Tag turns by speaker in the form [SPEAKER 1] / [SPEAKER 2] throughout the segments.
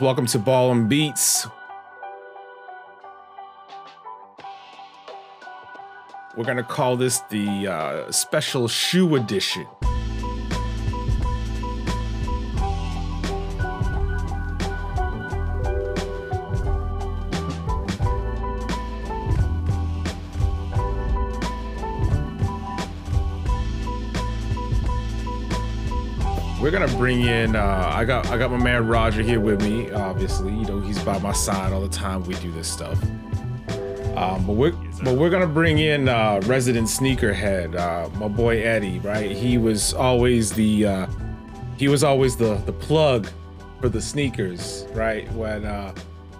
[SPEAKER 1] Welcome to Ball and Beats. We're going to call this the uh, special shoe edition. We're gonna bring in. Uh, I got I got my man Roger here with me. Obviously, you know he's by my side all the time. We do this stuff. Um, but we're but we're gonna bring in uh, resident sneakerhead, uh, my boy Eddie. Right, he was always the uh, he was always the the plug for the sneakers. Right when uh,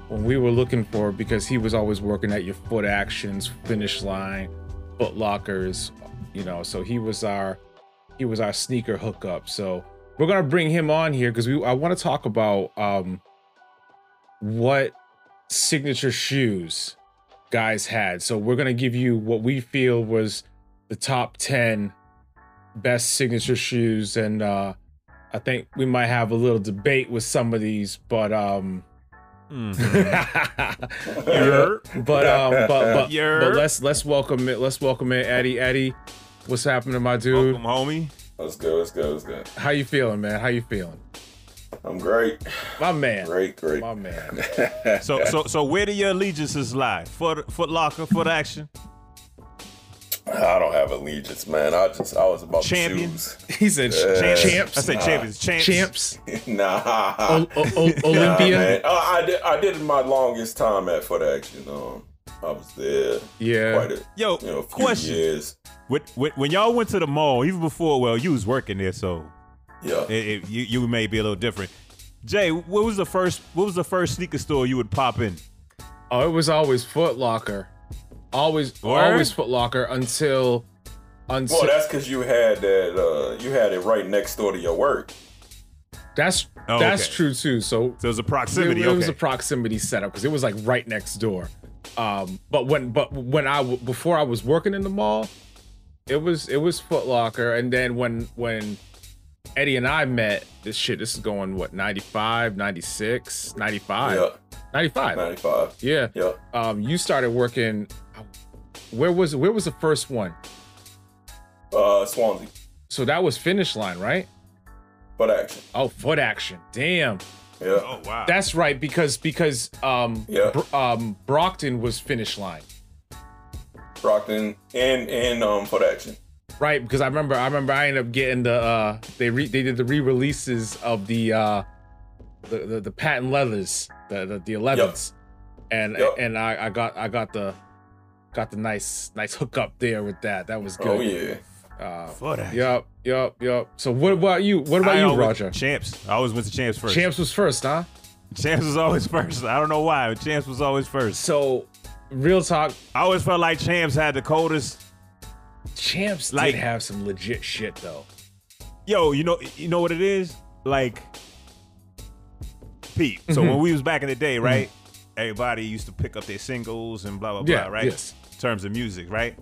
[SPEAKER 1] when we were looking for because he was always working at your foot actions, finish line, foot lockers. You know, so he was our he was our sneaker hookup. So we're gonna bring him on here because we I want to talk about um what signature shoes guys had. So we're gonna give you what we feel was the top ten best signature shoes, and uh I think we might have a little debate with some of these, but um
[SPEAKER 2] Yer.
[SPEAKER 1] but um but but,
[SPEAKER 2] Yer.
[SPEAKER 1] but let's let's welcome it let's welcome in Eddie Eddie what's happening my dude
[SPEAKER 2] Welcome, homie.
[SPEAKER 3] Let's go, let's go, let's go.
[SPEAKER 1] how you feeling man how you feeling
[SPEAKER 3] I'm great,
[SPEAKER 1] my man
[SPEAKER 3] great, great.
[SPEAKER 1] my man
[SPEAKER 2] So, so, so, where do your allegiances lie? Foot, Foot Locker, Foot Action.
[SPEAKER 1] Uh,
[SPEAKER 3] I don't have allegiance, man. I just, I was about
[SPEAKER 2] Champion.
[SPEAKER 3] shoes.
[SPEAKER 1] he said
[SPEAKER 3] Champs.
[SPEAKER 1] champs
[SPEAKER 2] I say champions, champs.
[SPEAKER 1] champs
[SPEAKER 3] nah.
[SPEAKER 1] O- O- O-
[SPEAKER 3] Nah,
[SPEAKER 1] Olympia.
[SPEAKER 3] man. Oh, I did, I did my longest time at Foot Action. Um, I was there
[SPEAKER 1] yeah.
[SPEAKER 3] quite a,
[SPEAKER 2] Yo,
[SPEAKER 3] you know, few
[SPEAKER 2] question.
[SPEAKER 3] years.
[SPEAKER 2] When, when, when y'all went to the mall, even before, well, you was working there, so
[SPEAKER 3] Yeah.
[SPEAKER 2] it, it, you, you may be a little different. Jay, what was the first, what was the first sneaker store you would pop in?
[SPEAKER 1] Oh, it was always Foot Locker. Always,
[SPEAKER 2] Word?
[SPEAKER 1] always Foot Locker until, until
[SPEAKER 3] well,
[SPEAKER 1] that's,
[SPEAKER 3] that's because you had that, uh, you had it right next door to your work.
[SPEAKER 1] that's
[SPEAKER 2] Oh, okay.
[SPEAKER 1] true too. So
[SPEAKER 2] So it was a
[SPEAKER 1] it,
[SPEAKER 2] proximity.
[SPEAKER 1] it was a
[SPEAKER 2] okay.
[SPEAKER 1] proximity setup because it was like right next door. Um, but when but when I w- before I was working in the mall, it was it was Foot Locker, and then when when Eddie and I met, this shit, this is going what 95, 96, 95,
[SPEAKER 3] Yeah,
[SPEAKER 1] 95.
[SPEAKER 3] 95.
[SPEAKER 1] Yeah.
[SPEAKER 3] Yeah.
[SPEAKER 1] um, you started working. uh, Where was where was the first one?
[SPEAKER 3] Uh, Swansea,
[SPEAKER 1] So that was finish line, right?
[SPEAKER 3] Foot Action.
[SPEAKER 1] Oh, foot action. Damn,
[SPEAKER 3] Yeah.
[SPEAKER 2] oh wow.
[SPEAKER 1] that's right because because um
[SPEAKER 3] Yeah.
[SPEAKER 1] Br- um Brockton was finish line,
[SPEAKER 3] Brockton and, and, um, Foot Action.
[SPEAKER 1] right? Because I remember I remember I ended up getting the uh they re- they did the re releases of the uh the, the the patent leathers the the, the 11s, and
[SPEAKER 3] Yup.
[SPEAKER 1] and I I got I got the got the nice nice hookup there with that. That was good.
[SPEAKER 3] Oh, yeah.
[SPEAKER 1] Uh,
[SPEAKER 2] Foot Action.
[SPEAKER 1] Yup, yup, yup. So what about you? What about
[SPEAKER 2] I
[SPEAKER 1] you,
[SPEAKER 2] always-
[SPEAKER 1] Roger?
[SPEAKER 2] Champs. I always went to Champs first.
[SPEAKER 1] Champs was first, huh?
[SPEAKER 2] Champs was always first. I don't know why, but Champs was always first.
[SPEAKER 1] So, real talk,
[SPEAKER 2] I always felt like Champs had the coldest
[SPEAKER 1] Champs
[SPEAKER 2] Like-
[SPEAKER 1] did have some legit shit though.
[SPEAKER 2] yo, you know, you know what it is? Like, Pete. So
[SPEAKER 1] Mm-hmm.
[SPEAKER 2] when we was back in the day, right? Everybody used to pick up their singles and blah blah
[SPEAKER 1] Yeah,
[SPEAKER 2] blah, right?
[SPEAKER 1] yes.
[SPEAKER 2] In terms of music, right?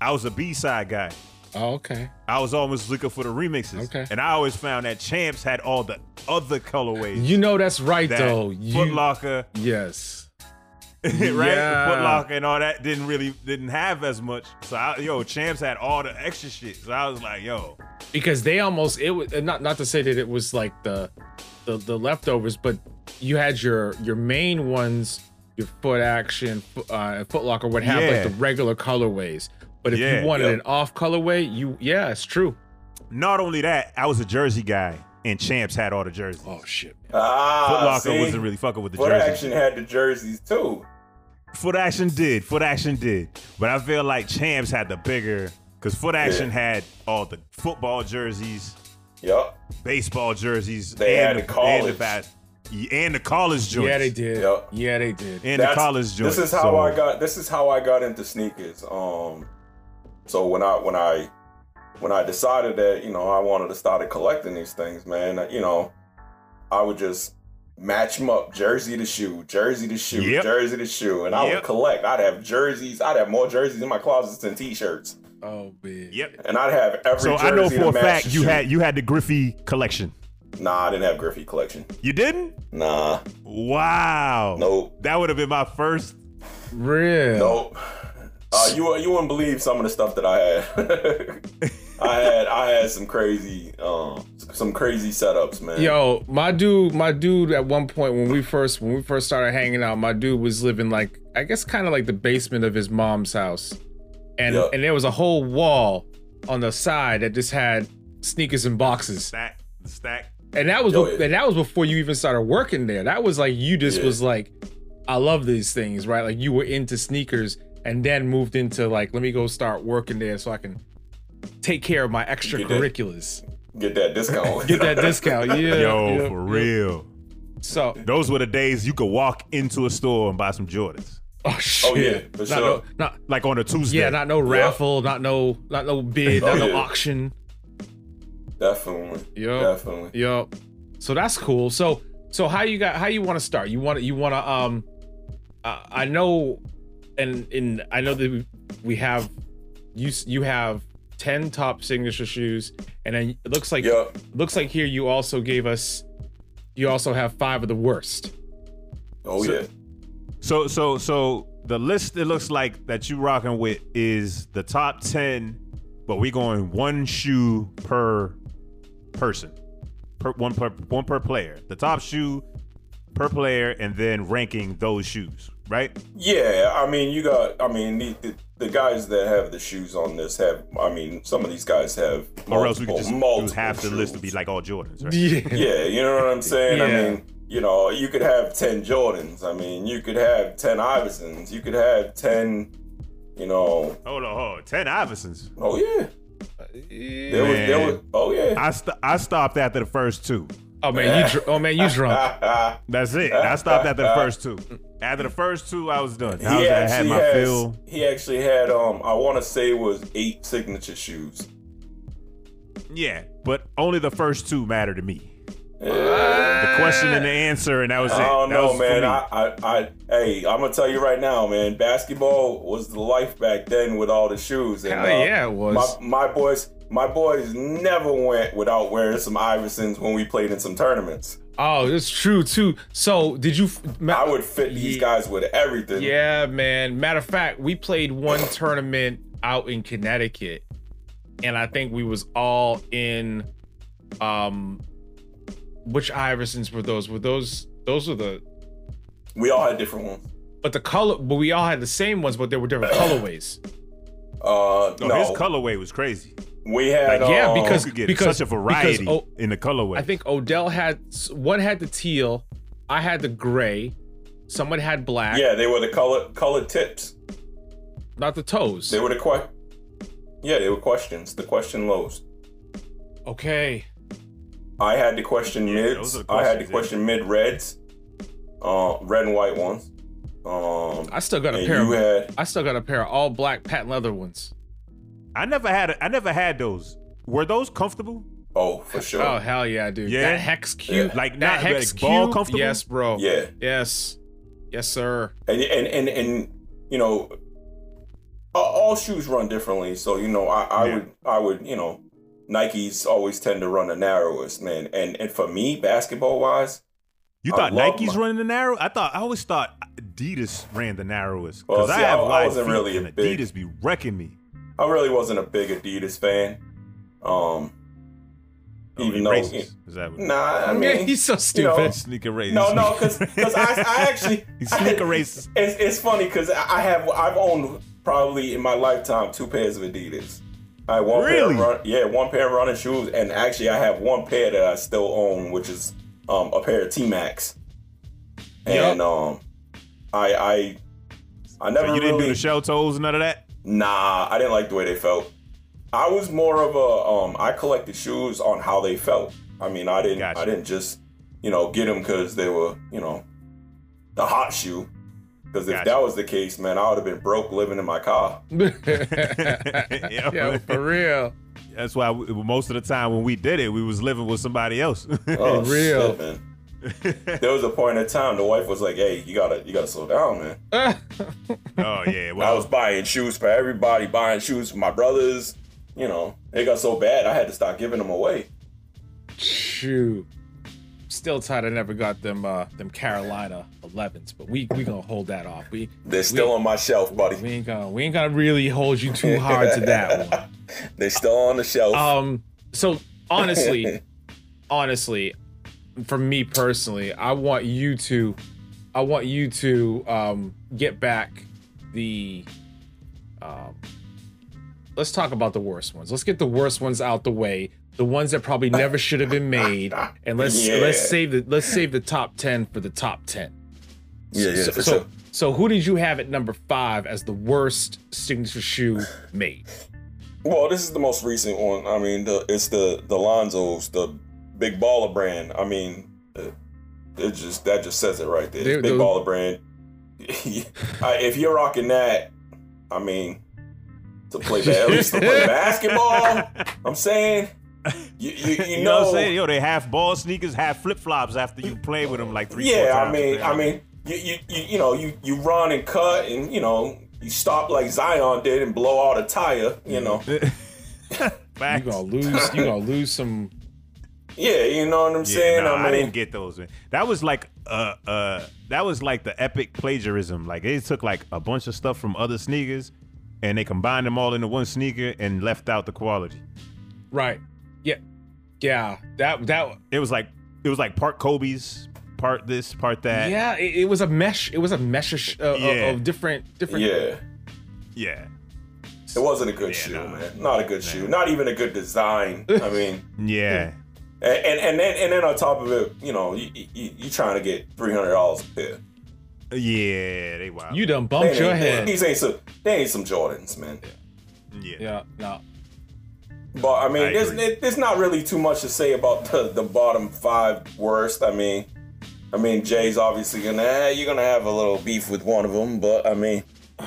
[SPEAKER 2] I was a B side guy.
[SPEAKER 1] Oh, okay.
[SPEAKER 2] I was almost looking for the remixes,
[SPEAKER 1] Okay.
[SPEAKER 2] and I always found that Champs had all the other colorways.
[SPEAKER 1] You know that's right
[SPEAKER 2] That
[SPEAKER 1] though.
[SPEAKER 2] Foot
[SPEAKER 1] You,
[SPEAKER 2] Locker,
[SPEAKER 1] yes.
[SPEAKER 2] right?
[SPEAKER 1] Yeah.
[SPEAKER 2] Foot Locker and all that didn't really didn't have as much. So I, yo, Champs had all the extra shit. So I was like, yo,
[SPEAKER 1] Because they almost it was not not to say that it was like the the, the leftovers, but you had your your main ones, your foot action, uh, foot locker would have
[SPEAKER 2] Yeah.
[SPEAKER 1] like the regular colorways. But if
[SPEAKER 2] Yeah,
[SPEAKER 1] you wanted
[SPEAKER 3] yup.
[SPEAKER 1] an off colorway, you yeah, it's true.
[SPEAKER 2] not only that, I was a jersey guy, and Champs had all the jerseys.
[SPEAKER 1] Oh shit.
[SPEAKER 3] Ah,
[SPEAKER 2] Foot Locker
[SPEAKER 3] see?
[SPEAKER 2] wasn't really fucking with the
[SPEAKER 3] Foot
[SPEAKER 2] jersey.
[SPEAKER 3] Action had the jerseys too.
[SPEAKER 2] Foot Action did. Foot Action did. But I feel like Champs had the bigger, because Foot Action had all the football jerseys,
[SPEAKER 3] Yup.
[SPEAKER 2] baseball jerseys,
[SPEAKER 3] They
[SPEAKER 2] and,
[SPEAKER 3] had the
[SPEAKER 2] and
[SPEAKER 3] college.
[SPEAKER 2] bat- and the college joints.
[SPEAKER 1] Yeah, they did.
[SPEAKER 3] Yup.
[SPEAKER 1] Yeah, they did.
[SPEAKER 2] And the college joints.
[SPEAKER 3] This is how
[SPEAKER 2] So,
[SPEAKER 3] I got. This is how I got into sneakers. Um, so when I when I when I decided that you know I wanted to start collecting these things, man, you know, I would just match them up, jersey to shoe, jersey to shoe,
[SPEAKER 2] Yep.
[SPEAKER 3] jersey to shoe, and I
[SPEAKER 2] Yep.
[SPEAKER 3] would collect. I'd have jerseys. I'd have more jerseys in my closets than T-shirts,
[SPEAKER 1] Oh man.
[SPEAKER 2] Yep.
[SPEAKER 3] and I'd have every.
[SPEAKER 2] So
[SPEAKER 3] jersey
[SPEAKER 2] I know for
[SPEAKER 3] to
[SPEAKER 2] a
[SPEAKER 3] match
[SPEAKER 2] fact
[SPEAKER 3] the
[SPEAKER 2] you
[SPEAKER 3] shoe.
[SPEAKER 2] had you had the Griffey collection.
[SPEAKER 3] Nah, I didn't have Griffey collection.
[SPEAKER 2] You didn't?
[SPEAKER 3] Nah,
[SPEAKER 2] Wow.
[SPEAKER 3] nope,
[SPEAKER 2] That would have been my first.
[SPEAKER 1] Real.
[SPEAKER 3] nope. Uh, you you wouldn't believe some of the stuff that I had. I had I had some crazy um some crazy setups, man.
[SPEAKER 1] Yo, my dude, my dude. At one point when we first when we first started hanging out, my dude was living like I guess kind of like the basement of his mom's house, and
[SPEAKER 3] Yeah.
[SPEAKER 1] and there was a whole wall on the side that just had sneakers and boxes,
[SPEAKER 2] Stack. Stack.
[SPEAKER 1] and that was
[SPEAKER 3] Yo,
[SPEAKER 1] bef-
[SPEAKER 3] yeah.
[SPEAKER 1] and that was before you even started working there. That was like you just
[SPEAKER 3] Yeah.
[SPEAKER 1] was like, I love these things, right? Like you were into sneakers, and then moved into like let me go start working there so I can take care of my extracurriculars,
[SPEAKER 3] Get that discount.
[SPEAKER 1] get that discount. Yeah,
[SPEAKER 2] Yo,
[SPEAKER 1] yeah,
[SPEAKER 2] for
[SPEAKER 1] yeah.
[SPEAKER 2] real.
[SPEAKER 1] So oh,
[SPEAKER 2] Those were the days you could walk into a store and buy some Jordans.
[SPEAKER 1] Oh shit!
[SPEAKER 3] yeah, for
[SPEAKER 1] not
[SPEAKER 3] sure.
[SPEAKER 1] no, not
[SPEAKER 2] Like on a Tuesday.
[SPEAKER 1] yeah, not no raffle, not no, not no bid,
[SPEAKER 3] Oh,
[SPEAKER 1] not no
[SPEAKER 3] yeah.
[SPEAKER 1] auction.
[SPEAKER 3] definitely.
[SPEAKER 1] Yo.
[SPEAKER 3] Definitely.
[SPEAKER 1] Yo, so that's cool. So, so how you got? How you want to start? You want to? You want to? Um, uh, I know, and and I know that we- we have you. s- You have ten top signature shoes, and then it looks like
[SPEAKER 3] Yep.
[SPEAKER 1] looks like here you also gave us. You also have five of the worst.
[SPEAKER 3] Oh
[SPEAKER 1] So-
[SPEAKER 3] yeah.
[SPEAKER 2] So so so the list it looks like that you rocking with is the top ten, but we going one shoe per person, per one per one per player. The top shoe per player, and then ranking those shoes, right?
[SPEAKER 3] Yeah, I mean, you got. I mean, the, the, the guys that have the shoes on this have. I mean, some of these guys have multiple,
[SPEAKER 2] Or else we could just
[SPEAKER 3] multiple
[SPEAKER 2] use half the list to be
[SPEAKER 3] shoes.
[SPEAKER 2] like all Jordans, right?
[SPEAKER 1] Yeah.
[SPEAKER 3] Yeah, you know what I'm saying.
[SPEAKER 1] Yeah.
[SPEAKER 3] I mean, you know, you could have ten Jordans. I mean, you could have ten Iversons. You could have ten. You know.
[SPEAKER 2] Hold on, hold on. ten Iversons.
[SPEAKER 3] Oh yeah. There was, there
[SPEAKER 2] Uh, Man.
[SPEAKER 3] was, oh yeah.
[SPEAKER 2] I st- I stopped after the first two.
[SPEAKER 1] Oh man, you. Dr- oh man, you drunk.
[SPEAKER 2] That's it. I stopped after the first two. After the first two, I was done. I, was,
[SPEAKER 3] he
[SPEAKER 2] I had
[SPEAKER 3] actually
[SPEAKER 2] my
[SPEAKER 3] has,
[SPEAKER 2] fill.
[SPEAKER 3] He actually had. Um, I want to say it was eight signature shoes.
[SPEAKER 2] Yeah, but only the first two matter to me.
[SPEAKER 3] Yeah.
[SPEAKER 2] The question and the answer, and that was it.
[SPEAKER 3] I don't
[SPEAKER 2] That
[SPEAKER 3] know,
[SPEAKER 2] was for
[SPEAKER 3] man.
[SPEAKER 2] me.
[SPEAKER 3] I, I, I, hey, I'm gonna tell you right now, man. Basketball was the life back then with all the shoes. And,
[SPEAKER 1] Hell
[SPEAKER 3] uh,
[SPEAKER 1] yeah, it was.
[SPEAKER 3] My, my boys, my boys never went without wearing some Iversons when we played in some tournaments.
[SPEAKER 1] oh, it's true too. So, did you? f- ma-
[SPEAKER 3] I would fit these
[SPEAKER 1] Ye-
[SPEAKER 3] guys with everything.
[SPEAKER 1] Yeah, man. Matter of fact, we played one tournament out in Connecticut, and I think we was all in. Um, which Iversons were those? Were those? Those were the.
[SPEAKER 3] we all had different ones.
[SPEAKER 1] But the color, but we all had the same ones, but they were different colorways.
[SPEAKER 3] Uh,
[SPEAKER 2] no,
[SPEAKER 3] no,
[SPEAKER 2] his colorway was crazy.
[SPEAKER 3] we had.
[SPEAKER 1] Like, yeah,
[SPEAKER 3] um,
[SPEAKER 2] You
[SPEAKER 1] because-
[SPEAKER 2] could get
[SPEAKER 1] because-
[SPEAKER 2] such a variety
[SPEAKER 1] because, oh,
[SPEAKER 2] in the colorway.
[SPEAKER 1] I think Odell had one had the teal, I had the gray, someone had black.
[SPEAKER 3] yeah, they were the color colored tips.
[SPEAKER 1] not the toes.
[SPEAKER 3] They were the que- Yeah, they were questions. The question lows.
[SPEAKER 1] okay.
[SPEAKER 3] I had to question
[SPEAKER 2] Yeah,
[SPEAKER 3] mids.
[SPEAKER 2] those are the
[SPEAKER 3] I had to
[SPEAKER 2] questions, yeah.
[SPEAKER 3] question mid reds, uh, red and white ones. Um,
[SPEAKER 1] I still got a
[SPEAKER 3] and
[SPEAKER 1] pair.
[SPEAKER 3] you
[SPEAKER 1] Of,
[SPEAKER 3] had
[SPEAKER 1] I still got a pair of all black patent leather ones.
[SPEAKER 2] I never had. I never had those. Were those comfortable?
[SPEAKER 3] oh for sure.
[SPEAKER 1] Oh hell yeah, dude!
[SPEAKER 2] Yeah?
[SPEAKER 1] that hex cube,
[SPEAKER 2] Like,
[SPEAKER 1] that
[SPEAKER 2] not
[SPEAKER 1] hex
[SPEAKER 2] like ball
[SPEAKER 1] cube.
[SPEAKER 2] comfortable?
[SPEAKER 1] Yes, bro.
[SPEAKER 3] Yeah,
[SPEAKER 1] Yes, yes, sir.
[SPEAKER 3] and and and and you know, a- all shoes run differently. So you know, I, I
[SPEAKER 2] Yeah.
[SPEAKER 3] would I would you know, Nikes always tend to run the narrowest man. And and for me, basketball wise,
[SPEAKER 2] You
[SPEAKER 3] I
[SPEAKER 2] thought
[SPEAKER 3] love
[SPEAKER 2] Nike's
[SPEAKER 3] my-
[SPEAKER 2] running the narrow? I thought I always thought Adidas ran the narrowest
[SPEAKER 3] Well,
[SPEAKER 2] because I
[SPEAKER 3] see, I-
[SPEAKER 2] have
[SPEAKER 3] I
[SPEAKER 2] wide
[SPEAKER 3] wasn't
[SPEAKER 2] feet
[SPEAKER 3] really
[SPEAKER 2] and
[SPEAKER 3] a big-
[SPEAKER 2] Adidas be wrecking me.
[SPEAKER 3] I really wasn't a big Adidas fan. Um,
[SPEAKER 2] Oh,
[SPEAKER 3] even
[SPEAKER 2] you
[SPEAKER 3] though,
[SPEAKER 2] racist. Is that what?
[SPEAKER 3] nah,
[SPEAKER 1] Yeah,
[SPEAKER 3] I mean,
[SPEAKER 1] he's so
[SPEAKER 3] you know,
[SPEAKER 1] stupid.
[SPEAKER 2] Sneaker racist.
[SPEAKER 3] No, no, because I, I actually
[SPEAKER 2] He's sneaker racist.
[SPEAKER 3] It's, it's funny because I I have I've owned probably in my lifetime two pairs of Adidas. I one
[SPEAKER 2] Really?
[SPEAKER 3] pair of run, yeah one pair of running shoes and actually I have one pair that I still own which is um a pair of T Max. And um I I I never
[SPEAKER 2] So you didn't
[SPEAKER 3] really
[SPEAKER 2] do the shell toes, none of that.
[SPEAKER 3] nah I didn't like the way they felt. I was more of a um I collected shoes on how they felt. I mean I didn't
[SPEAKER 2] Gotcha.
[SPEAKER 3] I didn't just you know get them because they were you know the hot shoe. Because if
[SPEAKER 2] Gotcha.
[SPEAKER 3] that was the case, man, I would have been broke living in my car.
[SPEAKER 1] yeah,
[SPEAKER 2] Yo.
[SPEAKER 1] for real.
[SPEAKER 2] That's why we, most of the time when we did it, we was living with somebody else.
[SPEAKER 3] Oh,
[SPEAKER 1] Real.
[SPEAKER 3] shit, man. there was a point in time the wife was like, "Hey, you gotta, you gotta slow down, man."
[SPEAKER 1] Ah,
[SPEAKER 2] Oh yeah,
[SPEAKER 3] I
[SPEAKER 2] well,
[SPEAKER 3] was buying shoes for everybody, buying shoes for my brothers. You know, it got so bad I had to stop giving them away.
[SPEAKER 1] Shoot. still tight. I never got them uh them Carolina 11s, but we we gonna hold that off. We
[SPEAKER 3] They're still on my shelf, buddy.
[SPEAKER 1] we ain't gonna we ain't gonna really hold you too hard to that one.
[SPEAKER 3] They're still on the shelf.
[SPEAKER 1] Um. So honestly, honestly, for me personally, I want you to, I want you to um, get back the. Um, let's talk about the worst ones. Let's get the worst ones out the way. The ones that probably never should have been made, and let's
[SPEAKER 3] Yeah.
[SPEAKER 1] let's save the let's save the top ten for the top ten.
[SPEAKER 3] yeah, yeah,
[SPEAKER 1] so,
[SPEAKER 3] for
[SPEAKER 1] so,
[SPEAKER 3] sure.
[SPEAKER 1] so who did you have at number five as the worst signature shoe made?
[SPEAKER 3] Well, this is the most recent one. I mean, the, it's the the Lonzo's, the Big Baller brand. I mean, it, it just that just says it right there.
[SPEAKER 1] They-
[SPEAKER 3] Big
[SPEAKER 1] those-
[SPEAKER 3] Baller brand. I- if you're rocking that, I mean, to play ba- at least to play basketball. I'm saying, you you, you
[SPEAKER 2] You know,
[SPEAKER 3] know,
[SPEAKER 2] what I'm saying? Yo, they half ball sneakers, half flip flops after you play with them like three, four
[SPEAKER 3] yeah. I
[SPEAKER 2] times.
[SPEAKER 3] mean, I mean, you, you you you know, you you run and cut, and you know, you stop like Zion did and blow out a tire. You know.
[SPEAKER 2] Mm-hmm.
[SPEAKER 1] You
[SPEAKER 2] Facts.
[SPEAKER 1] gonna lose. You gonna lose some
[SPEAKER 3] Yeah, you know what I'm
[SPEAKER 2] Yeah,
[SPEAKER 3] saying.
[SPEAKER 2] nah,
[SPEAKER 3] I mean,
[SPEAKER 2] I didn't get those. Man. That was like uh uh that was like the epic plagiarism. Like they took like a bunch of stuff from other sneakers and they combined them all into one sneaker and left out the quality.
[SPEAKER 1] Right. Yeah. Yeah. That that
[SPEAKER 2] It was like it was like part Kobe's, part this, part that.
[SPEAKER 1] yeah, it, it was a mesh. It was a mesh of, sh- uh, of-
[SPEAKER 2] Yeah.
[SPEAKER 1] of different different
[SPEAKER 3] yeah.
[SPEAKER 2] Yeah.
[SPEAKER 3] It wasn't a good
[SPEAKER 2] Yeah,
[SPEAKER 3] shoe,
[SPEAKER 2] nah.
[SPEAKER 3] man. Not a good shoe. Not even a good design. I mean,
[SPEAKER 2] Yeah.
[SPEAKER 3] and and and then, and then on top of it, you know, you you, you trying to get three hundred dollars a pair.
[SPEAKER 2] Yeah, they wild.
[SPEAKER 1] You done
[SPEAKER 3] They
[SPEAKER 1] bumped
[SPEAKER 3] ain't-
[SPEAKER 1] your
[SPEAKER 3] they-
[SPEAKER 1] head.
[SPEAKER 3] These ain't some. They ain't some Jordans, man.
[SPEAKER 2] yeah.
[SPEAKER 1] yeah. No.
[SPEAKER 3] But I mean,
[SPEAKER 2] I
[SPEAKER 3] there's
[SPEAKER 2] agree.
[SPEAKER 3] there's not really too much to say about the the bottom five worst. I mean, I mean, Jay's obviously gonna eh, you're gonna have a little beef with one of them, but I mean, uh,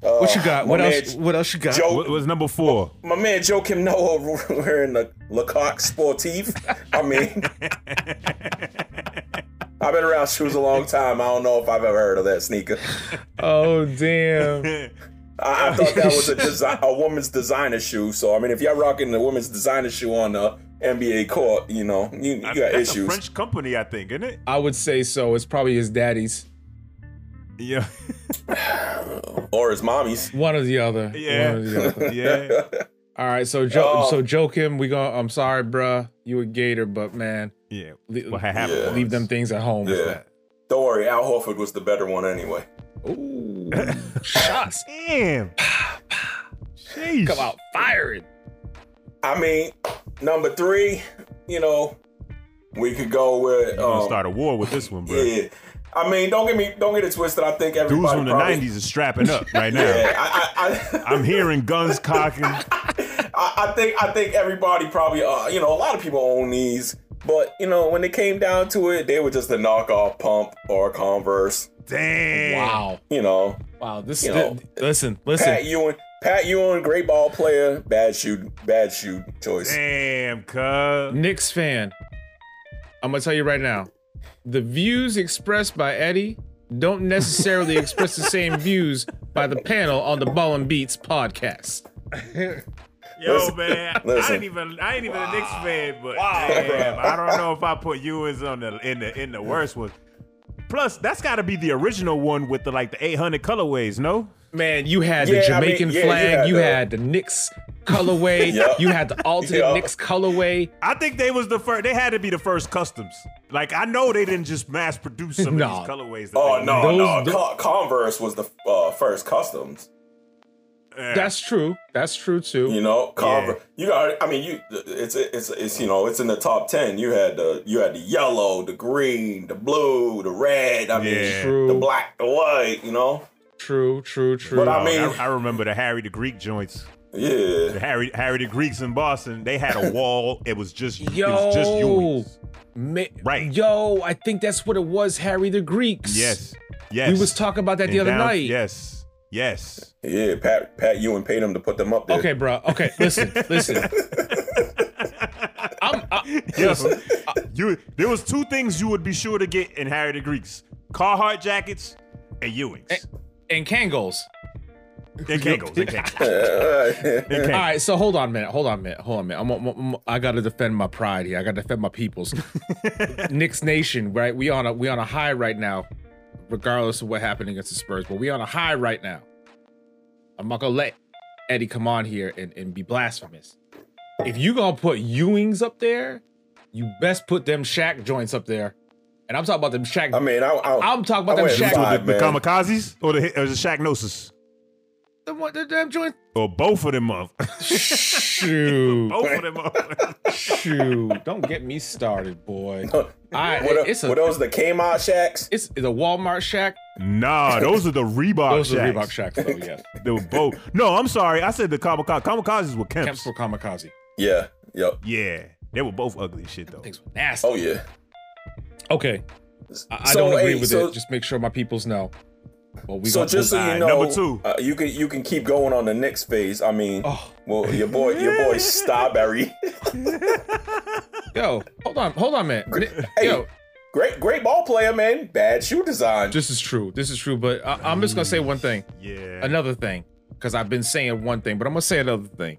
[SPEAKER 1] What you got?
[SPEAKER 3] my
[SPEAKER 1] What
[SPEAKER 3] man
[SPEAKER 1] else? What else you got?
[SPEAKER 3] Joe-
[SPEAKER 2] What was number four?
[SPEAKER 3] My man Joakim Noah wearing the Lecoq Sportif. I mean, I've been around shoes a long time. I don't know if I've ever heard of that sneaker.
[SPEAKER 1] Oh damn.
[SPEAKER 3] I, I thought that was a desi a woman's designer shoe. So I mean, if y'all rocking the woman's designer shoe on the NBA court, you know, you, you
[SPEAKER 2] I-
[SPEAKER 3] got
[SPEAKER 2] that's a
[SPEAKER 3] issues.
[SPEAKER 2] French company, I think, isn't it?
[SPEAKER 1] I would say so. It's probably his daddy's.
[SPEAKER 2] Yeah.
[SPEAKER 3] or his mommy's.
[SPEAKER 1] One or the other.
[SPEAKER 2] Yeah.
[SPEAKER 1] One or the other.
[SPEAKER 2] yeah.
[SPEAKER 1] All right. So Joe.
[SPEAKER 3] Oh.
[SPEAKER 1] So Joakim, we going I'm sorry, bruh. You a Gator, but man,
[SPEAKER 2] Yeah.
[SPEAKER 1] le-
[SPEAKER 2] What happened?
[SPEAKER 3] Yeah.
[SPEAKER 2] was-
[SPEAKER 1] leave them things at home.
[SPEAKER 3] Yeah. Don't worry, Al Horford was the better one anyway.
[SPEAKER 1] Ooh. Shots
[SPEAKER 2] Damn. Jeez.
[SPEAKER 1] come out firing.
[SPEAKER 3] I mean, number three, you know, we could go
[SPEAKER 2] We're
[SPEAKER 3] with.
[SPEAKER 2] gonna
[SPEAKER 3] um,
[SPEAKER 2] start a war with this one, bro.
[SPEAKER 3] Yeah, I mean, don't get me don't get it twisted. I think everybody
[SPEAKER 2] Dudes from the
[SPEAKER 3] probably-
[SPEAKER 2] '90s is strapping up right now.
[SPEAKER 3] Yeah, I, I, I,
[SPEAKER 2] I'm hearing guns cocking.
[SPEAKER 3] I, I think I think everybody probably uh, you know a lot of people own these, but you know when it came down to it, they were just a knockoff pump or Converse.
[SPEAKER 2] Damn.
[SPEAKER 1] Wow.
[SPEAKER 3] You know,
[SPEAKER 1] Wow. This.
[SPEAKER 3] You know,
[SPEAKER 1] thi- listen. Listen.
[SPEAKER 3] Pat Ewan, Pat Ewan, great ball player, bad shoot, bad shoot choice.
[SPEAKER 2] Damn, cuz.
[SPEAKER 1] Knicks fan, I'm gonna tell you right now, the views expressed by Eddie don't necessarily express the same views by the panel on the Ball and Beats podcast.
[SPEAKER 2] Yo,
[SPEAKER 3] Listen,
[SPEAKER 2] man. I
[SPEAKER 3] listen.
[SPEAKER 2] ain't even I ain't even a Knicks fan, but damn, I don't know if I put Ewans on the in the in the worst one. Plus, that's gotta be the original one with the like the 800 colorways, no?
[SPEAKER 1] Man, you had the
[SPEAKER 3] Yeah, I mean,
[SPEAKER 1] Jamaican
[SPEAKER 3] yeah, you
[SPEAKER 1] flag,
[SPEAKER 3] had
[SPEAKER 1] you
[SPEAKER 3] the-
[SPEAKER 1] had the Knicks colorway,
[SPEAKER 3] Yup.
[SPEAKER 1] you had the alternate
[SPEAKER 3] Yup.
[SPEAKER 1] Knicks colorway.
[SPEAKER 2] I think they was the first. They had to be the first customs. Like I know they didn't just mass produce some
[SPEAKER 1] Nah.
[SPEAKER 2] of these colorways. that
[SPEAKER 3] Oh
[SPEAKER 2] they-
[SPEAKER 3] no,
[SPEAKER 1] Those-
[SPEAKER 3] no, Con- Converse was the uh, first customs.
[SPEAKER 2] Yeah.
[SPEAKER 1] That's true. That's true too.
[SPEAKER 3] You know, Converse. You got. I mean, you. It's it's it's you know, it's in the top ten. You had the you had the yellow, the green, the blue, the red. I mean,
[SPEAKER 2] Yeah.
[SPEAKER 3] the
[SPEAKER 1] True.
[SPEAKER 3] black, the white. You know.
[SPEAKER 1] True, true, true.
[SPEAKER 3] But I mean-
[SPEAKER 2] I, I remember the Harry the Greek joints. The
[SPEAKER 3] Yeah.
[SPEAKER 2] Harry Harry the Greeks in Boston. They had a wall. It was just it was just
[SPEAKER 1] yo,
[SPEAKER 2] Ewans.
[SPEAKER 1] ma-
[SPEAKER 2] Right.
[SPEAKER 1] yo, I think that's what it was, Harry the Greeks.
[SPEAKER 2] Yes, yes.
[SPEAKER 1] We was talking about that the
[SPEAKER 2] And
[SPEAKER 1] other
[SPEAKER 2] down-
[SPEAKER 1] night.
[SPEAKER 2] Yes, yes.
[SPEAKER 3] Yeah. Pat Pat Ewan paid him to put them up there.
[SPEAKER 1] Okay, bro. Okay, listen, listen. I'm I,
[SPEAKER 2] Yo,
[SPEAKER 1] listen,
[SPEAKER 2] you. There was two things you would be sure to get in
[SPEAKER 1] Eh.
[SPEAKER 2] Harry the Greeks: Carhartt jackets and Ewings.
[SPEAKER 1] and Kangos.
[SPEAKER 2] It Kegels. It Kegels. It
[SPEAKER 1] All
[SPEAKER 2] Kegels.
[SPEAKER 1] right, so hold on a minute. Hold on a minute. Hold on a minute. I'm, I'm, I'm, I got to defend my pride here. I got to defend my peoples. Knicks Nation, right? We on a we on a high right now, regardless of what happened against the Spurs. But we on a high right now. I'm not gonna let Eddie come on here and, and be blasphemous. If you gonna put Ewings up there, you best put them Shaq joints up there. And I'm talking about them Shaq.
[SPEAKER 3] I mean, I, I,
[SPEAKER 1] I'm talking about
[SPEAKER 3] I
[SPEAKER 1] them
[SPEAKER 3] went
[SPEAKER 1] Shaq.
[SPEAKER 3] five.
[SPEAKER 2] The, the
[SPEAKER 3] Alright, man.
[SPEAKER 2] kamikazes or the or the Shacknosis
[SPEAKER 1] The, one- the damn joints.
[SPEAKER 2] or both of them mother-
[SPEAKER 1] Shoot.
[SPEAKER 2] both of them mother-
[SPEAKER 1] Shoot. Don't get me started, boy.
[SPEAKER 3] Oh.
[SPEAKER 1] I,
[SPEAKER 3] were, the-
[SPEAKER 1] it's a
[SPEAKER 3] were those the Kmart shacks?
[SPEAKER 1] it's the Walmart shack.
[SPEAKER 2] Nah, those are the Reebok
[SPEAKER 1] Those are
[SPEAKER 2] Shacks.
[SPEAKER 1] Oh, the Reebok shacks, though, yes.
[SPEAKER 2] They were both. No, I'm sorry. I said the kamikaze. Kamikazes were Kemps.
[SPEAKER 1] Camps for kamikaze.
[SPEAKER 3] Yeah. Yep.
[SPEAKER 2] Yeah, they were both ugly as shit though.
[SPEAKER 1] Things were nasty.
[SPEAKER 3] Oh yeah.
[SPEAKER 1] Okay. I, I
[SPEAKER 3] So,
[SPEAKER 1] don't agree
[SPEAKER 3] hey,
[SPEAKER 1] with
[SPEAKER 3] so-
[SPEAKER 1] it. Just make sure my peoples know. Well, we
[SPEAKER 3] So
[SPEAKER 1] gonna-
[SPEAKER 3] just so
[SPEAKER 2] all
[SPEAKER 3] you
[SPEAKER 2] right,
[SPEAKER 3] know,
[SPEAKER 2] number two.
[SPEAKER 3] Uh, you can you can keep going on the next phase. I mean,
[SPEAKER 1] Oh.
[SPEAKER 3] well, your boy your boy Starberry,
[SPEAKER 1] yo, hold on, hold on, man. Ni-
[SPEAKER 3] Hey.
[SPEAKER 1] Yo,
[SPEAKER 3] great great ball player, man. Bad shoe design.
[SPEAKER 1] this is true. This is true. But I, I'm just gonna say one thing,
[SPEAKER 2] Yeah.
[SPEAKER 1] another thing, because I've been saying one thing, but I'm gonna say another thing.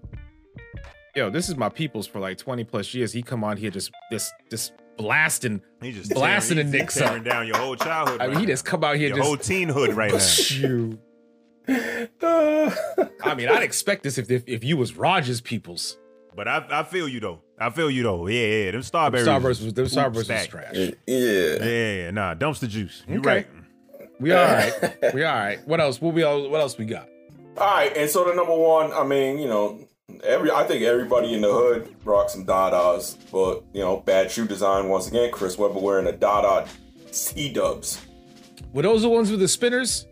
[SPEAKER 1] Yo, this is my peoples for like 20 plus years. He come on here just this this blasting.
[SPEAKER 2] He just
[SPEAKER 1] Blasting
[SPEAKER 2] tearing,
[SPEAKER 1] the
[SPEAKER 2] he's
[SPEAKER 1] Knicks
[SPEAKER 2] tearing down your whole childhood.
[SPEAKER 1] I mean,
[SPEAKER 2] right
[SPEAKER 1] he just
[SPEAKER 2] now.
[SPEAKER 1] come out here
[SPEAKER 2] your whole
[SPEAKER 1] just.
[SPEAKER 2] teenhood right now.
[SPEAKER 1] Shoot. I mean, I'd expect this if if, if you was Rogers peoples.
[SPEAKER 2] But I, I feel you though. I feel you though. Yeah, yeah. Them starberries.
[SPEAKER 1] Starburst was them
[SPEAKER 2] oops,
[SPEAKER 1] Starburst was
[SPEAKER 2] back.
[SPEAKER 1] trash.
[SPEAKER 3] yeah.
[SPEAKER 2] Yeah, nah. Dumpster juice. You
[SPEAKER 1] Okay.
[SPEAKER 2] right.
[SPEAKER 1] We all right. we all right. What else? What we all, what else we got?
[SPEAKER 3] All right, and so the number one, I mean, you know, every I think everybody in the hood rocks some Dadas, but you know, bad shoe design once again. Chris Webber wearing a Dada C Dubs.
[SPEAKER 1] Were those the ones with the spinners?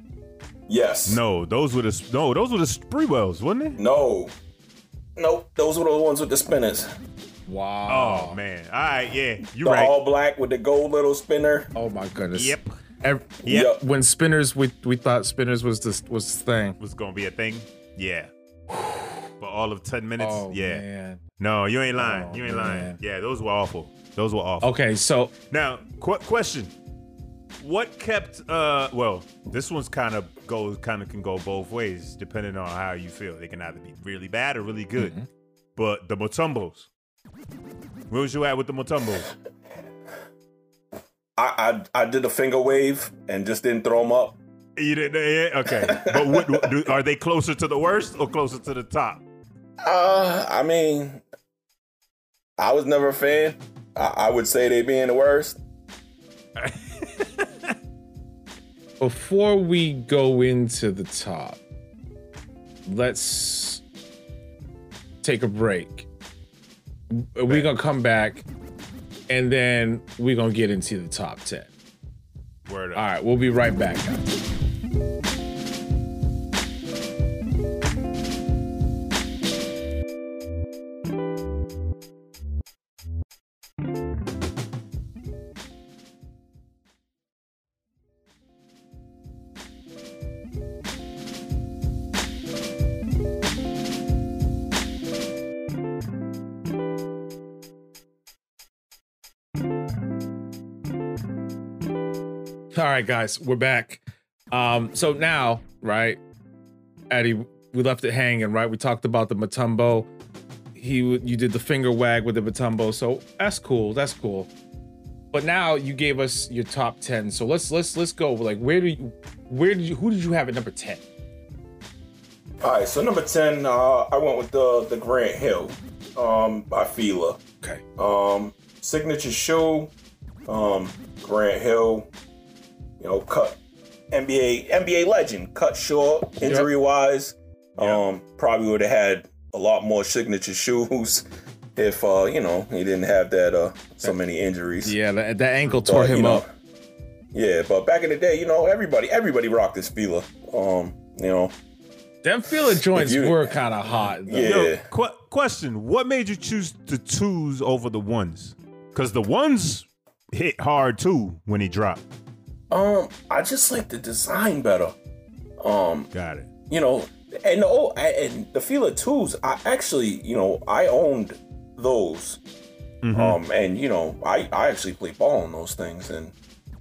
[SPEAKER 3] Yes.
[SPEAKER 2] No, those were the no, those were the Spreewells, wasn't it?
[SPEAKER 3] No. Nope. Those were the ones with the spinners.
[SPEAKER 1] Wow.
[SPEAKER 2] Oh man. All right. Yeah, you
[SPEAKER 3] The
[SPEAKER 2] right.
[SPEAKER 3] all black with the gold little spinner.
[SPEAKER 1] Oh my goodness.
[SPEAKER 2] yep.
[SPEAKER 1] Ev-
[SPEAKER 2] Yep.
[SPEAKER 3] Yep.
[SPEAKER 1] when spinners, we we thought spinners was this was the thing.
[SPEAKER 2] Was gonna be a thing. Yeah. For all of ten minutes.
[SPEAKER 1] Oh
[SPEAKER 2] yeah.
[SPEAKER 1] man.
[SPEAKER 2] No, you ain't lying.
[SPEAKER 1] Oh,
[SPEAKER 2] you ain't
[SPEAKER 1] man.
[SPEAKER 2] lying. Yeah, those were awful. Those were awful.
[SPEAKER 1] Okay, so
[SPEAKER 2] Now, qu- question: What kept? uh Well, this one's kind of goes, kind of can go both ways, depending on how you feel. They can either be really bad or really good.
[SPEAKER 1] Mm-hmm.
[SPEAKER 2] But the Motumbos, where was you at with the Motumbos?
[SPEAKER 3] I, I I did a finger wave and just didn't throw them up.
[SPEAKER 2] you didn't know yet? Okay, but what, what- do, are they closer to the worst or closer to the top?
[SPEAKER 3] Uh, I mean, I was never a fan. I, I would say they being the worst.
[SPEAKER 1] before we go into the top, let's take a break. We're gonna come back and then we're gonna get into the top ten.
[SPEAKER 2] Word up.
[SPEAKER 1] All right, we'll be right back, guys. All right, guys, we're back. Um, so now, right, Eddie, we left it hanging, right? We talked about the Matumbo. He, w- you did the finger wag with the Matumbo, so that's cool. That's cool. But now you gave us your top ten. So let's let's let's go. Like, where do you, where did you, who did you have at number ten?
[SPEAKER 3] All right, so number ten, uh, I went with the the Grant Hill, um, by Fila.
[SPEAKER 1] Okay.
[SPEAKER 3] Um, signature shoe, um, Grant Hill. You know, cut NBA NBA legend, cut short injury wise.
[SPEAKER 2] Yep.
[SPEAKER 3] Um, probably would have had a lot more signature shoes if uh, you know he didn't have that uh so many injuries.
[SPEAKER 1] Yeah, that, that ankle
[SPEAKER 3] But,
[SPEAKER 1] tore
[SPEAKER 3] you
[SPEAKER 1] him
[SPEAKER 3] know,
[SPEAKER 1] up.
[SPEAKER 3] Yeah, but back in the day, you know, everybody everybody rocked this Fila. Um, you know,
[SPEAKER 1] Them feeler joints
[SPEAKER 3] you-
[SPEAKER 1] were kind of hot. Though.
[SPEAKER 3] Yeah.
[SPEAKER 2] Yo, qu- question: What made you choose the twos over the ones? Because the ones hit hard too when he dropped.
[SPEAKER 3] Um, I just like the design better. Um,
[SPEAKER 2] Got it.
[SPEAKER 3] you know, and the old I- and the Fila twos. I actually, you know, I owned those. Um, and you know, I I actually played ball on those things and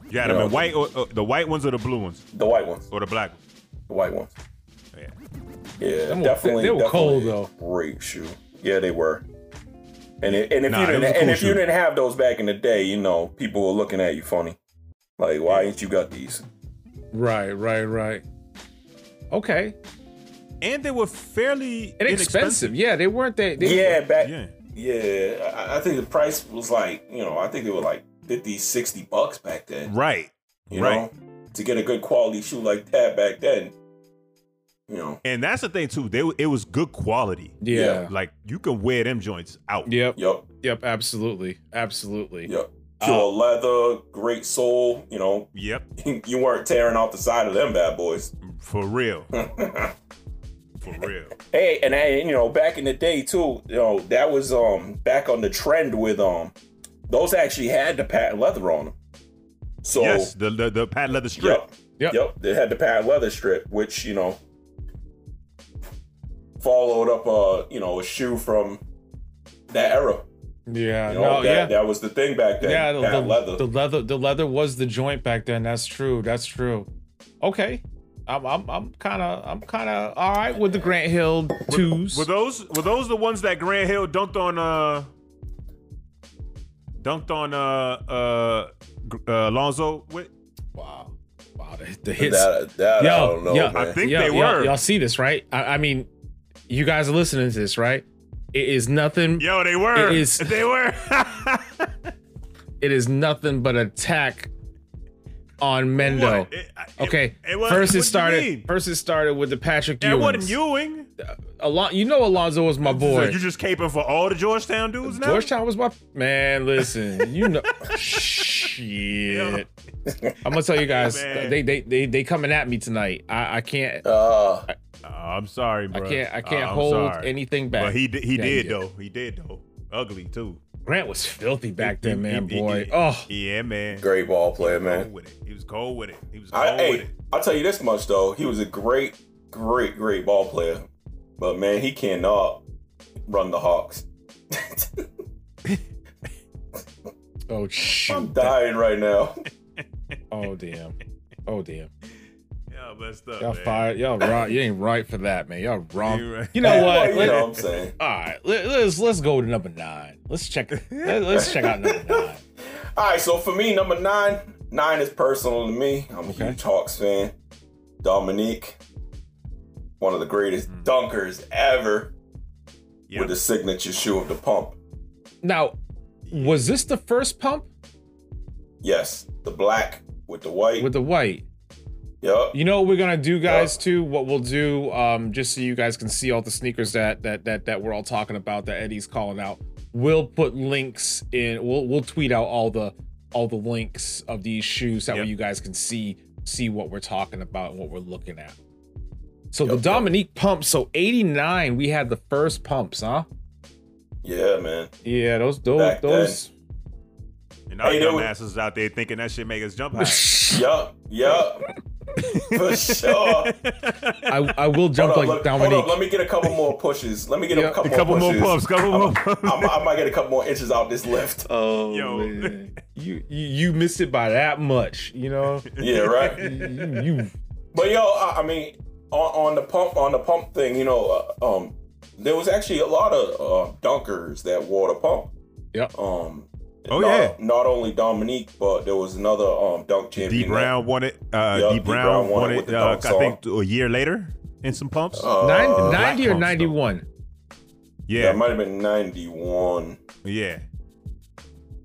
[SPEAKER 2] You got
[SPEAKER 3] Yeah.
[SPEAKER 2] them in white, or, or the white ones or the blue ones
[SPEAKER 3] the white ones,
[SPEAKER 2] or the black ones.
[SPEAKER 3] the white ones.
[SPEAKER 2] Yeah.
[SPEAKER 3] Yeah,
[SPEAKER 1] Them were-
[SPEAKER 3] definitely.
[SPEAKER 1] they were cold,
[SPEAKER 3] definitely Great shoe. Yeah, they were. And it, and if
[SPEAKER 2] Nah,
[SPEAKER 3] you
[SPEAKER 2] they
[SPEAKER 3] didn't,
[SPEAKER 2] was a
[SPEAKER 3] and
[SPEAKER 2] cool
[SPEAKER 3] if you
[SPEAKER 2] shoe.
[SPEAKER 3] didn't have those back in the day, you know, people were looking at you funny. Like, why ain't you got these?
[SPEAKER 1] Right, right, right. Okay.
[SPEAKER 2] and they were fairly
[SPEAKER 1] Inexpensive. Yeah, they weren't that. They,
[SPEAKER 3] Yeah, back. Yeah,
[SPEAKER 2] Yeah,
[SPEAKER 3] I, I think the price was like, you know, I think it was like 50, 60 bucks back then.
[SPEAKER 2] right,
[SPEAKER 3] You
[SPEAKER 2] right.
[SPEAKER 3] know, to get a good quality shoe like that back then, you know.
[SPEAKER 2] And that's the thing too. They w- it was good quality.
[SPEAKER 1] Yeah.
[SPEAKER 2] Like you can wear them joints out.
[SPEAKER 1] Yep.
[SPEAKER 3] Yep,
[SPEAKER 1] Yep. Absolutely. Absolutely.
[SPEAKER 3] yep.
[SPEAKER 2] Uh,
[SPEAKER 3] Pure leather, great sole. You know,
[SPEAKER 2] Yep,
[SPEAKER 3] you weren't tearing off the side of them bad boys.
[SPEAKER 2] for real, for real.
[SPEAKER 3] Hey, and I, you know, back in the day too, you know, that was um back on the trend with um those actually had the patent leather on them. So
[SPEAKER 2] Yes, the the, the patent leather strip.
[SPEAKER 3] yep,
[SPEAKER 1] Yep.
[SPEAKER 3] yep, they had the patent leather strip, which you know followed up a you know a shoe from that era.
[SPEAKER 1] Yeah.
[SPEAKER 3] You know,
[SPEAKER 1] no,
[SPEAKER 3] that,
[SPEAKER 1] yeah.
[SPEAKER 3] that was the thing back then.
[SPEAKER 1] yeah. The, the-
[SPEAKER 3] patent leather.
[SPEAKER 1] the leather. The leather was the joint back then. That's true. That's true. Okay. I'm. I'm. I'm kind of. I'm kind of all right with the Grant Hill twos.
[SPEAKER 2] Were those were those the ones that Grand Hill dunked on? Uh, dunked on uh uh, Gr- uh Lonzo with?
[SPEAKER 1] wow. Wow. The, the hits.
[SPEAKER 3] that, that
[SPEAKER 1] Yo,
[SPEAKER 3] I don't know,
[SPEAKER 1] yo.
[SPEAKER 3] man.
[SPEAKER 2] I think
[SPEAKER 1] Y'all-
[SPEAKER 2] they
[SPEAKER 1] y'all-
[SPEAKER 2] were.
[SPEAKER 1] Y'all see this, right? I, I mean, you guys are listening to this, right? It is nothing.
[SPEAKER 2] Yo, they were.
[SPEAKER 1] It is-
[SPEAKER 2] They were.
[SPEAKER 1] It is nothing but attack on Mendo.
[SPEAKER 2] What? It- I-
[SPEAKER 1] Okay. first,
[SPEAKER 2] was- what do
[SPEAKER 1] it
[SPEAKER 2] you
[SPEAKER 1] started.
[SPEAKER 2] mean?
[SPEAKER 1] First, it started with the Patrick
[SPEAKER 2] That
[SPEAKER 1] Ewing.
[SPEAKER 2] wasn't Ewing.
[SPEAKER 1] Alon- you know, Alonzo was my
[SPEAKER 2] So
[SPEAKER 1] boy.
[SPEAKER 2] you just caping for all the Georgetown dudes now?
[SPEAKER 1] Georgetown was my man. Listen, you know, shit. I'm gonna tell you guys,
[SPEAKER 2] Man.
[SPEAKER 1] they, they they they coming at me tonight. I I can't
[SPEAKER 3] Uh,
[SPEAKER 2] Oh, I'm sorry,
[SPEAKER 1] I
[SPEAKER 2] bro.
[SPEAKER 1] can't I can't
[SPEAKER 2] Oh, I'm
[SPEAKER 1] hold
[SPEAKER 2] sorry.
[SPEAKER 1] anything back.
[SPEAKER 2] But he di- he
[SPEAKER 1] Dang
[SPEAKER 2] did
[SPEAKER 1] it.
[SPEAKER 2] though. He did though. Ugly too.
[SPEAKER 1] Grant was filthy back then,
[SPEAKER 2] He-
[SPEAKER 1] man,
[SPEAKER 2] he- he-
[SPEAKER 1] boy.
[SPEAKER 2] he-
[SPEAKER 1] oh,
[SPEAKER 2] yeah, man.
[SPEAKER 3] great ball player, man.
[SPEAKER 2] Cold with it. He was cold with it. He was cold
[SPEAKER 3] I,
[SPEAKER 2] with
[SPEAKER 3] hey,
[SPEAKER 2] it.
[SPEAKER 3] I'll tell you this much though. He was a great, great, great ball player. But man, he cannot run the Hawks.
[SPEAKER 1] oh
[SPEAKER 3] I'm
[SPEAKER 1] shoot.
[SPEAKER 3] dying right now.
[SPEAKER 1] Oh damn. Oh damn.
[SPEAKER 2] Yeah, messed up.
[SPEAKER 1] Y'all
[SPEAKER 2] man.
[SPEAKER 1] fired. Y'all right. You ain't right for that, man. Y'all wrong.
[SPEAKER 2] You right.
[SPEAKER 1] You know what?
[SPEAKER 3] you
[SPEAKER 1] Let-
[SPEAKER 3] know what I'm saying?
[SPEAKER 1] all right. Let, us let's go to number nine. Let's check. Let, us check out number nine.
[SPEAKER 3] All right, so for me, number nine, nine is personal to me. I'm a
[SPEAKER 1] Okay.
[SPEAKER 3] huge Hawks fan. Dominique, one of the greatest
[SPEAKER 1] Mm.
[SPEAKER 3] dunkers ever,
[SPEAKER 2] Yep.
[SPEAKER 3] with the signature shoe of the pump.
[SPEAKER 1] Now, was this the first pump
[SPEAKER 3] Yes, the black with the white.
[SPEAKER 1] with the white?
[SPEAKER 3] yep.
[SPEAKER 1] You know what we're gonna do, guys.
[SPEAKER 3] Yeah.
[SPEAKER 1] Too. What we'll do, um, just so you guys can see all the sneakers that that that that we're all talking about that Eddie's calling out. We'll put links in. We'll we'll tweet out all the all the links of these shoes. That
[SPEAKER 2] Yep.
[SPEAKER 1] way you guys can see see what we're talking about and what we're looking at. So
[SPEAKER 3] Yep,
[SPEAKER 1] the
[SPEAKER 3] yep.
[SPEAKER 1] Dominique pump. So eighty nine, we had the first pumps, huh?
[SPEAKER 3] Yeah, man.
[SPEAKER 1] Yeah, those those
[SPEAKER 3] Back then.
[SPEAKER 1] those.
[SPEAKER 2] and all
[SPEAKER 3] Hey,
[SPEAKER 2] you
[SPEAKER 3] there was-
[SPEAKER 2] dumbasses out there thinking that shit make us jump high.
[SPEAKER 3] Yup, yup. for sure.
[SPEAKER 1] I I will jump
[SPEAKER 3] hold
[SPEAKER 1] like
[SPEAKER 3] up, let, hold
[SPEAKER 1] Dominique.
[SPEAKER 3] up, let me get a couple more pushes. Let me get
[SPEAKER 1] Yeah,
[SPEAKER 3] a
[SPEAKER 2] A
[SPEAKER 3] couple,
[SPEAKER 2] couple more
[SPEAKER 3] more
[SPEAKER 2] puffs.
[SPEAKER 3] pushes.
[SPEAKER 2] Couple more puffs.
[SPEAKER 3] I'm- I might get a couple more inches out this lift.
[SPEAKER 1] Oh,
[SPEAKER 2] Yo.
[SPEAKER 1] man. you you you missed it by that much, you know.
[SPEAKER 3] Yeah, right.
[SPEAKER 1] you, you-
[SPEAKER 3] But yo, I, I mean, on, on the pump, on the pump thing, you know, uh, um, there was actually a lot of uh, dunkers that wore the pump.
[SPEAKER 1] Yep.
[SPEAKER 3] Um.
[SPEAKER 2] Oh,
[SPEAKER 3] not,
[SPEAKER 2] yeah.
[SPEAKER 3] Not only Dominique, but there was another um dunk
[SPEAKER 2] D
[SPEAKER 3] champion.
[SPEAKER 2] Brown won it. Uh,
[SPEAKER 3] Yeah,
[SPEAKER 2] D Brown won
[SPEAKER 3] with
[SPEAKER 2] it.
[SPEAKER 3] the
[SPEAKER 2] Uh,
[SPEAKER 3] dunks
[SPEAKER 2] I think
[SPEAKER 3] on.
[SPEAKER 2] th- a year later in some pumps.
[SPEAKER 3] Uh,
[SPEAKER 1] nine-
[SPEAKER 3] that
[SPEAKER 1] 90 or
[SPEAKER 2] pumps, though.
[SPEAKER 1] 91
[SPEAKER 2] yeah,
[SPEAKER 3] might have been '91.
[SPEAKER 2] yeah.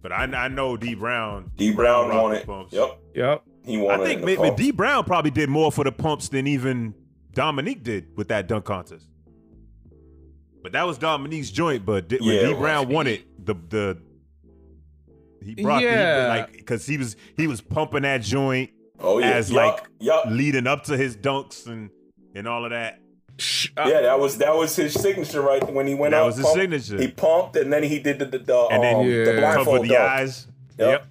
[SPEAKER 2] But I, I know D Brown.
[SPEAKER 3] D Brown
[SPEAKER 2] rocked
[SPEAKER 3] won
[SPEAKER 2] the
[SPEAKER 3] it.
[SPEAKER 2] pumps.
[SPEAKER 3] Yep.
[SPEAKER 1] yep
[SPEAKER 3] He won
[SPEAKER 2] I
[SPEAKER 3] it.
[SPEAKER 2] think
[SPEAKER 3] in the
[SPEAKER 2] maybe
[SPEAKER 3] pump.
[SPEAKER 2] D Brown probably did more for the pumps than even Dominique did with that dunk contest. But that was Dominique's joint. But D-
[SPEAKER 3] Yeah,
[SPEAKER 2] when D
[SPEAKER 3] it
[SPEAKER 2] Brown won it, the the he brought
[SPEAKER 1] Yeah.
[SPEAKER 2] the, like because he was he was pumping that joint
[SPEAKER 3] Oh yeah.
[SPEAKER 2] as,
[SPEAKER 3] yup,
[SPEAKER 2] like,
[SPEAKER 3] yup.
[SPEAKER 2] leading up to his dunks and and all of that.
[SPEAKER 1] Sh- uh,
[SPEAKER 3] Yeah, that was that was his signature right when he went
[SPEAKER 2] That
[SPEAKER 3] out.
[SPEAKER 2] was his
[SPEAKER 3] pumped-
[SPEAKER 2] signature.
[SPEAKER 3] He pumped and then he did the the, the,
[SPEAKER 2] And then
[SPEAKER 3] um,
[SPEAKER 1] yeah.
[SPEAKER 3] the
[SPEAKER 2] Cover
[SPEAKER 3] blindfold
[SPEAKER 2] the
[SPEAKER 3] dunk.
[SPEAKER 2] eyes.
[SPEAKER 3] Yep.
[SPEAKER 2] Yep.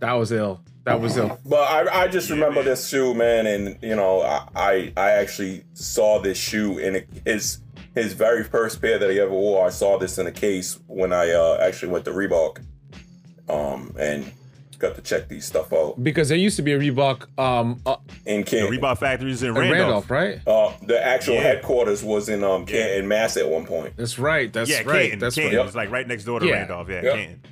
[SPEAKER 1] that was ill that was ill
[SPEAKER 3] But I, I just
[SPEAKER 2] Yeah,
[SPEAKER 3] remember
[SPEAKER 2] man.
[SPEAKER 3] this shoe, man, and you know I I, I actually saw this shoe in a, his his very first pair that he ever wore. I saw this in a case when I uh, actually went to Reebok, um, and got to check these stuff out.
[SPEAKER 1] Because there used to be a Reebok um uh,
[SPEAKER 3] In
[SPEAKER 2] The
[SPEAKER 3] Canton,
[SPEAKER 2] Reebok factories in
[SPEAKER 1] in Randolph. right?
[SPEAKER 2] Randolph.
[SPEAKER 3] uh, the actual
[SPEAKER 2] Yeah.
[SPEAKER 3] headquarters was in um, Canton, Mass. At one point,
[SPEAKER 1] That's right. That's
[SPEAKER 2] Yeah,
[SPEAKER 1] right.
[SPEAKER 2] Canton.
[SPEAKER 1] That's
[SPEAKER 2] Canton.
[SPEAKER 1] right.
[SPEAKER 2] It's like right next door to
[SPEAKER 1] Yeah.
[SPEAKER 2] Randolph. Yeah,
[SPEAKER 3] Yep.
[SPEAKER 2] Canton.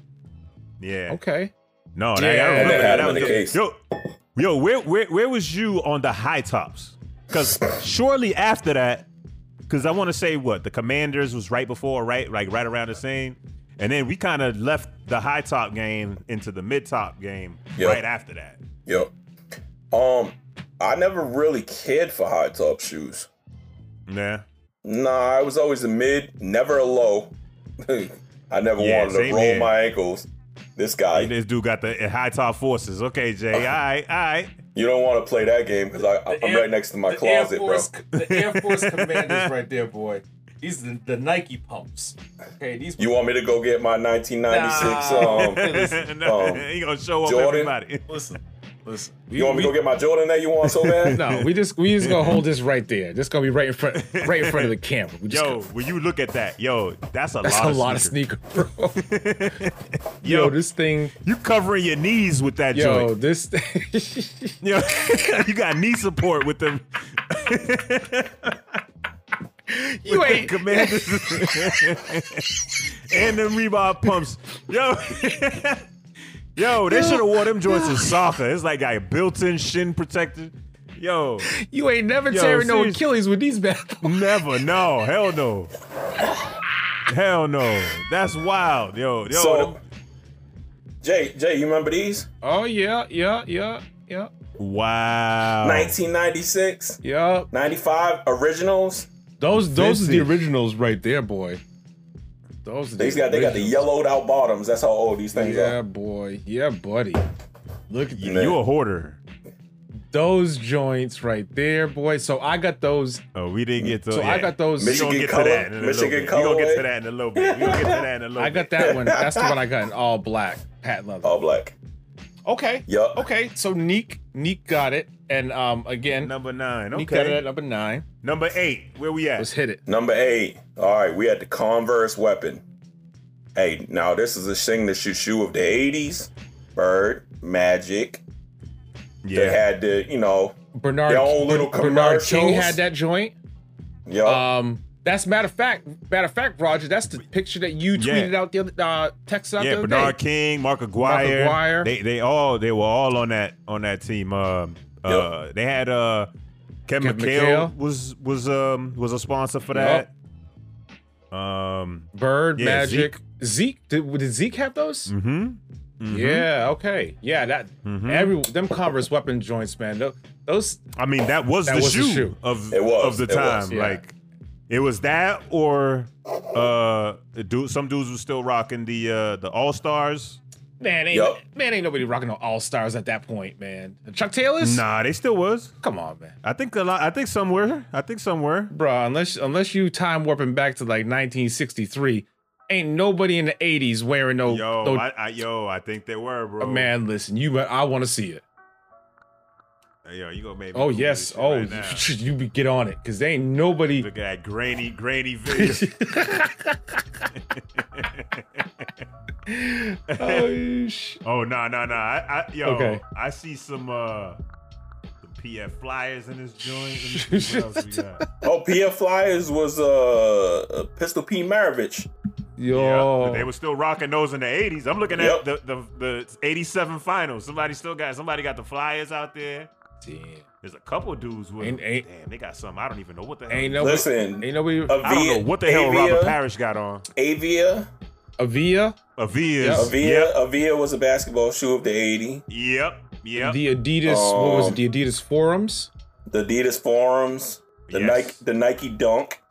[SPEAKER 2] Yeah.
[SPEAKER 1] Okay.
[SPEAKER 2] No,
[SPEAKER 1] Yeah,
[SPEAKER 2] that, I
[SPEAKER 1] and
[SPEAKER 2] remember
[SPEAKER 1] that
[SPEAKER 2] that.
[SPEAKER 3] happened
[SPEAKER 2] That
[SPEAKER 3] in
[SPEAKER 2] was-
[SPEAKER 3] the case.
[SPEAKER 2] Yo, yo, where, where where was you on the high tops? Because shortly after that, because I want to say what the Commanders was right before, right, like right around the same, and then we kind of left the high top game into the mid top game
[SPEAKER 3] Yep.
[SPEAKER 2] right after that.
[SPEAKER 3] yep. Um, I never really cared for high top shoes.
[SPEAKER 2] Yeah,
[SPEAKER 3] Nah, I was always a mid, never a low. I never
[SPEAKER 2] Yeah,
[SPEAKER 3] wanted to
[SPEAKER 2] same
[SPEAKER 3] roll
[SPEAKER 2] here.
[SPEAKER 3] my ankles. This guy,
[SPEAKER 2] this dude got the eh, high top forces. Okay, Jay.
[SPEAKER 3] Uh,
[SPEAKER 2] All right, all right.
[SPEAKER 3] you don't want to play that game because I'm
[SPEAKER 4] Air-
[SPEAKER 3] right next to my
[SPEAKER 4] the
[SPEAKER 3] closet,
[SPEAKER 4] Air
[SPEAKER 3] bro.
[SPEAKER 4] Force, The Air Force Commanders right there, boy. These are the, the Nike pumps. Okay, these
[SPEAKER 3] You want me to go get my 1996? Um,
[SPEAKER 2] No,
[SPEAKER 3] um,
[SPEAKER 2] he gonna show up
[SPEAKER 3] Jordan?
[SPEAKER 2] everybody.
[SPEAKER 4] listen, listen.
[SPEAKER 1] We-
[SPEAKER 3] you want me to
[SPEAKER 1] we-
[SPEAKER 3] go get my Jordan that you want so bad?
[SPEAKER 1] No, we just we just gonna hold this right there. This gonna be right in front, right in front of the camera. We just
[SPEAKER 2] Yo, when you look at that, yo, that's a
[SPEAKER 1] that's
[SPEAKER 2] lot.
[SPEAKER 1] a lot of
[SPEAKER 2] sneakers.
[SPEAKER 1] sneaker, bro.
[SPEAKER 2] Yo,
[SPEAKER 1] Yo, this thing,
[SPEAKER 2] you covering your knees with that
[SPEAKER 1] yo,
[SPEAKER 2] joint.
[SPEAKER 1] this.
[SPEAKER 2] Yo, you got knee support with them.
[SPEAKER 1] you
[SPEAKER 2] with the
[SPEAKER 1] ain't.
[SPEAKER 2] commanders and them Reebok pumps. Yo, yo, they should have worn them joints in soccer. It's like a built-in shin protector. Yo,
[SPEAKER 1] You ain't never tearing no
[SPEAKER 2] seriously.
[SPEAKER 1] Achilles with these bad boys.
[SPEAKER 2] never, no, hell no, hell no. That's wild, yo, yo.
[SPEAKER 3] so,
[SPEAKER 2] them-
[SPEAKER 3] Jay, Jay, you remember these?
[SPEAKER 2] Uh-huh.
[SPEAKER 1] Oh yeah, yeah, yeah, yeah,
[SPEAKER 2] wow.
[SPEAKER 3] 1996,
[SPEAKER 1] yeah.
[SPEAKER 3] 95 originals.
[SPEAKER 1] Those those are the
[SPEAKER 2] Vintage.
[SPEAKER 1] originals right there, boy. Those are
[SPEAKER 3] They got they got the
[SPEAKER 1] originals.
[SPEAKER 3] yellowed out bottoms. That's how old these things
[SPEAKER 1] Yeah,
[SPEAKER 3] are.
[SPEAKER 1] boy. Yeah, buddy. Look at
[SPEAKER 3] Man.
[SPEAKER 2] You a hoarder?
[SPEAKER 1] those joints right there, boy. So I got those.
[SPEAKER 2] Oh, we didn't get to.
[SPEAKER 1] So I got those.
[SPEAKER 2] We gonna
[SPEAKER 3] Michigan
[SPEAKER 2] get
[SPEAKER 3] color-
[SPEAKER 2] to that in a little
[SPEAKER 3] Michigan
[SPEAKER 2] bit. We gonna get
[SPEAKER 3] colorway.
[SPEAKER 2] to that in a little bit. We gonna get to that in a little
[SPEAKER 1] I got
[SPEAKER 2] bit.
[SPEAKER 1] that one. That's the one I got in all black patent leather.
[SPEAKER 3] All black. Oh.
[SPEAKER 1] Okay.
[SPEAKER 3] Yup.
[SPEAKER 1] Okay. So Neek Neek got it, and um again,
[SPEAKER 2] Number nine.
[SPEAKER 1] Neek got it
[SPEAKER 2] Okay.
[SPEAKER 1] at number nine.
[SPEAKER 2] Number eight. Where we
[SPEAKER 1] Let's
[SPEAKER 2] at?
[SPEAKER 1] hit it.
[SPEAKER 3] Number eight. All right, we had the Converse weapon. Hey, now this is a thing that you shoe of the 80s. Bird, Magic. They
[SPEAKER 2] Yeah.
[SPEAKER 3] had the, you know,
[SPEAKER 1] Bernard,
[SPEAKER 3] Their own little Oh.
[SPEAKER 1] Bernard King
[SPEAKER 3] commercials.
[SPEAKER 1] had that joint.
[SPEAKER 3] yo.
[SPEAKER 1] Um, that's matter of fact. Matter of fact, Roger, that's the picture that you
[SPEAKER 2] Yeah.
[SPEAKER 1] tweeted out the other, uh, texted out
[SPEAKER 2] Yeah.
[SPEAKER 1] the other
[SPEAKER 2] Bernard
[SPEAKER 1] day.
[SPEAKER 2] King, Mark Aguirre.
[SPEAKER 1] Aguirre.
[SPEAKER 2] They they all they were all on that on that team. Um. Uh. They had uh. Kevin
[SPEAKER 1] Kevin
[SPEAKER 2] McHale
[SPEAKER 1] McHale.
[SPEAKER 2] was was um was a sponsor for that. Um.
[SPEAKER 1] Bird,
[SPEAKER 2] Yeah,
[SPEAKER 1] Magic, Zeke. Did, did Zeke have those?
[SPEAKER 2] Hmm.
[SPEAKER 1] Yeah. Okay. Yeah. That every them Converse weapon joints, man. tho- Those.
[SPEAKER 2] I mean, that was,
[SPEAKER 1] That
[SPEAKER 2] the,
[SPEAKER 1] was the
[SPEAKER 2] shoe
[SPEAKER 1] shoe.
[SPEAKER 2] of
[SPEAKER 3] It was,
[SPEAKER 2] of the
[SPEAKER 3] it was,
[SPEAKER 2] time.
[SPEAKER 1] yeah.
[SPEAKER 2] Like it was that, or uh, dude, some dudes were still rocking the uh, the All Stars.
[SPEAKER 1] Man, ain't
[SPEAKER 3] Yup.
[SPEAKER 1] man, ain't nobody rocking no all stars at that point, man. Chuck Taylors?
[SPEAKER 2] Nah, they still was.
[SPEAKER 1] Come on, man.
[SPEAKER 2] I think a lot. I think somewhere. I think somewhere.
[SPEAKER 1] Bruh, unless unless you time warping back to like 1963, ain't nobody in the 80s wearing no.
[SPEAKER 2] Yo,
[SPEAKER 1] no
[SPEAKER 2] I, I, yo, I think they were, bro.
[SPEAKER 1] Oh, man, listen, you. I want to see it.
[SPEAKER 2] Uh, Yo, you gonna make? me
[SPEAKER 1] Oh
[SPEAKER 2] Google
[SPEAKER 1] yes.
[SPEAKER 2] this shit
[SPEAKER 1] Oh,
[SPEAKER 2] right now.
[SPEAKER 1] you, you be get on it, cause they ain't nobody.
[SPEAKER 2] look at that grainy, grainy video.
[SPEAKER 1] oh, sh-
[SPEAKER 2] oh no, no, no. I, I, yo,
[SPEAKER 1] Okay.
[SPEAKER 2] I see some uh, some PF flyers in this joint. Let me see What else we got?
[SPEAKER 3] oh, PF Flyers was uh, Pistol P. Maravich.
[SPEAKER 1] yo.
[SPEAKER 2] Yeah, they were still rocking those in the '80s. I'm looking at
[SPEAKER 3] Yep.
[SPEAKER 2] the, the the '87 finals. Somebody still got somebody got the flyers out there.
[SPEAKER 1] Damn.
[SPEAKER 2] There's a couple dudes with.
[SPEAKER 1] Ain't-
[SPEAKER 2] them.
[SPEAKER 1] ain't-
[SPEAKER 2] Damn, they got something. I don't even know what the hell.
[SPEAKER 1] Ain't nobody.
[SPEAKER 3] Listen,
[SPEAKER 1] Ain't nobody.
[SPEAKER 3] Uh,
[SPEAKER 2] I don't know
[SPEAKER 3] Avia-
[SPEAKER 2] what the hell Robert
[SPEAKER 3] Avia-
[SPEAKER 2] Parrish got on.
[SPEAKER 3] Avia.
[SPEAKER 1] Avia,
[SPEAKER 2] Avia's.
[SPEAKER 3] Avia.
[SPEAKER 2] Yep.
[SPEAKER 3] Avia was a basketball shoe of the 80.
[SPEAKER 2] Yep. Yep.
[SPEAKER 1] the Adidas. what was
[SPEAKER 3] Um,
[SPEAKER 1] it? The Adidas forums.
[SPEAKER 3] The Adidas forums. The
[SPEAKER 2] Yes.
[SPEAKER 3] Nike. The Nike Dunk.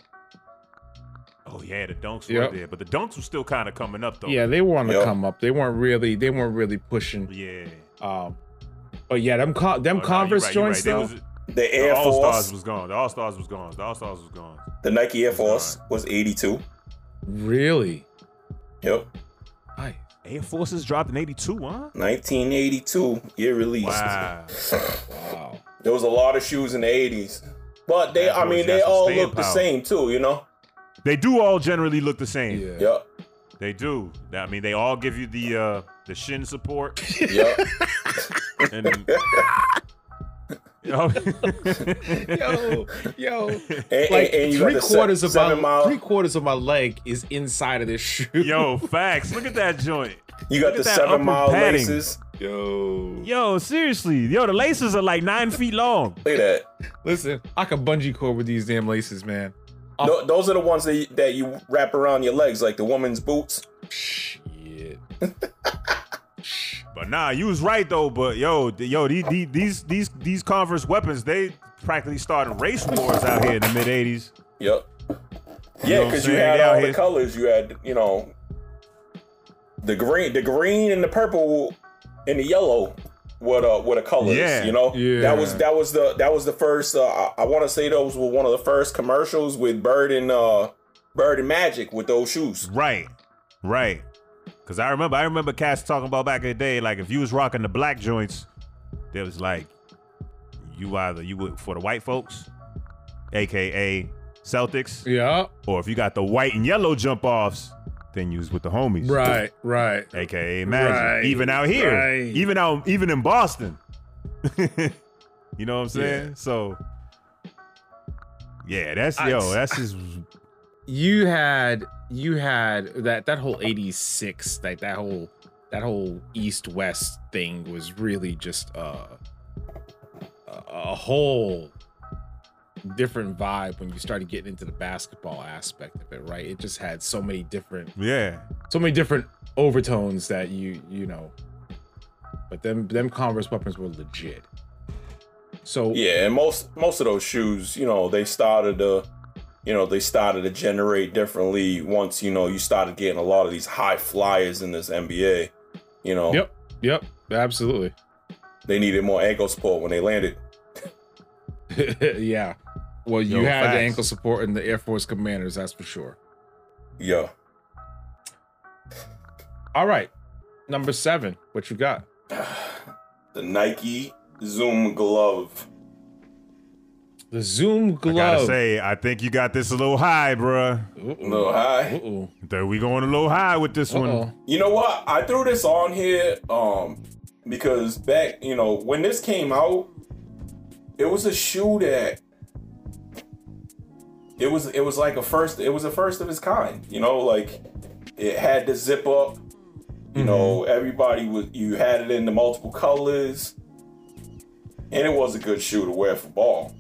[SPEAKER 2] Oh yeah, the dunks
[SPEAKER 1] Yep.
[SPEAKER 2] were there, but the dunks were still kind of coming up though.
[SPEAKER 1] Yeah, they were on the
[SPEAKER 3] Yep.
[SPEAKER 1] come up. They weren't really. They weren't really pushing.
[SPEAKER 2] Yeah.
[SPEAKER 1] Um, but yeah, them con- them
[SPEAKER 2] Oh, no, you're
[SPEAKER 1] Converse
[SPEAKER 2] right, you're right.
[SPEAKER 1] joints
[SPEAKER 2] They
[SPEAKER 1] though.
[SPEAKER 2] was-
[SPEAKER 3] The
[SPEAKER 2] The
[SPEAKER 3] Air
[SPEAKER 2] All Stars
[SPEAKER 3] Force.
[SPEAKER 2] was gone. The All Stars was gone. The All Stars was gone.
[SPEAKER 3] the Nike Air Force was 82.
[SPEAKER 1] really.
[SPEAKER 3] Yep.
[SPEAKER 1] I,
[SPEAKER 2] Air Forces dropped in '82, huh?
[SPEAKER 3] 1982 year release.
[SPEAKER 2] Wow.
[SPEAKER 1] wow.
[SPEAKER 3] There was a lot of shoes in the 80s, but they,
[SPEAKER 2] That
[SPEAKER 3] I
[SPEAKER 2] boy's
[SPEAKER 3] mean,
[SPEAKER 2] got
[SPEAKER 3] they
[SPEAKER 2] some
[SPEAKER 3] all
[SPEAKER 2] staying
[SPEAKER 3] look the
[SPEAKER 2] power.
[SPEAKER 3] same too. You know.
[SPEAKER 2] They do all generally look the same.
[SPEAKER 1] Yeah.
[SPEAKER 3] Yep.
[SPEAKER 2] They do. I mean, they all give you the uh the shin support
[SPEAKER 3] Yep.
[SPEAKER 2] and. Oh.
[SPEAKER 1] yo, yo.
[SPEAKER 3] And,
[SPEAKER 1] Like
[SPEAKER 3] and, and you got
[SPEAKER 1] three
[SPEAKER 3] the se-
[SPEAKER 1] quarters of my
[SPEAKER 3] seven mile.
[SPEAKER 1] three quarters of my leg is inside of this shoe.
[SPEAKER 2] Yo, facts. Look at that joint.
[SPEAKER 3] you got
[SPEAKER 2] look
[SPEAKER 3] the
[SPEAKER 2] at that upper
[SPEAKER 3] seven mile
[SPEAKER 2] padding.
[SPEAKER 3] laces.
[SPEAKER 1] yo.
[SPEAKER 2] Yo, seriously. Yo, the laces are like nine feet long.
[SPEAKER 3] Look at
[SPEAKER 1] Listen, I could bungee cord with these damn laces, man.
[SPEAKER 3] that. Tho- those are the ones that you, that you wrap around your legs, like the woman's boots.
[SPEAKER 1] Shit.
[SPEAKER 2] But nah, you was right though. But yo, th- yo, these these these these Converse weapons, they practically started race wars out here in the mid '80s.
[SPEAKER 3] Yep.
[SPEAKER 2] know
[SPEAKER 3] Yeah,
[SPEAKER 2] what I'm
[SPEAKER 3] because you,
[SPEAKER 2] saying?
[SPEAKER 3] had
[SPEAKER 2] They out
[SPEAKER 3] all
[SPEAKER 2] here-
[SPEAKER 3] the colors. You had, you know, the green, the green and the purple and the yellow were the were the colors.
[SPEAKER 2] Yeah,
[SPEAKER 3] You know,
[SPEAKER 1] yeah.
[SPEAKER 3] that was that was the that was the first. Uh, I, I want to say those were one of the first commercials with Bird and uh Bird and Magic with those shoes.
[SPEAKER 2] Right, right. Cause I remember, I remember Cass talking about back in the day, like if you was rocking the black joints, there was like, you either you were for the white folks, aka Celtics,
[SPEAKER 1] Yeah.
[SPEAKER 2] or if you got the white and yellow jump offs, then you was with the homies,
[SPEAKER 1] Right. Right.
[SPEAKER 2] aka Magic.
[SPEAKER 1] Right,
[SPEAKER 2] even out here,
[SPEAKER 1] right.
[SPEAKER 2] even out, even in Boston. you know what I'm saying?
[SPEAKER 1] Yeah.
[SPEAKER 2] So, yeah, that's
[SPEAKER 1] I-
[SPEAKER 2] yo, that's just
[SPEAKER 1] You had you had that that whole '86 like that whole that whole East West thing was really just uh, a a whole different vibe when you started getting into the basketball aspect of it, right? It just had so many different
[SPEAKER 2] yeah.
[SPEAKER 1] so many different overtones that you you know but them them converse weapons were legit so
[SPEAKER 3] Yeah, and most most of those shoes, you know, they started to, you know, they started to generate differently once you know you started getting a lot of these high flyers in this NBA. You know,
[SPEAKER 1] Yep. yep absolutely
[SPEAKER 3] they needed more ankle support when they landed.
[SPEAKER 1] yeah well you
[SPEAKER 2] Yo,
[SPEAKER 1] had the
[SPEAKER 2] facts.
[SPEAKER 1] ankle support and the air force commanders that's for sure
[SPEAKER 3] Yeah.
[SPEAKER 1] all right number seven what you got
[SPEAKER 3] The Nike Zoom glove.
[SPEAKER 1] the zoom glove
[SPEAKER 2] I gotta say, I think you got this a little high, bruh.
[SPEAKER 3] A little high.
[SPEAKER 1] Uh-oh.
[SPEAKER 2] That we going a little high with this
[SPEAKER 1] Uh-oh.
[SPEAKER 2] one.
[SPEAKER 3] You know what? I threw this on here um because back, you know, when this came out, it was a shoe that it was it was like a first it was a first of its kind, you know, like it had the zip up. You know, everybody was you had it in the multiple colors. And it was a good shoe to wear for ball.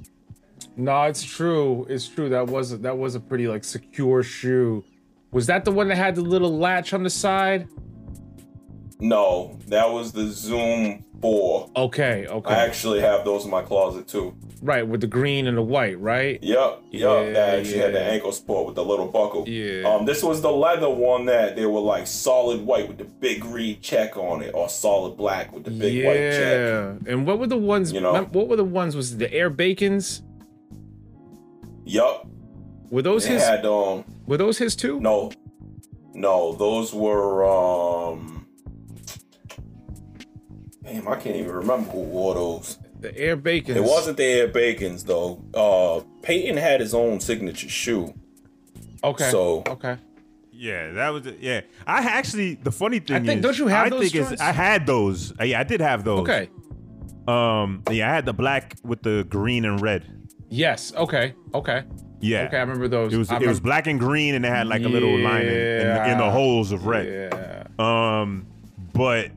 [SPEAKER 1] no it's true it's true that was a, that was a pretty like secure shoe was that the one that had the little latch on the side
[SPEAKER 3] No, that was the Zoom 4.
[SPEAKER 1] okay okay
[SPEAKER 3] I actually have those in my closet too.
[SPEAKER 1] right with the green and the white right
[SPEAKER 3] Yep, yep. that
[SPEAKER 1] Yeah,
[SPEAKER 3] actually had the
[SPEAKER 1] yeah.
[SPEAKER 3] ankle support with the little buckle.
[SPEAKER 1] Yeah.
[SPEAKER 3] Um, this was the leather one that they were like solid white with the big green check on it, or solid black with the big white check.
[SPEAKER 1] yeah. And what were the ones?
[SPEAKER 3] You know?
[SPEAKER 1] mem- what were the ones? Was it the Air Bacon's?
[SPEAKER 3] Yep.
[SPEAKER 1] Were those
[SPEAKER 3] It
[SPEAKER 1] his?
[SPEAKER 3] had um
[SPEAKER 1] Were those his too?
[SPEAKER 3] no, no. Those were um. Damn, I can't even remember who wore those.
[SPEAKER 1] The Air Bacon's.
[SPEAKER 3] It wasn't the Air Bacon's though. Uh, Peyton had his own signature shoe.
[SPEAKER 1] Okay.
[SPEAKER 3] So-
[SPEAKER 1] okay.
[SPEAKER 2] Yeah, that was it. Yeah, I actually the funny thing
[SPEAKER 1] think-
[SPEAKER 2] is,
[SPEAKER 1] don't you have
[SPEAKER 2] I
[SPEAKER 1] those
[SPEAKER 2] think it's-
[SPEAKER 1] joints?
[SPEAKER 2] I had those. Uh, yeah, I did have those.
[SPEAKER 1] Okay.
[SPEAKER 2] Um. Yeah, I had the black with the green and red.
[SPEAKER 1] Yes. Okay. Okay.
[SPEAKER 2] Yeah.
[SPEAKER 1] Okay. I remember those.
[SPEAKER 2] It was
[SPEAKER 1] I
[SPEAKER 2] it was
[SPEAKER 1] remember-
[SPEAKER 2] black and green, and it had like a little lining in the, in the
[SPEAKER 1] Yeah.
[SPEAKER 2] holes of red.
[SPEAKER 1] Yeah.
[SPEAKER 2] Um, but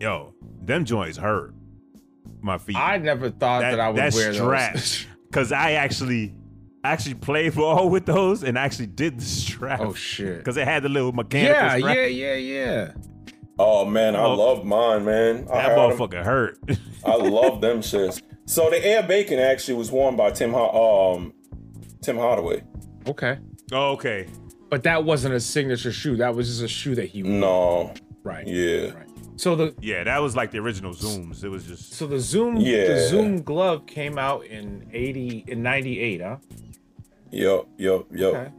[SPEAKER 2] yo, them joints hurt my feet.
[SPEAKER 1] I never thought that,
[SPEAKER 2] That-
[SPEAKER 1] I would
[SPEAKER 2] that
[SPEAKER 1] wear those.
[SPEAKER 2] strap. Cause I actually I actually played ball with those and actually did the strap.
[SPEAKER 1] oh shit.
[SPEAKER 2] Cause it had the little mechanical
[SPEAKER 1] Yeah.
[SPEAKER 2] strap.
[SPEAKER 1] Yeah. Yeah. Yeah.
[SPEAKER 3] Oh man, I
[SPEAKER 2] Oh.
[SPEAKER 3] love mine, man. I
[SPEAKER 2] That
[SPEAKER 3] had 'em.
[SPEAKER 2] motherfucker hurt.
[SPEAKER 3] I love them shits. So the Air Bacon actually was worn by Tim Har- um Tim Hardaway.
[SPEAKER 1] Okay.
[SPEAKER 2] oh, okay.
[SPEAKER 1] But that wasn't a signature shoe. That was just a shoe that he wore.
[SPEAKER 3] No,
[SPEAKER 1] Right.
[SPEAKER 3] yeah,
[SPEAKER 1] Right. So the
[SPEAKER 2] Yeah, that was like the original zooms. It was just
[SPEAKER 1] so the Zoom
[SPEAKER 3] Yeah.
[SPEAKER 1] the Zoom glove came out in eighty in ninety eight. Huh.
[SPEAKER 3] yep, yep, yep.
[SPEAKER 1] Okay.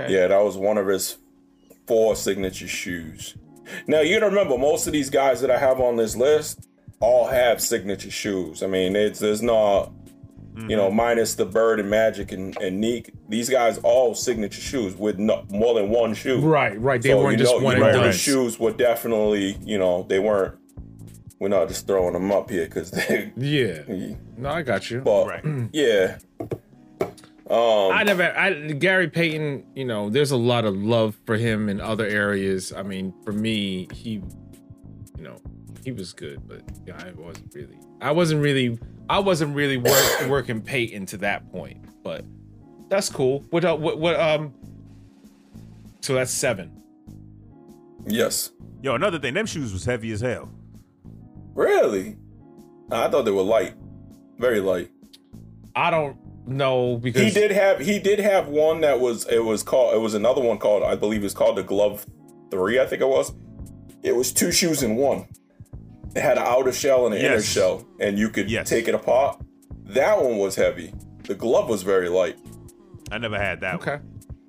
[SPEAKER 1] Okay.
[SPEAKER 3] Yeah, that was one of his four signature shoes. Now you gotta remember, most of these guys that I have on this list all have signature shoes. I mean, it's there's not You
[SPEAKER 2] Mm-hmm.
[SPEAKER 3] know, minus the Bird and Magic and, and Neek. These guys all signature shoes with no, more than one shoe.
[SPEAKER 1] Right, right. They
[SPEAKER 3] So,
[SPEAKER 1] weren't
[SPEAKER 3] you
[SPEAKER 1] just
[SPEAKER 3] know,
[SPEAKER 1] one
[SPEAKER 3] you
[SPEAKER 1] and
[SPEAKER 3] know,
[SPEAKER 1] done.
[SPEAKER 3] The shoes were definitely, you know, they weren't. We're not just throwing them up here because they.
[SPEAKER 1] Yeah. No, I got you.
[SPEAKER 3] But
[SPEAKER 2] Right.
[SPEAKER 3] yeah, Um,
[SPEAKER 1] I never, I Gary Payton. You know, there's a lot of love for him in other areas. I mean, for me, he, you know, he was good, but yeah, I wasn't really, I wasn't really, I wasn't really work, working Payton to that point. But that's cool. What, uh, what, what, um. So that's seven.
[SPEAKER 3] yes,
[SPEAKER 2] Yo, another thing, them shoes was heavy as hell.
[SPEAKER 3] really. I thought they were light, very light.
[SPEAKER 1] I don't know because
[SPEAKER 3] He did have he did have one that was it was called it was another one called I believe it was called the Glove Three I think it was. It was two shoes in one. It had an outer shell and an inner
[SPEAKER 2] Yes.
[SPEAKER 3] shell, and you could
[SPEAKER 2] Yes.
[SPEAKER 3] take it apart. That one was heavy. The glove was very light.
[SPEAKER 2] I never had that.
[SPEAKER 1] Okay.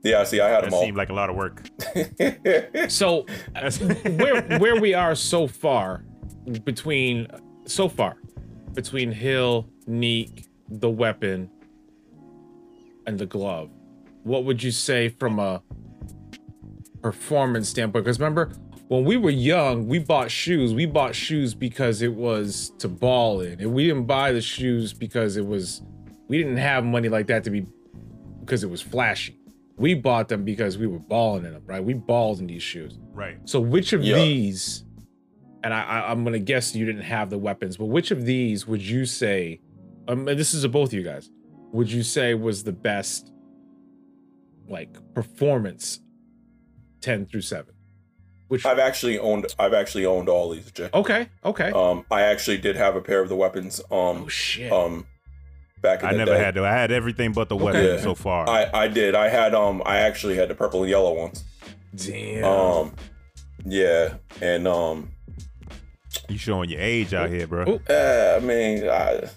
[SPEAKER 3] Yeah, see, I
[SPEAKER 2] One.
[SPEAKER 3] had them
[SPEAKER 2] That
[SPEAKER 3] all.
[SPEAKER 2] seemed like a lot of work.
[SPEAKER 1] So uh, where where we are so far between so far between Hill, Neek, the weapon, and the glove. What would you say from a performance standpoint? Because remember, when we were young, we bought shoes. We bought shoes because it was to ball in, and we didn't buy the shoes because it was we didn't have money like that to be because it was flashy. We bought them because we were balling in them, right? We balled in these shoes.
[SPEAKER 2] Right.
[SPEAKER 1] So which of
[SPEAKER 3] Yeah.
[SPEAKER 1] these, and I, I, I'm gonna guess you didn't have the weapons, but which of these would you say? Um, and this is to both of you guys. Would you say was the best, like performance, ten through seven? Which
[SPEAKER 3] I've actually owned I've actually owned all these, Jay.
[SPEAKER 1] okay, okay. Oh,
[SPEAKER 3] Um, I actually did have a pair of the weapons. Um,
[SPEAKER 1] shit!
[SPEAKER 3] um, back in
[SPEAKER 2] Oh, I
[SPEAKER 3] the
[SPEAKER 2] never
[SPEAKER 3] day.
[SPEAKER 2] had to. I had everything but the weapon
[SPEAKER 3] Yeah.
[SPEAKER 2] so far.
[SPEAKER 3] I I did. I had um. I actually had the purple and yellow ones.
[SPEAKER 1] Damn.
[SPEAKER 3] Um, yeah, and um.
[SPEAKER 2] you showing your age out here, bro.
[SPEAKER 1] Oh.
[SPEAKER 3] Uh, I mean, I,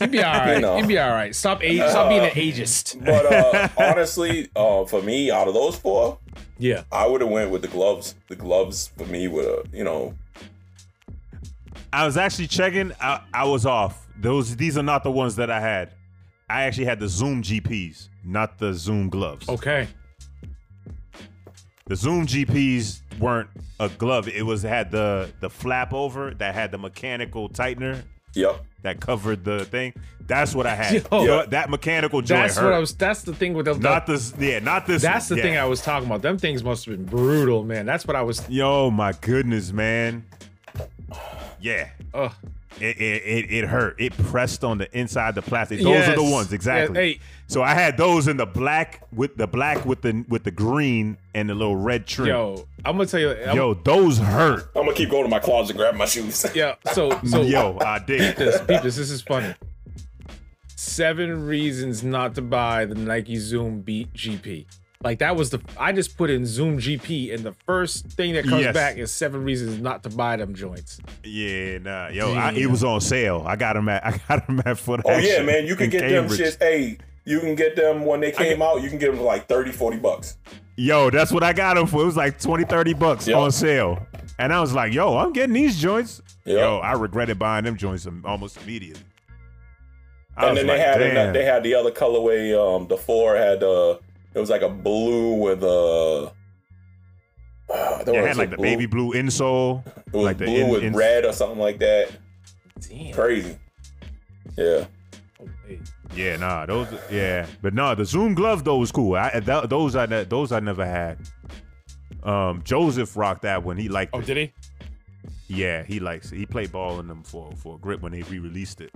[SPEAKER 1] You'd be all right. You
[SPEAKER 3] know. Uh,
[SPEAKER 1] would be all right. Stop age. Stop being an ageist.
[SPEAKER 3] but uh, honestly, uh, for me, out of those four,
[SPEAKER 1] Yeah.
[SPEAKER 3] I would have went with the gloves. The gloves for me would have, you know,
[SPEAKER 2] I was actually checking. I, I was off. Those these are not the ones that I had. I actually had the Zoom GPs, not the Zoom gloves.
[SPEAKER 1] Okay.
[SPEAKER 2] The Zoom GPs weren't a glove. It was had the the flap over that had the mechanical tightener
[SPEAKER 3] yep.
[SPEAKER 2] that covered the thing. That's what I had.
[SPEAKER 1] Yo.
[SPEAKER 2] Yo, that mechanical joint
[SPEAKER 1] That's
[SPEAKER 2] hurt.
[SPEAKER 1] what I was. That's the thing with the,
[SPEAKER 2] not this. Yeah, not this.
[SPEAKER 1] That's the
[SPEAKER 2] yeah.
[SPEAKER 1] thing I was talking about. Them things must have been brutal, man. That's what I was.
[SPEAKER 2] Yo, my goodness, man. Yeah.
[SPEAKER 1] Ugh.
[SPEAKER 2] It, it, it, it hurt. It pressed on the inside the plastic. Those are the
[SPEAKER 1] Yes.
[SPEAKER 2] ones exactly.
[SPEAKER 1] Yeah, hey.
[SPEAKER 2] So I had those in the black with the black with the with the green and the little red trim. Yo,
[SPEAKER 1] Yo, I'm gonna tell you. I'm,
[SPEAKER 2] those hurt.
[SPEAKER 3] I'm gonna keep going to my closet and grab my shoes.
[SPEAKER 1] Yeah. So so
[SPEAKER 2] Yo, I dig it.
[SPEAKER 1] this, peep this. This is funny. Seven reasons not to buy the Nike Zoom Beat GP. Like that was the I just put in Zoom GP, and the first thing that comes
[SPEAKER 2] Yes.
[SPEAKER 1] back is seven reasons not to buy them joints.
[SPEAKER 2] Yeah, nah. Yo, I, it was on sale. I got them at I got them at Foot
[SPEAKER 3] Oh yeah,
[SPEAKER 2] Action
[SPEAKER 3] man, you can
[SPEAKER 2] in
[SPEAKER 3] get
[SPEAKER 2] Cambridge.
[SPEAKER 3] them shits. Hey, you can get them when they came out. You can get them for like 30, 40 bucks.
[SPEAKER 2] Yo, that's what I got them for. It was like 20, 30 bucks
[SPEAKER 3] Yep.
[SPEAKER 2] on sale. And I was like, yo, I'm getting these joints.
[SPEAKER 3] Yep.
[SPEAKER 2] Yo, I regretted buying them joints im- almost immediately. I
[SPEAKER 3] And
[SPEAKER 2] was
[SPEAKER 3] then
[SPEAKER 2] like,
[SPEAKER 3] they had
[SPEAKER 2] damn.
[SPEAKER 3] an, they had the other colorway. Um, the four had uh, it was like a blue with a. Uh,
[SPEAKER 2] They had like the baby blue insole.
[SPEAKER 3] It was
[SPEAKER 2] like the
[SPEAKER 3] blue
[SPEAKER 2] in-
[SPEAKER 3] with
[SPEAKER 2] ins-
[SPEAKER 3] red or something like that.
[SPEAKER 1] Damn. Oh,
[SPEAKER 3] Crazy. Yeah.
[SPEAKER 2] Yeah, nah, those. Yeah, but nah, the Zoom glove though was cool. I that, those I ne- those I never had. Um, Joseph rocked that one. He liked
[SPEAKER 1] Oh,
[SPEAKER 2] it.
[SPEAKER 1] did he?
[SPEAKER 2] Yeah, he likes it. He played ball in them for for a grip when they re released it.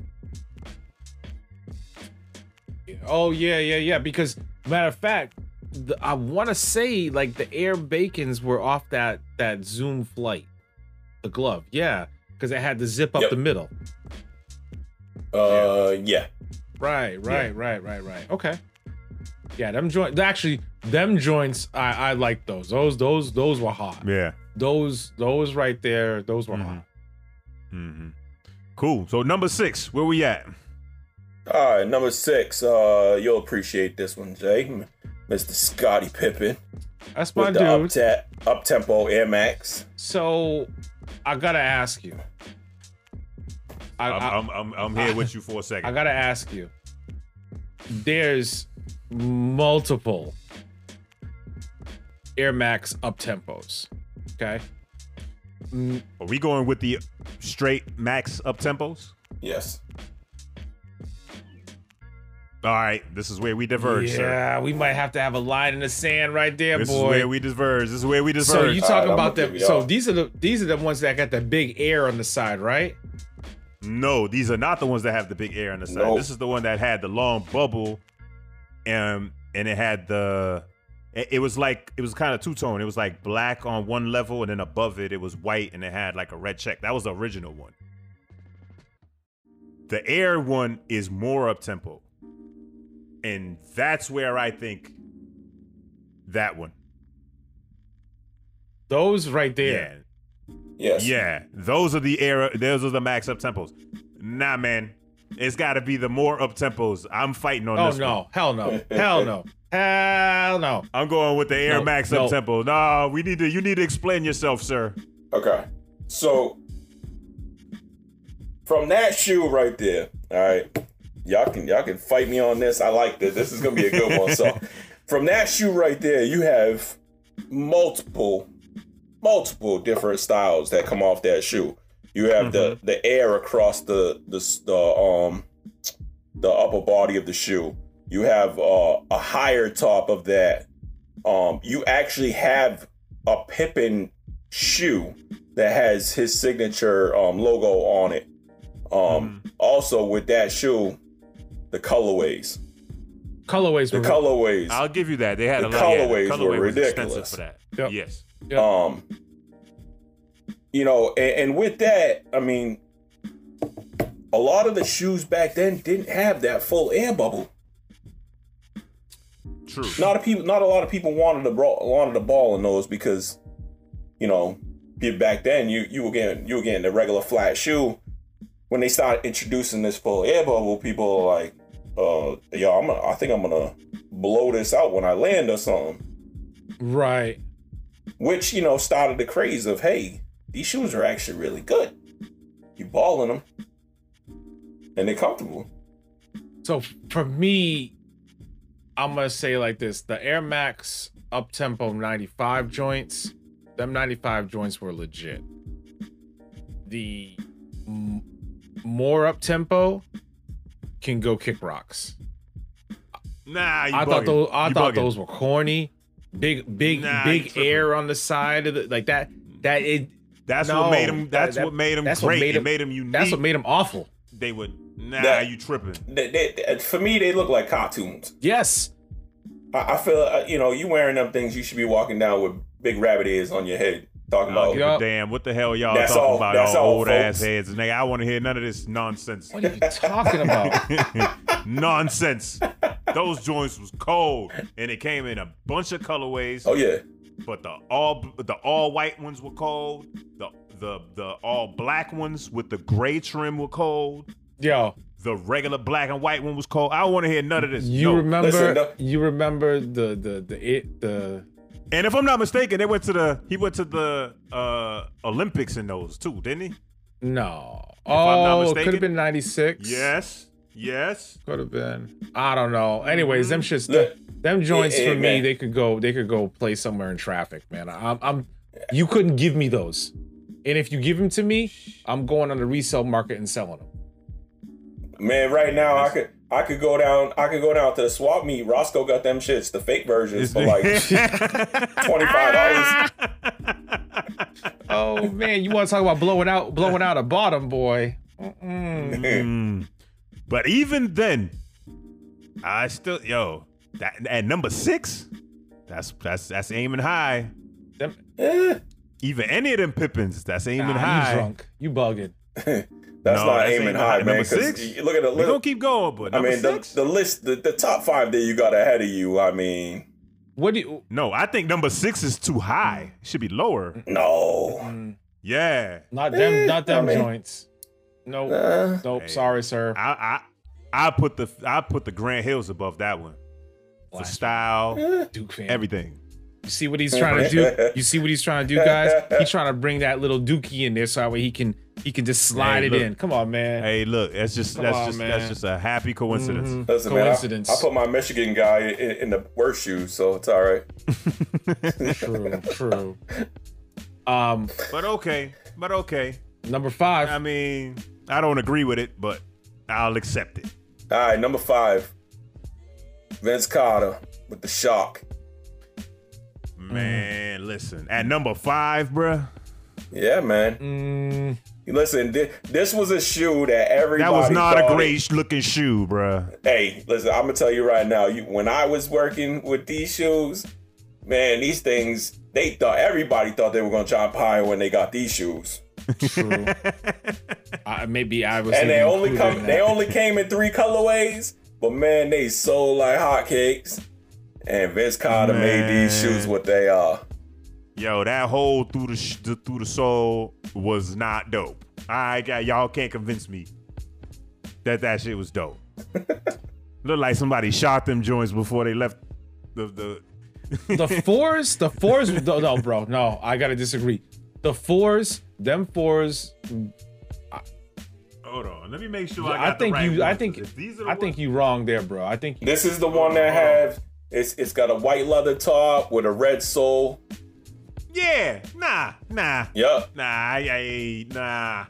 [SPEAKER 1] Oh yeah, yeah, yeah. Because matter of fact, the, I want to say like the Air Bacon's were off that that Zoom flight, the glove. Yeah, because it had to zip up
[SPEAKER 3] Yep.
[SPEAKER 1] the middle.
[SPEAKER 3] Uh, yeah.
[SPEAKER 1] Right, right, right, right, right. Okay. Yeah, them joints. Actually, them joints. I I like those. Those those those were hot.
[SPEAKER 2] Yeah.
[SPEAKER 1] Those those right there. Those were hot.
[SPEAKER 3] Mm-hmm.
[SPEAKER 2] hmm Cool. So number six, where we at?
[SPEAKER 3] All right, number six. Uh, you'll appreciate this one, Jay. M- Mr. Scotty Pippen
[SPEAKER 1] That's my
[SPEAKER 3] with
[SPEAKER 1] dude.
[SPEAKER 3] the up tempo Air Max.
[SPEAKER 1] so, I gotta ask you. I,
[SPEAKER 2] I'm,
[SPEAKER 1] I,
[SPEAKER 2] I'm, I'm, I'm here with you for a
[SPEAKER 1] I
[SPEAKER 2] second.
[SPEAKER 1] gotta ask you. there's multiple Air Max up tempos. Okay.
[SPEAKER 2] Are we going with the straight max up tempos?
[SPEAKER 3] Yes.
[SPEAKER 2] All right, this is where we diverge,
[SPEAKER 1] yeah,
[SPEAKER 2] sir.
[SPEAKER 1] we might have to have a line in the sand right there,
[SPEAKER 2] This is
[SPEAKER 1] boy.
[SPEAKER 2] where we diverge. This is where we diverge.
[SPEAKER 1] so you talk
[SPEAKER 3] Alright, I'm
[SPEAKER 1] about
[SPEAKER 3] gonna
[SPEAKER 1] them.
[SPEAKER 3] give
[SPEAKER 1] So
[SPEAKER 3] y'all-
[SPEAKER 1] these are the these are the ones that got the big air on the side, right?
[SPEAKER 2] No, these are not the ones that have the big air on the side.
[SPEAKER 3] No.
[SPEAKER 2] This is the one that had the long bubble, and and it had the. It it was like it was kind of two tone. It was like black on one level, and then above it, it was white, and it had like a red check. That was the original one. The air one is more up tempo, and that's where I think that one.
[SPEAKER 1] Those right there.
[SPEAKER 2] yeah.
[SPEAKER 3] Yes.
[SPEAKER 2] Yeah, those are the era. Those are the max up tempos. Nah, man, it's got to be the more up tempos. I'm fighting on
[SPEAKER 1] oh
[SPEAKER 2] this.
[SPEAKER 1] no!
[SPEAKER 2] one.
[SPEAKER 1] Hell no! Hell no! Hell no!
[SPEAKER 2] I'm going with the Air
[SPEAKER 1] No,
[SPEAKER 2] Max
[SPEAKER 1] no.
[SPEAKER 2] up tempo. Nah, we need to. You need to explain yourself, sir.
[SPEAKER 3] Okay. So from that shoe right there, all right. Y'all can y'all can fight me on this. I like this. This is gonna be a good one. So from that shoe right there, you have multiple, multiple different styles that come off that shoe. You have the the air across the the s- the um the upper body of the shoe. You have uh, a higher top of that. Um, you actually have a Pippin shoe that has his signature um, logo on it. Um, Also, with that shoe, the colorways.
[SPEAKER 1] Colorways.
[SPEAKER 3] The
[SPEAKER 1] were-
[SPEAKER 3] colorways.
[SPEAKER 2] I'll give you that. They had
[SPEAKER 3] The
[SPEAKER 2] a lot. yeah, the
[SPEAKER 3] colorways were
[SPEAKER 2] colorway was expensive
[SPEAKER 3] ridiculous.
[SPEAKER 2] for that.
[SPEAKER 1] Yep.
[SPEAKER 2] Yes.
[SPEAKER 3] Um, you know, and, and with that, I mean, a lot of the shoes back then didn't have that full air bubble.
[SPEAKER 2] True.
[SPEAKER 3] Not a people, not a lot of people wanted to bra- wanted the ball in those because, you know, be- back then you you were getting you were getting the regular flat shoe. When they started introducing this full air bubble, people are like, uh, yo, I'm gonna, I think I'm gonna blow this out when I land or something.
[SPEAKER 1] Right.
[SPEAKER 3] which you know started the craze of hey these shoes are actually really good you ball in them and they're comfortable
[SPEAKER 1] So for me, I'm gonna say like this: the Air Max up tempo 95 joints, them 95 joints were legit. The m- more up tempo can go kick rocks.
[SPEAKER 2] Nah, you
[SPEAKER 1] I thought
[SPEAKER 2] bugging.
[SPEAKER 1] those I
[SPEAKER 2] You
[SPEAKER 1] thought
[SPEAKER 2] bugging.
[SPEAKER 1] those were corny. Big big
[SPEAKER 2] Nah, you
[SPEAKER 1] big
[SPEAKER 2] tripping.
[SPEAKER 1] air on the side of the like that that it
[SPEAKER 2] That's
[SPEAKER 1] No,
[SPEAKER 2] what made them.
[SPEAKER 1] that-
[SPEAKER 2] That's
[SPEAKER 1] that-
[SPEAKER 2] what made them
[SPEAKER 1] that's what
[SPEAKER 2] great.
[SPEAKER 1] made
[SPEAKER 2] it
[SPEAKER 1] 'em-
[SPEAKER 2] made them unique.
[SPEAKER 1] that's what made them awful.
[SPEAKER 2] they would. Nah,
[SPEAKER 3] That-
[SPEAKER 2] you tripping?
[SPEAKER 3] they, they, for me they look like cartoons
[SPEAKER 1] Yes.
[SPEAKER 3] i, I feel uh, you know you wearing them things you should be walking down with big rabbit ears on your head talking
[SPEAKER 2] I don't
[SPEAKER 3] about
[SPEAKER 2] give
[SPEAKER 1] Yup.
[SPEAKER 2] a damn what the hell y'all
[SPEAKER 3] That's
[SPEAKER 2] talking
[SPEAKER 3] all-
[SPEAKER 2] about.
[SPEAKER 3] that's
[SPEAKER 2] Y'all
[SPEAKER 3] all,
[SPEAKER 2] old ass
[SPEAKER 3] folks.
[SPEAKER 2] heads, nigga. I want to hear none of this nonsense.
[SPEAKER 1] What are you talking about?
[SPEAKER 2] nonsense. Those joints was cold, and it came in a bunch of colorways.
[SPEAKER 3] oh yeah
[SPEAKER 2] But the all the all white ones were cold. The the the all black ones with the gray trim were cold.
[SPEAKER 1] Yo,
[SPEAKER 2] The regular black and white one was cold. I don't want to hear none of this.
[SPEAKER 1] you
[SPEAKER 2] No.
[SPEAKER 1] remember
[SPEAKER 3] listen, no-
[SPEAKER 1] you remember the the the it the
[SPEAKER 2] And if I'm not mistaken, they went to the he went to the uh Olympics in those too, didn't he?
[SPEAKER 1] No.
[SPEAKER 2] I'm not
[SPEAKER 1] Oh, it could have
[SPEAKER 2] mistaken.
[SPEAKER 1] been 96.
[SPEAKER 2] Yes. Yes.
[SPEAKER 1] Could have been. I don't know. Anyways, them shits,
[SPEAKER 3] Look,
[SPEAKER 1] them joints
[SPEAKER 3] yeah,
[SPEAKER 1] for me,
[SPEAKER 3] man.
[SPEAKER 1] they could go, they could go play somewhere in traffic, man. I'm, I'm, you couldn't give me those. And if you give them to me, I'm going on the resale market and selling them.
[SPEAKER 3] man right now i could i could go down i could go down to the swap meet roscoe got them shits the fake versions for like
[SPEAKER 1] Ah.
[SPEAKER 3] $25
[SPEAKER 1] Oh man, you want to talk about blowing out, blowing out a bottom, boy? Mm-mm.
[SPEAKER 2] Mm. But even then, I still yo that at number six. That's that's that's aiming high.
[SPEAKER 1] Them,
[SPEAKER 3] Eh,
[SPEAKER 2] Even any of them Pippins, that's aiming
[SPEAKER 1] nah,
[SPEAKER 2] high.
[SPEAKER 1] you drunk? You bugging?
[SPEAKER 3] that's
[SPEAKER 2] No,
[SPEAKER 3] not
[SPEAKER 2] that's aiming
[SPEAKER 3] aiming
[SPEAKER 2] high.
[SPEAKER 3] high man
[SPEAKER 2] Number
[SPEAKER 3] 'cause
[SPEAKER 2] six?
[SPEAKER 3] you- look at the
[SPEAKER 2] We're gonna
[SPEAKER 3] look,
[SPEAKER 2] keep going, but
[SPEAKER 3] i
[SPEAKER 2] number
[SPEAKER 3] mean the,
[SPEAKER 2] six.
[SPEAKER 3] the list the, the top five that you got ahead of you i mean
[SPEAKER 1] What do you?
[SPEAKER 2] no, I think number six is too high. It should be lower.
[SPEAKER 3] no
[SPEAKER 1] Mm,
[SPEAKER 2] Yeah,
[SPEAKER 1] not
[SPEAKER 3] Eh,
[SPEAKER 1] them, not them
[SPEAKER 3] I mean-
[SPEAKER 1] joints. Nope,
[SPEAKER 3] Uh,
[SPEAKER 1] nope.
[SPEAKER 2] Hey.
[SPEAKER 1] Sorry, sir.
[SPEAKER 2] I I I put the I put the Grand Hills above that one for
[SPEAKER 1] Black
[SPEAKER 2] style,
[SPEAKER 3] eh.
[SPEAKER 1] Duke fan.
[SPEAKER 2] everything.
[SPEAKER 1] You see what he's trying to do? You see what he's trying to do, guys? He's trying to bring that little dookie in there so that way he can he can just slide
[SPEAKER 2] Hey,
[SPEAKER 1] it
[SPEAKER 2] look.
[SPEAKER 1] in. Come on, man.
[SPEAKER 2] Hey, look, that's just
[SPEAKER 1] Come
[SPEAKER 2] that's
[SPEAKER 1] on,
[SPEAKER 2] just
[SPEAKER 1] man. Mm-hmm.
[SPEAKER 2] that's just a happy coincidence.
[SPEAKER 3] Listen, man, I-
[SPEAKER 1] Coincidence.
[SPEAKER 3] I, put my Michigan guy in, in the worst shoes, so it's all right.
[SPEAKER 1] True, true. Um,
[SPEAKER 2] But okay, but okay.
[SPEAKER 1] number five.
[SPEAKER 2] I mean, I don't agree with it, but I'll accept it.
[SPEAKER 3] All right, number five, Vince Carter with the shock.
[SPEAKER 2] Man, listen. At number five, bruh.
[SPEAKER 3] Yeah, man.
[SPEAKER 1] mm,
[SPEAKER 3] Listen, thi- this was a shoe that everybody.
[SPEAKER 2] That was not a
[SPEAKER 3] thought
[SPEAKER 2] great sh- looking shoe, bruh.
[SPEAKER 3] Hey, listen, I'm gonna tell you right now. You, when I was working with these shoes, man, these things they thought everybody thought they were gonna chop higher when they got these shoes,
[SPEAKER 1] true. I, maybe I was.
[SPEAKER 3] and they
[SPEAKER 1] even
[SPEAKER 3] only
[SPEAKER 1] included
[SPEAKER 3] come
[SPEAKER 1] in
[SPEAKER 3] they
[SPEAKER 1] that.
[SPEAKER 3] only came in three colorways. But man, they sold like hotcakes. And Vince Carter made these
[SPEAKER 2] Man.
[SPEAKER 3] shoes what they are.
[SPEAKER 2] Yo, that hole through the sh- th- through the soul was not dope. I got y'all can't convince me that that shit was dope. Look like somebody shot them joints before they left the the.
[SPEAKER 1] the fours, the fours. No, no, bro, no. I gotta disagree. The fours, them fours.
[SPEAKER 2] Hold on, let me make sure.
[SPEAKER 1] I, think you. I think. I think you wrong there, bro. I think.
[SPEAKER 3] This is the one that have it's it's got a white leather top with a red sole.
[SPEAKER 2] Yeah, nah, nah,
[SPEAKER 3] Yup.
[SPEAKER 2] nah, I, I, nah.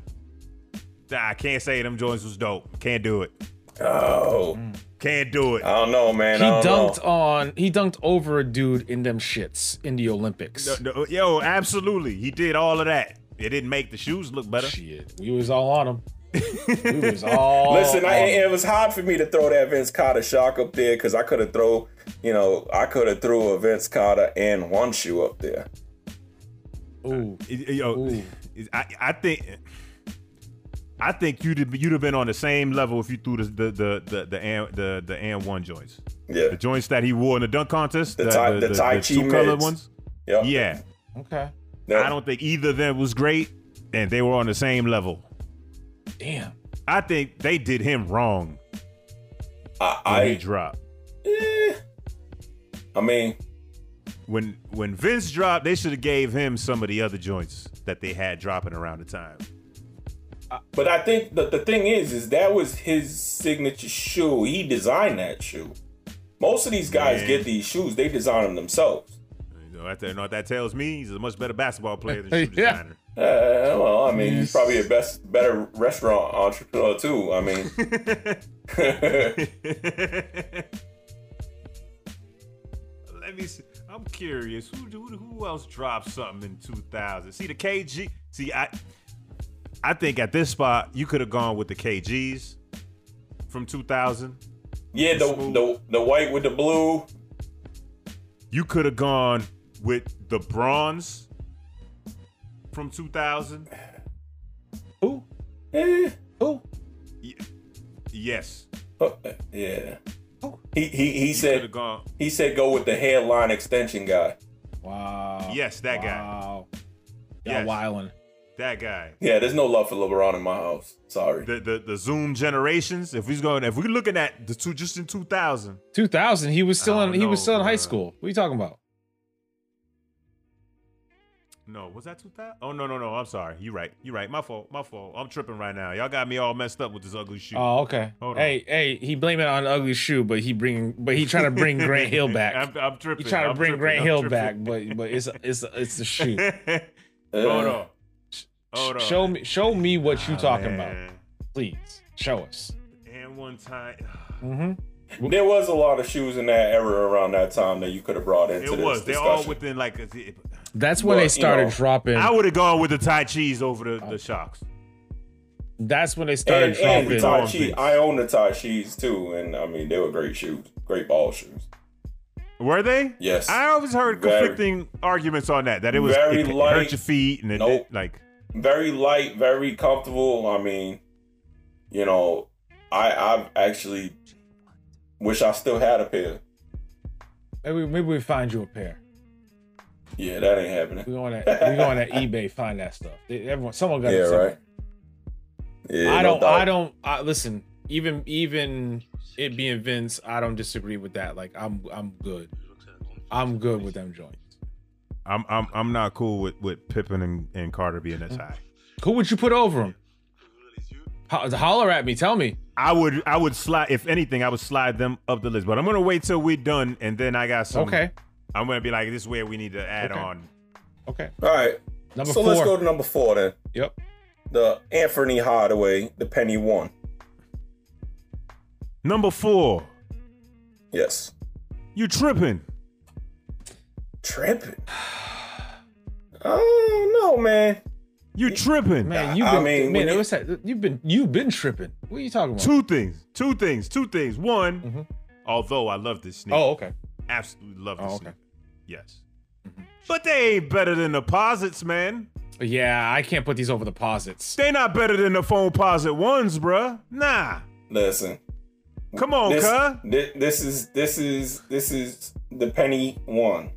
[SPEAKER 2] Nah, I can't say them joints was dope. Can't do it.
[SPEAKER 3] Oh,
[SPEAKER 2] Can't do it.
[SPEAKER 3] I don't know, man.
[SPEAKER 1] He
[SPEAKER 3] I don't know.
[SPEAKER 1] dunked on. He dunked over a dude in them shits in the Olympics.
[SPEAKER 2] No, no, yo, absolutely. He did all of that. It didn't make the shoes look better.
[SPEAKER 1] Shit, we was all on him. We was all.
[SPEAKER 3] Listen, I,
[SPEAKER 1] on him.
[SPEAKER 3] it was hard for me to throw that Vince Carter shock up there because I could have throw, you know, I could have threw a Vince Carter and one shoe up there.
[SPEAKER 1] Ooh.
[SPEAKER 2] Yo,
[SPEAKER 1] Ooh.
[SPEAKER 2] I, I think I think you'd have, you'd have been on the same level if you threw the the the the the and, the, the and one joints,
[SPEAKER 3] Yeah,
[SPEAKER 2] the joints that he wore in the dunk contest,
[SPEAKER 3] The Tai- the Tai Chi
[SPEAKER 2] two color
[SPEAKER 3] mids.
[SPEAKER 2] ones.
[SPEAKER 3] yeah.
[SPEAKER 2] Yeah,
[SPEAKER 1] Okay.
[SPEAKER 3] That-
[SPEAKER 2] I don't think either of them was great, and they were on the same level.
[SPEAKER 1] Damn.
[SPEAKER 2] I think they did him wrong
[SPEAKER 3] I,
[SPEAKER 2] when he
[SPEAKER 3] I,
[SPEAKER 2] dropped.
[SPEAKER 3] eh. I mean,
[SPEAKER 2] When when Vince dropped, they should have gave him some of the other joints that they had dropping around the time.
[SPEAKER 3] but I think the the thing is, is that was his signature shoe. He designed that shoe. Most of these guys
[SPEAKER 2] Man.
[SPEAKER 3] get these shoes; they design them themselves.
[SPEAKER 2] You know, that- you know what that tells me? He's a much better basketball player than shoe
[SPEAKER 1] Yeah.
[SPEAKER 2] designer.
[SPEAKER 3] Uh, well, I mean, he's probably a best, better restaurant entrepreneur too. I mean,
[SPEAKER 2] Let me see. I'm curious. Who, who who else dropped something in 2000? See the KG. See I I think at this spot you could have gone with the KGs from 2000.
[SPEAKER 3] yeah, the,
[SPEAKER 2] Smooth.
[SPEAKER 3] the the white with the blue.
[SPEAKER 2] You could have gone with the bronze from 2000.
[SPEAKER 1] Who?
[SPEAKER 3] Eh.
[SPEAKER 1] Who?
[SPEAKER 2] Yes.
[SPEAKER 3] Oh, yeah.
[SPEAKER 1] Oh.
[SPEAKER 3] He
[SPEAKER 2] You
[SPEAKER 3] he he
[SPEAKER 2] could have
[SPEAKER 3] said
[SPEAKER 2] gone.
[SPEAKER 3] he said go with the hairline extension guy.
[SPEAKER 1] Wow.
[SPEAKER 2] Yes, that guy.
[SPEAKER 1] Wow. Yeah,
[SPEAKER 2] Yes.
[SPEAKER 1] wildin'.
[SPEAKER 2] That guy.
[SPEAKER 3] Yeah, there's no love for LeBron in my house. Sorry.
[SPEAKER 2] The, the the Zoom generations. If we're going, if we're looking at the two just in 2000,
[SPEAKER 1] 2000. He was still
[SPEAKER 2] I
[SPEAKER 1] in.
[SPEAKER 2] don't
[SPEAKER 1] He was
[SPEAKER 2] know,
[SPEAKER 1] still in high
[SPEAKER 2] bruh.
[SPEAKER 1] school. What are you talking about?
[SPEAKER 2] No, was that 2000? Oh, no, no, no. I'm sorry. You're right. You're right. My fault. My fault. I'm tripping right now. Y'all got me all messed up with this ugly shoe.
[SPEAKER 1] Oh, okay.
[SPEAKER 2] Hold on.
[SPEAKER 1] hey, hey, he blame it on ugly shoe, but he bring, but he trying to bring Grant Hill back.
[SPEAKER 2] I'm, I'm tripping.
[SPEAKER 1] He trying to
[SPEAKER 2] I'm
[SPEAKER 1] bring
[SPEAKER 2] tripping.
[SPEAKER 1] Grant
[SPEAKER 2] I'm
[SPEAKER 1] Hill back,
[SPEAKER 2] tripping.
[SPEAKER 1] but but it's it's it's the shoe.
[SPEAKER 3] Uh,
[SPEAKER 2] Hold on. Hold on.
[SPEAKER 1] Show me show me what you
[SPEAKER 2] Ah,
[SPEAKER 1] talking about,
[SPEAKER 2] man.
[SPEAKER 1] please. Show us.
[SPEAKER 2] And one time, ah.
[SPEAKER 1] Mm-hmm.
[SPEAKER 3] There was a lot of shoes in that era around that time that you could have brought into
[SPEAKER 2] it
[SPEAKER 3] this
[SPEAKER 2] was. They're
[SPEAKER 3] discussion.
[SPEAKER 2] all within like. A, it-
[SPEAKER 1] That's when
[SPEAKER 3] Well,
[SPEAKER 1] they
[SPEAKER 3] you
[SPEAKER 1] started
[SPEAKER 3] know,
[SPEAKER 1] dropping.
[SPEAKER 2] I would have gone with the Tai Cheese over
[SPEAKER 1] Oh.
[SPEAKER 2] the, the shocks.
[SPEAKER 1] that's when they
[SPEAKER 3] and,
[SPEAKER 1] started
[SPEAKER 3] and the
[SPEAKER 1] dropping.
[SPEAKER 3] Tai Chi.
[SPEAKER 2] Long
[SPEAKER 3] I own the Tai Chis too, and I mean they were great shoes, great ball shoes.
[SPEAKER 2] Were they?
[SPEAKER 3] Yes.
[SPEAKER 2] I always heard
[SPEAKER 3] Very-
[SPEAKER 2] conflicting arguments on that. That it was
[SPEAKER 3] Very
[SPEAKER 2] it, it
[SPEAKER 3] light.
[SPEAKER 2] hurt your feet and it
[SPEAKER 3] Nope.
[SPEAKER 2] did, like.
[SPEAKER 3] very light, very comfortable. I mean, you know, I I've actually wish I still had a pair.
[SPEAKER 1] maybe maybe we find you a pair.
[SPEAKER 3] Yeah, that ain't happening.
[SPEAKER 1] We going to we going to eBay find that stuff. They- Everyone, someone got
[SPEAKER 3] Yeah,
[SPEAKER 1] it. somewhere.
[SPEAKER 3] right. Yeah,
[SPEAKER 1] I
[SPEAKER 3] no
[SPEAKER 1] don't.
[SPEAKER 3] doubt.
[SPEAKER 1] I don't. I, listen, even even it being Vince, I don't disagree with that. Like I'm I'm good. I'm good with them joints.
[SPEAKER 2] I'm I'm I'm not cool with with Pippen and, and Carter being as high.
[SPEAKER 1] Who would you put over him? Ho- holler at me. Tell me.
[SPEAKER 2] I would I would slide if anything I would slide them up the list, but I'm gonna wait till we're done and then I got some.
[SPEAKER 1] Okay.
[SPEAKER 2] I'm gonna be like this is where we need to add
[SPEAKER 1] Okay.
[SPEAKER 2] on.
[SPEAKER 1] Okay.
[SPEAKER 3] All right.
[SPEAKER 1] Number 4
[SPEAKER 3] so let's go to number four then.
[SPEAKER 1] Yep.
[SPEAKER 3] The Anthony Hardaway, the penny one.
[SPEAKER 2] Number four,
[SPEAKER 3] Yes.
[SPEAKER 2] you tripping?
[SPEAKER 3] Tripping. I don't know, man.
[SPEAKER 2] You tripping?
[SPEAKER 1] Man, you've
[SPEAKER 3] I- I
[SPEAKER 1] been
[SPEAKER 3] mean, when
[SPEAKER 1] man,
[SPEAKER 3] you-
[SPEAKER 1] it was that- you've been you've been tripping. What are you talking about?
[SPEAKER 2] Two things. Two things. Two things. One,
[SPEAKER 1] Mhm.
[SPEAKER 2] although I love this sneaker,
[SPEAKER 1] Oh, okay.
[SPEAKER 2] absolutely love this
[SPEAKER 1] Oh, okay.
[SPEAKER 2] sneaker. Yes, but they ain't better than the posits, man.
[SPEAKER 1] Yeah, I can't put these over the posits.
[SPEAKER 2] They not better than the phone posit ones, bruh. Nah,
[SPEAKER 3] Listen.
[SPEAKER 2] come on,
[SPEAKER 3] This,
[SPEAKER 2] cuh.
[SPEAKER 3] thi- this is this is this is the penny one.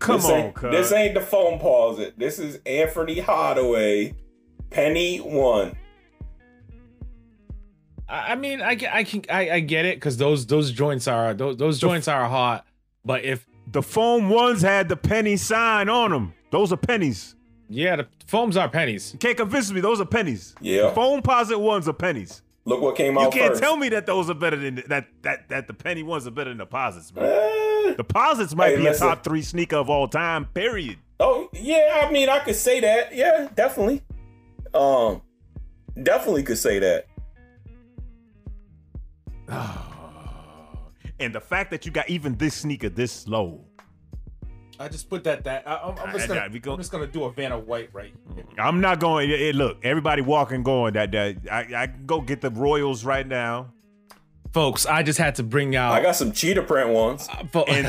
[SPEAKER 2] Come
[SPEAKER 3] this
[SPEAKER 2] on,
[SPEAKER 3] ain't,
[SPEAKER 2] cuh.
[SPEAKER 3] This ain't the phone pause it. This is Anthony Hardaway, penny one.
[SPEAKER 1] I I mean, I, get- I can I, I get it because those those joints are those those joints are hot. But if
[SPEAKER 2] The foam ones had the penny sign on them. Those are pennies.
[SPEAKER 1] yeah, the foams are pennies.
[SPEAKER 2] You can't convince me. Those are pennies.
[SPEAKER 3] Yeah.
[SPEAKER 2] The foam posit ones are pennies.
[SPEAKER 3] Look what came
[SPEAKER 2] You
[SPEAKER 3] out
[SPEAKER 2] can't
[SPEAKER 3] first.
[SPEAKER 2] tell me that those are better than that. That that the penny ones are better than the posits, man.
[SPEAKER 3] Eh,
[SPEAKER 2] The posits might
[SPEAKER 3] Hey,
[SPEAKER 2] be
[SPEAKER 3] listen.
[SPEAKER 2] a top three sneaker of all time. Period.
[SPEAKER 3] oh yeah, I mean I could say that. Yeah, definitely. Um, definitely could say that.
[SPEAKER 2] And the fact that you got even this sneaker this low,
[SPEAKER 4] I just put that that I, I'm, I'm, just
[SPEAKER 2] I-
[SPEAKER 4] gonna,
[SPEAKER 2] I- we go-
[SPEAKER 4] I'm just gonna do a Vanna White right. Here.
[SPEAKER 2] I'm not going. It, it- look, everybody walking, going that that. I, I can go get the Royals right now.
[SPEAKER 1] Folks, I just had to bring out.
[SPEAKER 2] Oh.
[SPEAKER 3] I got some cheetah print ones.
[SPEAKER 1] fo-
[SPEAKER 2] And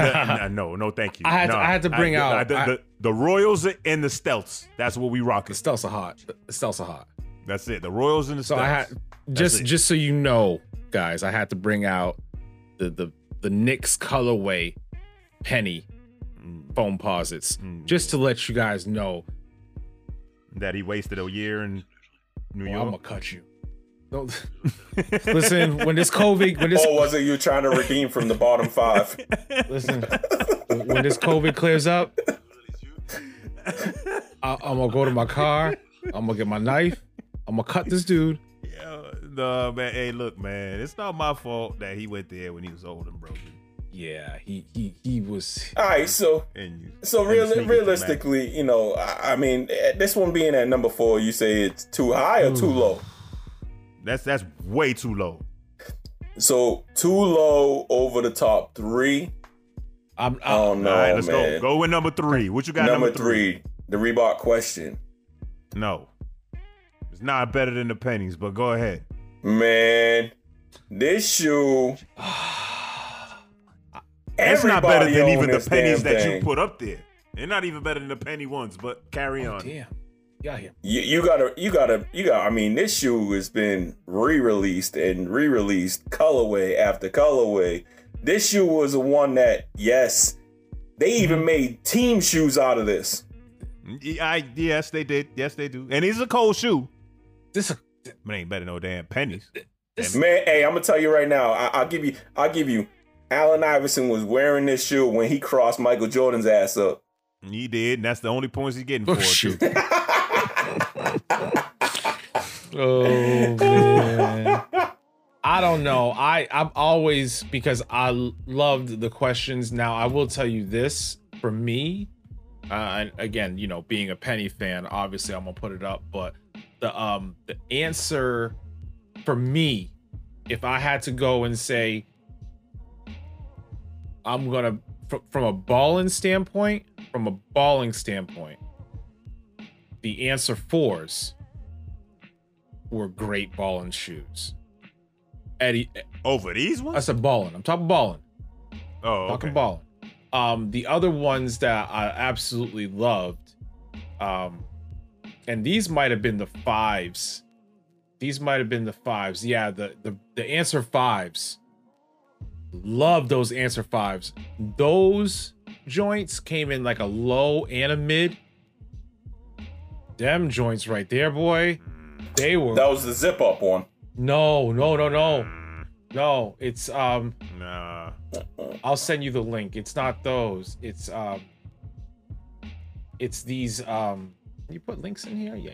[SPEAKER 2] the, no, no, thank you.
[SPEAKER 1] I had to-
[SPEAKER 2] No,
[SPEAKER 1] I had to bring out-
[SPEAKER 2] the,
[SPEAKER 1] I-
[SPEAKER 2] the, the Royals and the Stealths. That's what we rocking.
[SPEAKER 1] the stealths are hot. The stealths are hot.
[SPEAKER 2] That's it. The Royals and the
[SPEAKER 1] So I had
[SPEAKER 2] Stealths.
[SPEAKER 1] just
[SPEAKER 2] it.
[SPEAKER 1] just so you know, guys, I had to bring out the the the Knicks colorway penny
[SPEAKER 2] Mm.
[SPEAKER 1] foam posits just to let you guys know.
[SPEAKER 2] that he wasted a year in New
[SPEAKER 1] Well, I'm gonna
[SPEAKER 2] York.
[SPEAKER 1] cut you. Don't listen when this COVID when this
[SPEAKER 3] Or Oh, was it you trying to redeem from the bottom five?
[SPEAKER 1] listen when this COVID clears up, I, I'm gonna go to my car. I'm gonna get my knife. I'm gonna cut this dude.
[SPEAKER 2] Yeah, no man. Hey, look, man. It's not my fault that he went there when he was old and broken.
[SPEAKER 1] Yeah, he he he was.
[SPEAKER 3] All right, so
[SPEAKER 2] And you.
[SPEAKER 3] so
[SPEAKER 2] and the
[SPEAKER 3] real,
[SPEAKER 2] sneakers, man.
[SPEAKER 3] realistically, you know, I, I mean, eh, this one being at number four, you say it's too high or too low.
[SPEAKER 2] that's that's way too low.
[SPEAKER 3] So too low over the top three.
[SPEAKER 1] I'm, I,
[SPEAKER 3] Oh no,
[SPEAKER 2] All right, let's
[SPEAKER 3] man.
[SPEAKER 2] go. Go with number three. What you got?
[SPEAKER 3] Number, three, the Reebok question.
[SPEAKER 2] No, it's not better than the pennies. But go ahead.
[SPEAKER 3] Man, this shoe.
[SPEAKER 2] It's not better
[SPEAKER 3] everybody
[SPEAKER 2] than
[SPEAKER 3] own
[SPEAKER 2] even the
[SPEAKER 3] this
[SPEAKER 2] pennies
[SPEAKER 3] damn
[SPEAKER 2] that
[SPEAKER 3] thing.
[SPEAKER 2] you put up there. They're not even better than the penny ones. But carry on.
[SPEAKER 1] damn, yeah, here.
[SPEAKER 3] You, you gotta, you gotta, you gotta. I mean, this shoe has been re-released and re-released, colorway after colorway. This shoe was the one that, yes, they
[SPEAKER 2] Mm-hmm.
[SPEAKER 3] even made team shoes out of this.
[SPEAKER 2] Yeah, I, yes, they did. Yes, they do. And it's a cold shoe.
[SPEAKER 1] This
[SPEAKER 2] But it ain't better than no damn pennies.
[SPEAKER 1] this
[SPEAKER 3] Man, hey, I'm gonna tell you right now. I, I'll give you, I'll give you. Allen Iverson was wearing this shoe when he crossed Michael Jordan's ass up.
[SPEAKER 2] He did, and that's the only points he's getting
[SPEAKER 1] Oh,
[SPEAKER 2] for it. too.
[SPEAKER 1] shoot. oh man. I don't know. I I'm always because I l- loved the questions. Now I will tell you this for me, uh, and again, you know, being a Penny fan, obviously I'm gonna put it up. But the um the answer for me, if I had to go and say, I'm gonna fr- from a balling standpoint, from a balling standpoint, the answer fours were great balling shoes. Eddie,
[SPEAKER 2] Over these ones?
[SPEAKER 1] I said balling. I'm talking balling.
[SPEAKER 2] Oh, okay.
[SPEAKER 1] Talking balling. Um, the other ones that I absolutely loved, um, and these might have been the fives. These might have been the fives. Yeah, the the the answer fives. Love those answer fives. Those joints came in like a low and a mid. Them joints right there, boy. They were
[SPEAKER 3] That was the zip up one.
[SPEAKER 1] no, no, no, no, no. It's um.
[SPEAKER 2] Nah.
[SPEAKER 1] I'll send you the link. It's not those. It's um it's these um you put links in here? Yeah.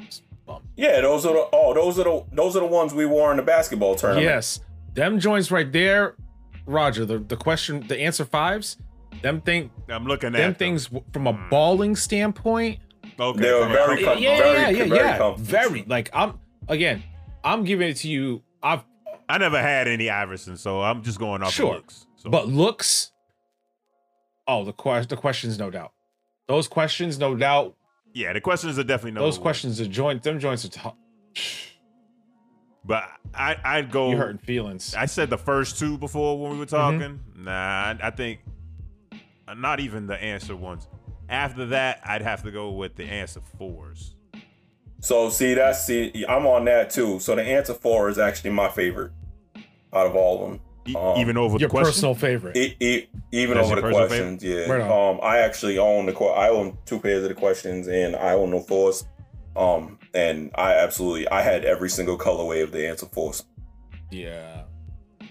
[SPEAKER 1] Just bump.
[SPEAKER 3] Yeah, those are the oh, those are the those are the ones we wore in the basketball tournament.
[SPEAKER 1] Yes. Them joints right there, Roger, the, the question the answer fives, them thing
[SPEAKER 2] I'm looking at
[SPEAKER 1] them things w- from a balling standpoint.
[SPEAKER 2] Okay,
[SPEAKER 3] They were
[SPEAKER 2] from a
[SPEAKER 3] very
[SPEAKER 2] cre-
[SPEAKER 3] cut-
[SPEAKER 1] yeah, yeah,
[SPEAKER 3] very-
[SPEAKER 1] yeah, yeah,
[SPEAKER 3] very
[SPEAKER 1] yeah.
[SPEAKER 3] comfy.
[SPEAKER 1] Very like I'm again, I'm giving it to you. I've
[SPEAKER 2] I never had any Iverson, so I'm just going off
[SPEAKER 1] Sure.
[SPEAKER 2] of looks. So.
[SPEAKER 1] But looks, oh, the question, the questions, no doubt. Those questions, no doubt.
[SPEAKER 2] yeah, the questions are definitely no.
[SPEAKER 1] those questions are joint. Them joints are tough.
[SPEAKER 2] But I, I'd go.
[SPEAKER 3] Oh.
[SPEAKER 1] You Mm-hmm. hurting feelings?
[SPEAKER 2] I said the first two before when we were talking. Nah, I, I think uh, not even the answer ones. After that, I'd have to go with the answer fours.
[SPEAKER 3] So see, that's see, I'm on that too. So the answer four is actually my favorite out of all of them.
[SPEAKER 2] E-
[SPEAKER 3] Um,
[SPEAKER 2] even over
[SPEAKER 1] Your
[SPEAKER 2] the question.
[SPEAKER 1] personal favorite.
[SPEAKER 3] E- e- even
[SPEAKER 2] That's
[SPEAKER 3] over
[SPEAKER 2] your
[SPEAKER 3] the
[SPEAKER 2] personal
[SPEAKER 3] questions, yeah.
[SPEAKER 1] Right on.
[SPEAKER 3] um, I actually own the que- I own two pairs of the questions, and I own the force. Um, and I absolutely I had every single colorway of the answer force.
[SPEAKER 1] yeah.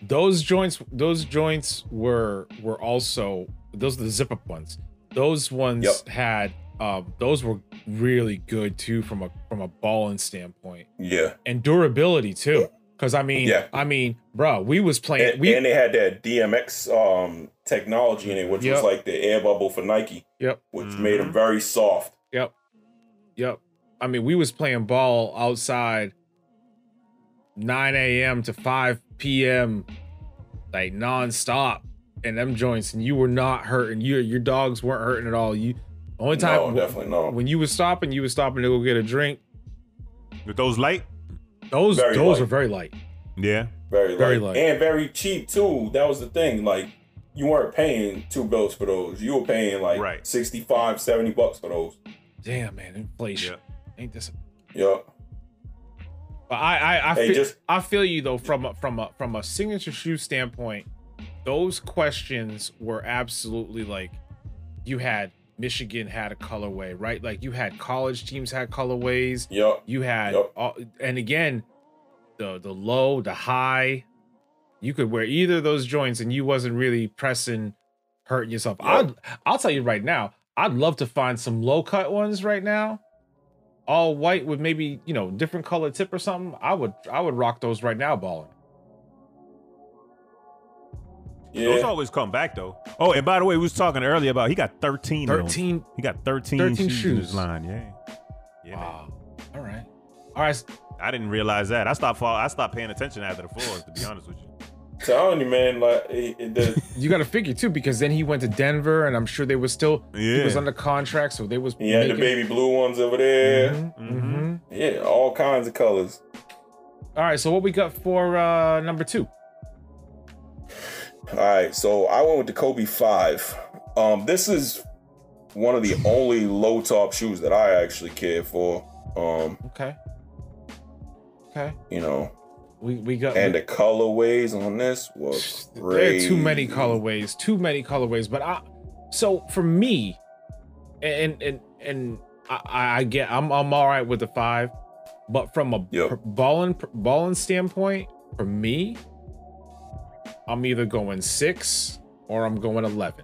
[SPEAKER 1] Those joints. Those joints were were also those are the zip up ones. Those ones
[SPEAKER 3] Yep.
[SPEAKER 1] had. Um, those were really good too from a from a balling standpoint
[SPEAKER 3] Yeah,
[SPEAKER 1] and durability too. Because I mean,
[SPEAKER 3] Yeah.
[SPEAKER 1] I mean, bruh, we was playing.
[SPEAKER 3] and,
[SPEAKER 1] we
[SPEAKER 3] and they had that DMX um technology in it, which
[SPEAKER 1] Yep.
[SPEAKER 3] was like the air bubble for Nike.
[SPEAKER 1] Yep.
[SPEAKER 3] which made them very soft.
[SPEAKER 1] Yep. Yep. I mean, we was playing ball outside 9 a.m. to 5 p.m. like nonstop and them joints, and you were not hurting. Your your dogs weren't hurting at all. You only time
[SPEAKER 3] no, definitely no.
[SPEAKER 1] when you was stopping, you was stopping to go get a drink.
[SPEAKER 2] With those light.
[SPEAKER 1] Those
[SPEAKER 3] Very
[SPEAKER 1] those
[SPEAKER 3] light.
[SPEAKER 1] are very light.
[SPEAKER 2] Yeah.
[SPEAKER 3] Very,
[SPEAKER 1] Very
[SPEAKER 3] light.
[SPEAKER 1] light.
[SPEAKER 3] And very cheap too. That was the thing. Like you weren't paying two bills for those. You were paying like
[SPEAKER 2] Right.
[SPEAKER 3] 65, 70 bucks for those.
[SPEAKER 1] Damn man, inflation.
[SPEAKER 2] Yeah.
[SPEAKER 1] Ain't this
[SPEAKER 3] Yep.
[SPEAKER 1] But I I, I,
[SPEAKER 3] Hey,
[SPEAKER 1] feel,
[SPEAKER 3] just-
[SPEAKER 1] I feel you though from a, from a from a signature shoe standpoint. Those questions were absolutely like you had Michigan had a colorway, right? Like you had college teams had colorways.
[SPEAKER 3] Yep.
[SPEAKER 1] You had
[SPEAKER 3] Yup.
[SPEAKER 1] all, and again the the low, the high. You could wear either of those joints and you wasn't really pressing hurting yourself. I'd, I'll tell you right now, I'd love to find some low cut ones right now. All white with maybe, you know, different color tip or something. I would I would rock those right now balling.
[SPEAKER 2] Those
[SPEAKER 3] Yeah.
[SPEAKER 2] always come back though. Oh, and by the way, we was talking earlier about he got 13. of them.
[SPEAKER 1] 13
[SPEAKER 2] He got 13,
[SPEAKER 1] 13
[SPEAKER 2] shoes in his
[SPEAKER 1] shoes.
[SPEAKER 2] line. Yeah. Yeah. man.
[SPEAKER 1] Wow. All right. All right.
[SPEAKER 2] I didn't realize that. I stopped. Follow, I stopped paying attention after the fours. To be honest with you.
[SPEAKER 3] Telling you, man. Like it, it, the,
[SPEAKER 1] You got to figure too, because then he went to Denver, and I'm sure they were still he was
[SPEAKER 2] Yeah.
[SPEAKER 1] under contract, so they was
[SPEAKER 3] he had the baby blue ones over there.
[SPEAKER 1] hmm
[SPEAKER 3] Yeah, all kinds of colors.
[SPEAKER 1] All right, so what we got for uh number two?
[SPEAKER 3] All right, so I went with the Kobe Five. Um, this is one of the only low top shoes that I actually care for. Um,
[SPEAKER 1] Okay. Okay.
[SPEAKER 3] you know,
[SPEAKER 1] We we got
[SPEAKER 3] and the colorways on this was
[SPEAKER 1] there are
[SPEAKER 3] crazy.
[SPEAKER 1] too many colorways, too many colorways. But I, so for me, and and and I- I, I get I'm I'm all right with the five, but from a
[SPEAKER 3] Yep.
[SPEAKER 1] per- balling per- balling standpoint, for me, I'm either going six or I'm going eleven,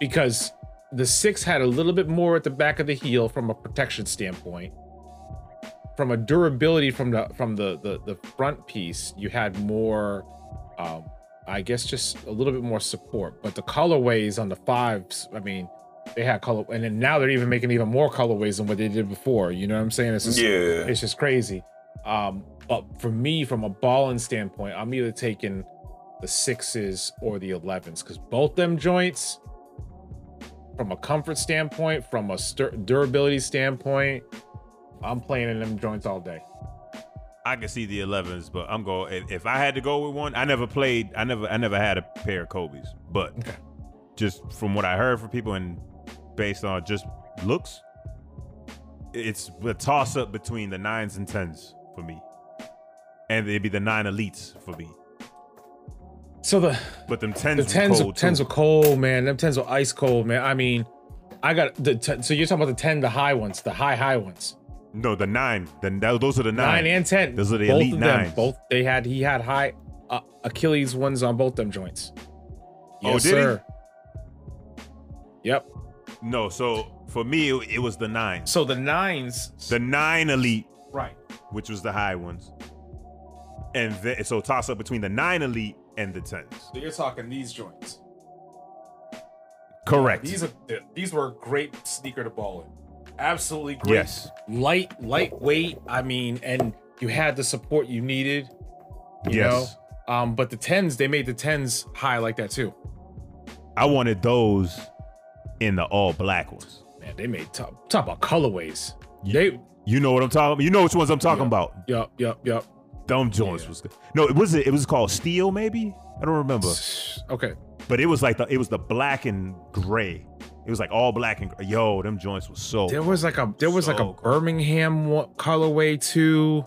[SPEAKER 1] because the six had a little bit more at the back of the heel from a protection standpoint. From a durability from the from the the, the front piece, you had more um, I guess just a little bit more support. But the colorways on the fives, I mean, they had color, and then now they're even making even more colorways than what they did before. You know what I'm saying? It's just,
[SPEAKER 3] Yeah,
[SPEAKER 1] it's just crazy. Um, but for me, from a balling standpoint, I'm either taking the sixes or the elevens because both them joints, from a comfort standpoint, from a stir- durability standpoint, I'm playing in them joints all day.
[SPEAKER 2] I can see the 11s, but I'm going. if- If I had to go with one, I never played. I never. I never had a pair of Kobe's, but
[SPEAKER 1] Okay.
[SPEAKER 2] just from what I heard from people and based on just looks, it's the toss up between the nines and tens for me, and it'd be the nine elites for me.
[SPEAKER 1] So the
[SPEAKER 2] But them tens,
[SPEAKER 1] the
[SPEAKER 2] was
[SPEAKER 1] tens,
[SPEAKER 2] cold,
[SPEAKER 1] tens
[SPEAKER 2] too.
[SPEAKER 1] were cold, man. Them tens were ice cold, man. I mean, I got the ten, so you're talking about the ten, the high ones, the high high ones,
[SPEAKER 2] no the nine. Then those are the
[SPEAKER 1] nine,
[SPEAKER 2] nine.
[SPEAKER 1] and ten.
[SPEAKER 2] Those are the
[SPEAKER 1] both
[SPEAKER 2] elite
[SPEAKER 1] of them,
[SPEAKER 2] nines.
[SPEAKER 1] Both they had. He had high uh, Achilles ones on both them joints.
[SPEAKER 2] Oh, did he?
[SPEAKER 1] Yep.
[SPEAKER 2] No, so for me, it, it was the nines.
[SPEAKER 1] So the nines,
[SPEAKER 2] The nine elite,
[SPEAKER 1] right?
[SPEAKER 2] which was the high ones. And then, so toss up between the nine elite and the tens.
[SPEAKER 4] So you're talking these joints.
[SPEAKER 2] Correct.
[SPEAKER 4] These are these were a great sneaker to ball in. Absolutely great.
[SPEAKER 2] yes.
[SPEAKER 1] Light, lightweight. I mean, and you had the support you needed. You
[SPEAKER 2] yes.
[SPEAKER 1] know, um, but the tens, they made the tens high like that too.
[SPEAKER 2] I wanted those in the all black ones.
[SPEAKER 1] Man, they made top top about colorways.
[SPEAKER 2] Ye-
[SPEAKER 1] They,
[SPEAKER 2] You know what I'm talking about? You know which ones I'm talking about.
[SPEAKER 1] yup, yup, yup.
[SPEAKER 2] Dumb Jones
[SPEAKER 1] Yeah.
[SPEAKER 2] was good. No, it was it was called Steel, maybe? I don't remember.
[SPEAKER 1] Okay,
[SPEAKER 2] But it was like the it was the black and gray. It was like all black and gr- yo, them joints was so.
[SPEAKER 1] there was like a there was like a
[SPEAKER 2] So cool.
[SPEAKER 1] Birmingham one, colorway too.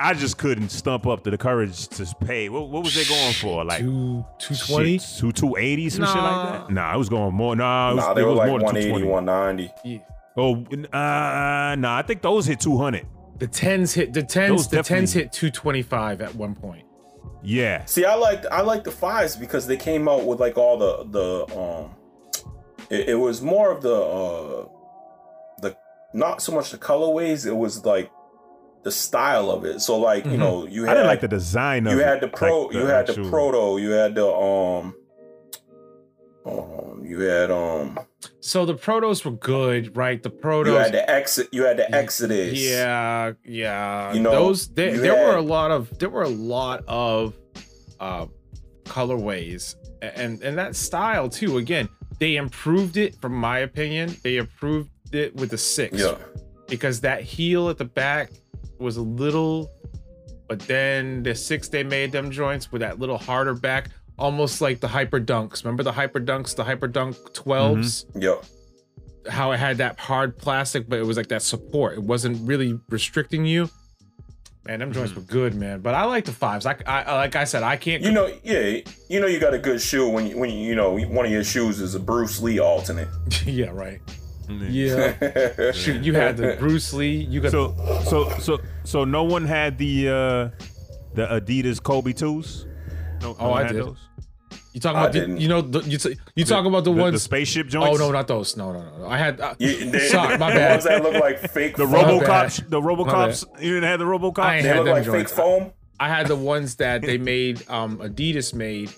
[SPEAKER 2] I just couldn't stump up to the courage to pay. What, what was they going for? Like
[SPEAKER 1] two two twenty.
[SPEAKER 2] two two eighty, some shit like that. Nah, I was going more. Nah, it was,
[SPEAKER 3] Nah, they
[SPEAKER 2] it
[SPEAKER 3] were
[SPEAKER 2] was
[SPEAKER 3] like
[SPEAKER 2] more than
[SPEAKER 3] 180,
[SPEAKER 2] 220.
[SPEAKER 3] 190.
[SPEAKER 1] Yeah.
[SPEAKER 2] Oh, uh, nah, I think those hit two hundred.
[SPEAKER 1] The tens hit the tens
[SPEAKER 2] Those
[SPEAKER 1] the tens
[SPEAKER 2] definitely-
[SPEAKER 1] hit two twenty five at one point.
[SPEAKER 2] Yeah,
[SPEAKER 3] See, I liked I liked the fives because they came out with like all the the um, it, it was more of the uh, the not so much the colorways. It was like the style of it. So like you
[SPEAKER 1] Mhm.
[SPEAKER 3] know you
[SPEAKER 2] Mm-hmm. I
[SPEAKER 3] had
[SPEAKER 2] didn't like the design of
[SPEAKER 3] you
[SPEAKER 2] it.
[SPEAKER 3] had the pro
[SPEAKER 2] like
[SPEAKER 3] you had the
[SPEAKER 2] actual-
[SPEAKER 3] proto you had the um um you had um
[SPEAKER 1] So the protos were good, right? The
[SPEAKER 3] you had
[SPEAKER 1] protos.
[SPEAKER 3] the exit you had the
[SPEAKER 1] Yeah.
[SPEAKER 3] exodus
[SPEAKER 1] Yeah, yeah.
[SPEAKER 3] You know,
[SPEAKER 1] those there,
[SPEAKER 3] you
[SPEAKER 1] there were a
[SPEAKER 3] had-
[SPEAKER 1] lot of there were a lot of uh colorways a- and and that style too. Again, they improved it from my opinion. They improved it with the six
[SPEAKER 3] yeah
[SPEAKER 1] because that heel at the back was a little, but then the six they made them joints with that little harder back, almost like the hyper dunks. Remember the hyper dunks, the hyper dunk 12s,
[SPEAKER 3] yeah
[SPEAKER 1] how it had that hard plastic, but it was like that support. It wasn't really restricting you. Man, them joints were good, man. But I like the fives. I, I I- like I said, I can't.
[SPEAKER 3] you know yeah you know you got a good shoe when you when you, you know one of your shoes is a bruce lee alternate
[SPEAKER 1] yeah, right. Yeah. Shoot, you had the Bruce Lee. You got
[SPEAKER 2] So so so so no one had the uh the Adidas Kobe twos. No, no
[SPEAKER 1] Oh,
[SPEAKER 2] one
[SPEAKER 1] I
[SPEAKER 2] had
[SPEAKER 1] did.
[SPEAKER 2] Those?
[SPEAKER 1] you talking
[SPEAKER 3] I
[SPEAKER 1] about the,
[SPEAKER 3] didn't.
[SPEAKER 1] you know the, you t- you talk about the,
[SPEAKER 2] The, the
[SPEAKER 1] ones
[SPEAKER 2] spaceship
[SPEAKER 1] Oh
[SPEAKER 2] joints.
[SPEAKER 1] no, not those. No, no, no. no. I had. Uh,
[SPEAKER 3] You- they-
[SPEAKER 1] sorry, my
[SPEAKER 3] the
[SPEAKER 1] bad.
[SPEAKER 3] ones that look like fake
[SPEAKER 2] The
[SPEAKER 3] foam.
[SPEAKER 1] Robo- bad.
[SPEAKER 2] RoboCops. The RoboCops. You didn't have the RoboCops.
[SPEAKER 1] I ain't
[SPEAKER 3] they
[SPEAKER 1] had
[SPEAKER 3] look
[SPEAKER 1] them
[SPEAKER 3] like fake
[SPEAKER 1] joints.
[SPEAKER 3] foam
[SPEAKER 1] I had the ones that they made. Um, Adidas made,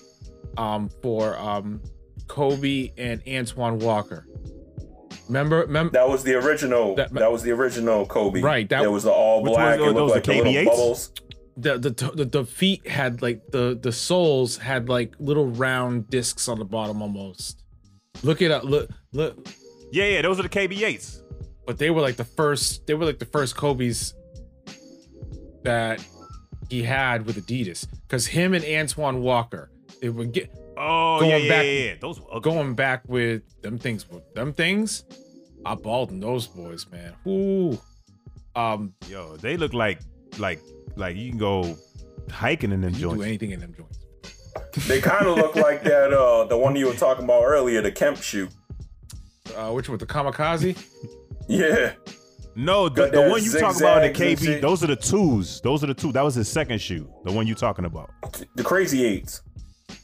[SPEAKER 1] um, for um, Kobe and Antoine Walker. Remember, remember.
[SPEAKER 3] that was the original
[SPEAKER 1] That-
[SPEAKER 3] that, was the original kobe
[SPEAKER 1] Right, that-
[SPEAKER 3] that was the all
[SPEAKER 2] Which ones
[SPEAKER 3] black
[SPEAKER 2] are
[SPEAKER 3] it
[SPEAKER 2] those,
[SPEAKER 3] looked like
[SPEAKER 2] the
[SPEAKER 3] the little
[SPEAKER 2] KB8s?
[SPEAKER 3] bubbles
[SPEAKER 1] the the, t- the the feet had like the the soles had like little round discs on the bottom almost. Look it up. Look look.
[SPEAKER 2] Yeah, yeah. Those are the KB8s.
[SPEAKER 1] But they were like the first. They were like the first Kobe's that he had with Adidas because him and Antoine Walker. They would get
[SPEAKER 2] Oh
[SPEAKER 1] Going
[SPEAKER 2] yeah, yeah,
[SPEAKER 1] back-
[SPEAKER 2] yeah, yeah. Those. Were ugly.
[SPEAKER 1] going back with them things them things i balled in those boys man Ooh. um
[SPEAKER 2] Yo, they look like like like you can go hiking in them
[SPEAKER 1] you do
[SPEAKER 2] joints.
[SPEAKER 1] anything in them joints
[SPEAKER 3] they kind of look like that uh the one you were talking about earlier the kemp shoe
[SPEAKER 1] uh which with the kamikaze
[SPEAKER 3] yeah
[SPEAKER 2] No, the,
[SPEAKER 3] Got
[SPEAKER 2] the
[SPEAKER 3] that
[SPEAKER 2] one you talk about the
[SPEAKER 3] zigzags and
[SPEAKER 2] KB.
[SPEAKER 3] shit.
[SPEAKER 2] Those are the twos. Those are the two. That was his second shoe. The one you talking about.
[SPEAKER 3] the crazy eights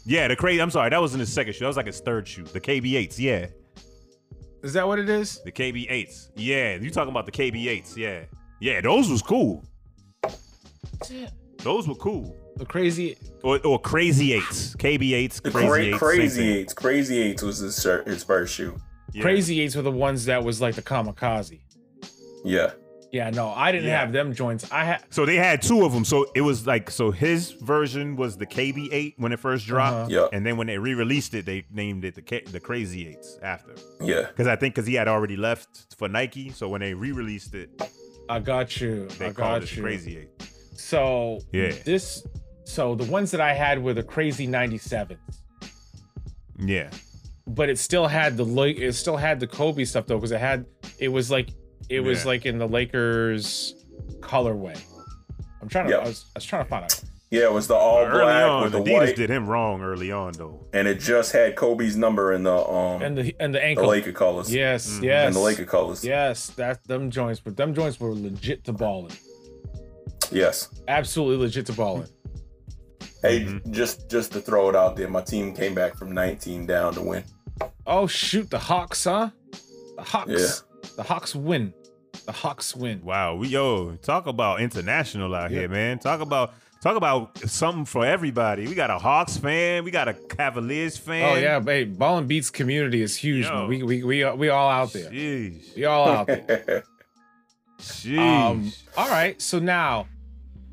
[SPEAKER 2] Yeah, the crazy. I'm sorry, that wasn't his second shoe. That was like his third shoe. The KB8s. Yeah,
[SPEAKER 1] is that what it is
[SPEAKER 2] the KB8s. Yeah, you talking about the KB8s? Yeah, yeah. Those was cool. Those were cool.
[SPEAKER 1] the crazy
[SPEAKER 2] Or, or crazy eights, KB eights,
[SPEAKER 3] The
[SPEAKER 2] crazy
[SPEAKER 3] crazy,
[SPEAKER 2] eights,
[SPEAKER 3] crazy eights, crazy eights was his, shir- his first shoe.
[SPEAKER 1] crazy eights were the ones that was like the kamikaze
[SPEAKER 3] Yeah,
[SPEAKER 1] yeah no i didn't
[SPEAKER 2] Yeah.
[SPEAKER 1] have them joints i had
[SPEAKER 2] So they had two of them. So it was like so his version was the KB eight when it first dropped,
[SPEAKER 3] Uh-huh. Yeah.
[SPEAKER 2] and then when they re released it, they named it the K- the crazy eights after.
[SPEAKER 3] yeah.
[SPEAKER 2] Because I think because he had already left for Nike, so when they re released it,
[SPEAKER 1] i got you
[SPEAKER 2] they
[SPEAKER 1] i
[SPEAKER 2] called it
[SPEAKER 1] got
[SPEAKER 2] the
[SPEAKER 1] you
[SPEAKER 2] crazy eight.
[SPEAKER 1] so
[SPEAKER 2] Yeah.
[SPEAKER 1] this so the ones that i had were the crazy 97s
[SPEAKER 2] Yeah,
[SPEAKER 1] but it still had the like it still had the Kobe stuff though because it had it was like it was
[SPEAKER 2] Yeah.
[SPEAKER 1] like in the Lakers colorway. I'm trying to
[SPEAKER 3] Yeah.
[SPEAKER 1] I, was, I was trying to find out.
[SPEAKER 3] Yeah, it was the all
[SPEAKER 2] early
[SPEAKER 3] black
[SPEAKER 2] on,
[SPEAKER 3] with the
[SPEAKER 2] Adidas
[SPEAKER 3] white,
[SPEAKER 2] did him wrong early on though.
[SPEAKER 3] and it just had Kobe's number in the um
[SPEAKER 1] And the and the
[SPEAKER 3] the
[SPEAKER 1] ankle.
[SPEAKER 3] Laker colors.
[SPEAKER 1] yes,
[SPEAKER 2] Mhm.
[SPEAKER 1] yes.
[SPEAKER 3] and the Laker colors.
[SPEAKER 1] Yes, that them joints were them joints were legit to balling.
[SPEAKER 3] Yes.
[SPEAKER 1] Absolutely legit to balling.
[SPEAKER 3] Hey,
[SPEAKER 1] Mm-hmm.
[SPEAKER 2] Mhm.
[SPEAKER 3] just just to throw it out there, my team came back from 19 down to win.
[SPEAKER 1] Oh shoot, the Hawks, huh? The Hawks. The Hawks win. The Hawks win.
[SPEAKER 2] Wow, we yo talk about international out
[SPEAKER 1] Yeah.
[SPEAKER 2] here, man. Talk about talk about something for everybody. We got a Hawks fan, we got a Cavaliers fan.
[SPEAKER 1] Oh yeah, hey, Ball and Beats community is huge.
[SPEAKER 2] Yo.
[SPEAKER 1] Man. We we we we all out there.
[SPEAKER 2] Jeez,
[SPEAKER 1] We all out there.
[SPEAKER 2] jeez.
[SPEAKER 1] Um, all right. So now,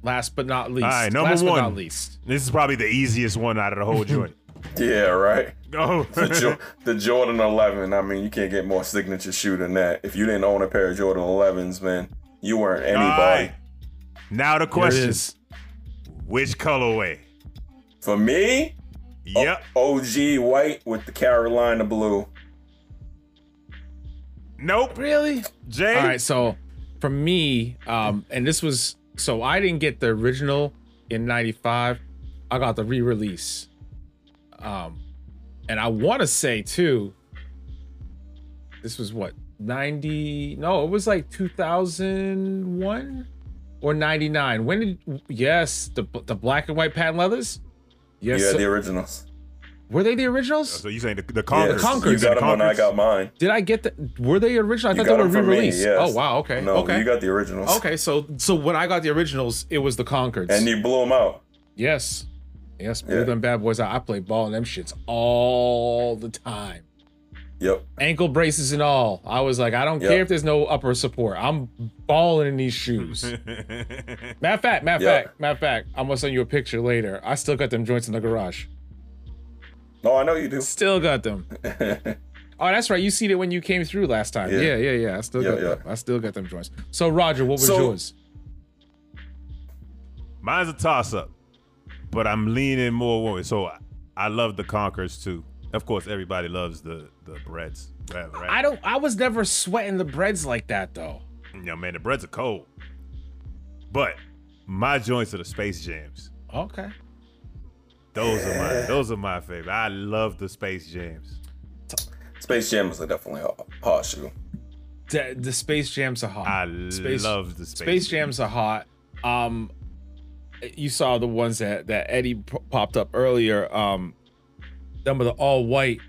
[SPEAKER 1] last but not least,
[SPEAKER 2] right, number
[SPEAKER 1] last
[SPEAKER 2] one.
[SPEAKER 1] but not least,
[SPEAKER 2] this is probably the easiest one out of the whole joint.
[SPEAKER 3] Yeah, right.
[SPEAKER 2] Go.
[SPEAKER 3] The, jo- the Jordan 11. I mean, you can't get more signature shoe than that. If you didn't own a pair of Jordan 11s, man, you weren't
[SPEAKER 2] All
[SPEAKER 3] anybody.
[SPEAKER 2] right. Now
[SPEAKER 1] here
[SPEAKER 2] the
[SPEAKER 1] it
[SPEAKER 2] question:
[SPEAKER 1] is.
[SPEAKER 2] Which colorway?
[SPEAKER 3] For me, Oh.
[SPEAKER 2] Yep.
[SPEAKER 3] OG white with the Carolina blue.
[SPEAKER 2] Nope.
[SPEAKER 1] Really?
[SPEAKER 2] Jay.
[SPEAKER 1] All right. So for me, um, and this was so I didn't get the original in '95. I got the re-release. Um, and I want to say too, this was what '90? No, it was like 2001 or '99. When did? Yes, the the black and white patent leathers. Yes.
[SPEAKER 3] yeah,
[SPEAKER 1] sir.
[SPEAKER 3] the originals.
[SPEAKER 1] were they the originals?
[SPEAKER 2] So you saying the, the
[SPEAKER 3] Yeah,
[SPEAKER 2] Conquerors?
[SPEAKER 1] Conquerors.
[SPEAKER 3] You got them when I
[SPEAKER 2] Conquerors?
[SPEAKER 3] got mine.
[SPEAKER 1] Did I get the? Were they original? I
[SPEAKER 3] You
[SPEAKER 1] thought they
[SPEAKER 3] got
[SPEAKER 1] were
[SPEAKER 3] them from me,
[SPEAKER 1] re-released.
[SPEAKER 3] yes.
[SPEAKER 1] Oh wow. Okay.
[SPEAKER 3] No,
[SPEAKER 1] okay.
[SPEAKER 3] you got the originals.
[SPEAKER 1] Okay, so so when I got the originals, it was the Concords.
[SPEAKER 3] And you blew them out.
[SPEAKER 1] yes, yes, blew
[SPEAKER 3] Yeah.
[SPEAKER 1] them bad boys. out. I play ball in them shits all the time,
[SPEAKER 3] Yep.
[SPEAKER 1] ankle braces and all. I was like, I don't
[SPEAKER 3] Yep.
[SPEAKER 1] care if there's no upper support. I'm balling in these shoes. matter of fact, matter of
[SPEAKER 3] Yep.
[SPEAKER 1] fact, matter of fact, I'm gonna send you a picture later. I still got them joints in the garage.
[SPEAKER 3] No, Oh, I know you do.
[SPEAKER 1] Still got them. Oh, that's right. You seen it when you came through last time.
[SPEAKER 3] Yeah.
[SPEAKER 1] Yeah, yeah, yeah. I still
[SPEAKER 3] Yeah,
[SPEAKER 1] got
[SPEAKER 3] yeah.
[SPEAKER 1] them. I still got them joints. So Roger, what was
[SPEAKER 3] So-
[SPEAKER 1] yours?
[SPEAKER 2] Mine's a toss up, but I'm leaning more women. So I, I love the Conquerors too. Of course, everybody loves the the breads. Right, right.
[SPEAKER 1] I don't. I was never sweating the breads like that though.
[SPEAKER 2] Yo, man, the breads are cold. But my joints are the Space Jams.
[SPEAKER 1] Okay.
[SPEAKER 2] Those are my those are my favorite. I love the Space Jams.
[SPEAKER 3] Space Jam is a definitely hard, hard shoe.
[SPEAKER 1] the, the Space Jams are hot.
[SPEAKER 2] I
[SPEAKER 1] Um, Space-
[SPEAKER 2] love the Ah, Space,
[SPEAKER 1] Space Jams are hot. Um, you saw the ones that that Eddie p- popped up earlier. Um, them with the all white.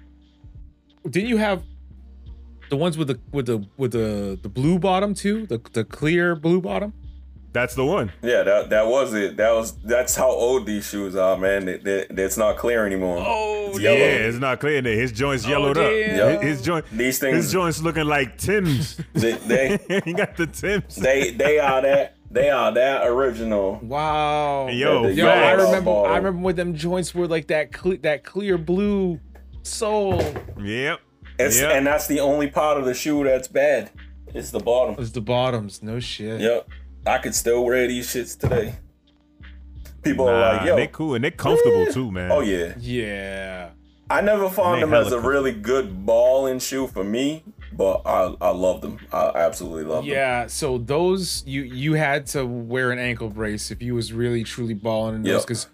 [SPEAKER 1] Didn't you have the ones with the with the with the the blue bottom too? The the clear blue bottom.
[SPEAKER 2] That's the one.
[SPEAKER 3] Yeah, that that was it. That was that's how old these shoes are, man. They, they, it's not clear anymore.
[SPEAKER 1] Oh,
[SPEAKER 3] It's yellow.
[SPEAKER 2] Yeah, it's not clear in there. His joints yellowed up.
[SPEAKER 1] damn.
[SPEAKER 3] Yep.
[SPEAKER 2] His, his joint
[SPEAKER 3] These
[SPEAKER 2] his
[SPEAKER 3] things,
[SPEAKER 2] joints looking like Tim's.
[SPEAKER 3] they, they
[SPEAKER 2] he got the Tim's.
[SPEAKER 3] they they are that they are that original.
[SPEAKER 1] Wow.
[SPEAKER 2] Yo,
[SPEAKER 3] Yeah,
[SPEAKER 1] Yo,
[SPEAKER 3] yeah,
[SPEAKER 1] I
[SPEAKER 2] facts.
[SPEAKER 1] remember.
[SPEAKER 3] bottom.
[SPEAKER 1] I remember when them joints were like that. Cle- that clear blue sole
[SPEAKER 2] Yep.
[SPEAKER 3] It's,
[SPEAKER 2] Yep.
[SPEAKER 3] And that's the only part of the shoe that's bad. It's the bottom.
[SPEAKER 1] was the bottoms. No shit.
[SPEAKER 3] Yep. I could still wear these shits today. People
[SPEAKER 2] Nah,
[SPEAKER 3] are like, yo.
[SPEAKER 2] they cool and they comfortable
[SPEAKER 3] Yeah.
[SPEAKER 2] too, man.
[SPEAKER 3] Oh yeah.
[SPEAKER 1] Yeah.
[SPEAKER 3] I never found
[SPEAKER 2] They
[SPEAKER 3] them as a
[SPEAKER 2] hella cool.
[SPEAKER 3] really good ball and shoe for me, but I I love them. I absolutely love them.
[SPEAKER 1] Yeah, so those you you had to wear an ankle brace if you was really truly balling in those
[SPEAKER 3] Yep.
[SPEAKER 1] because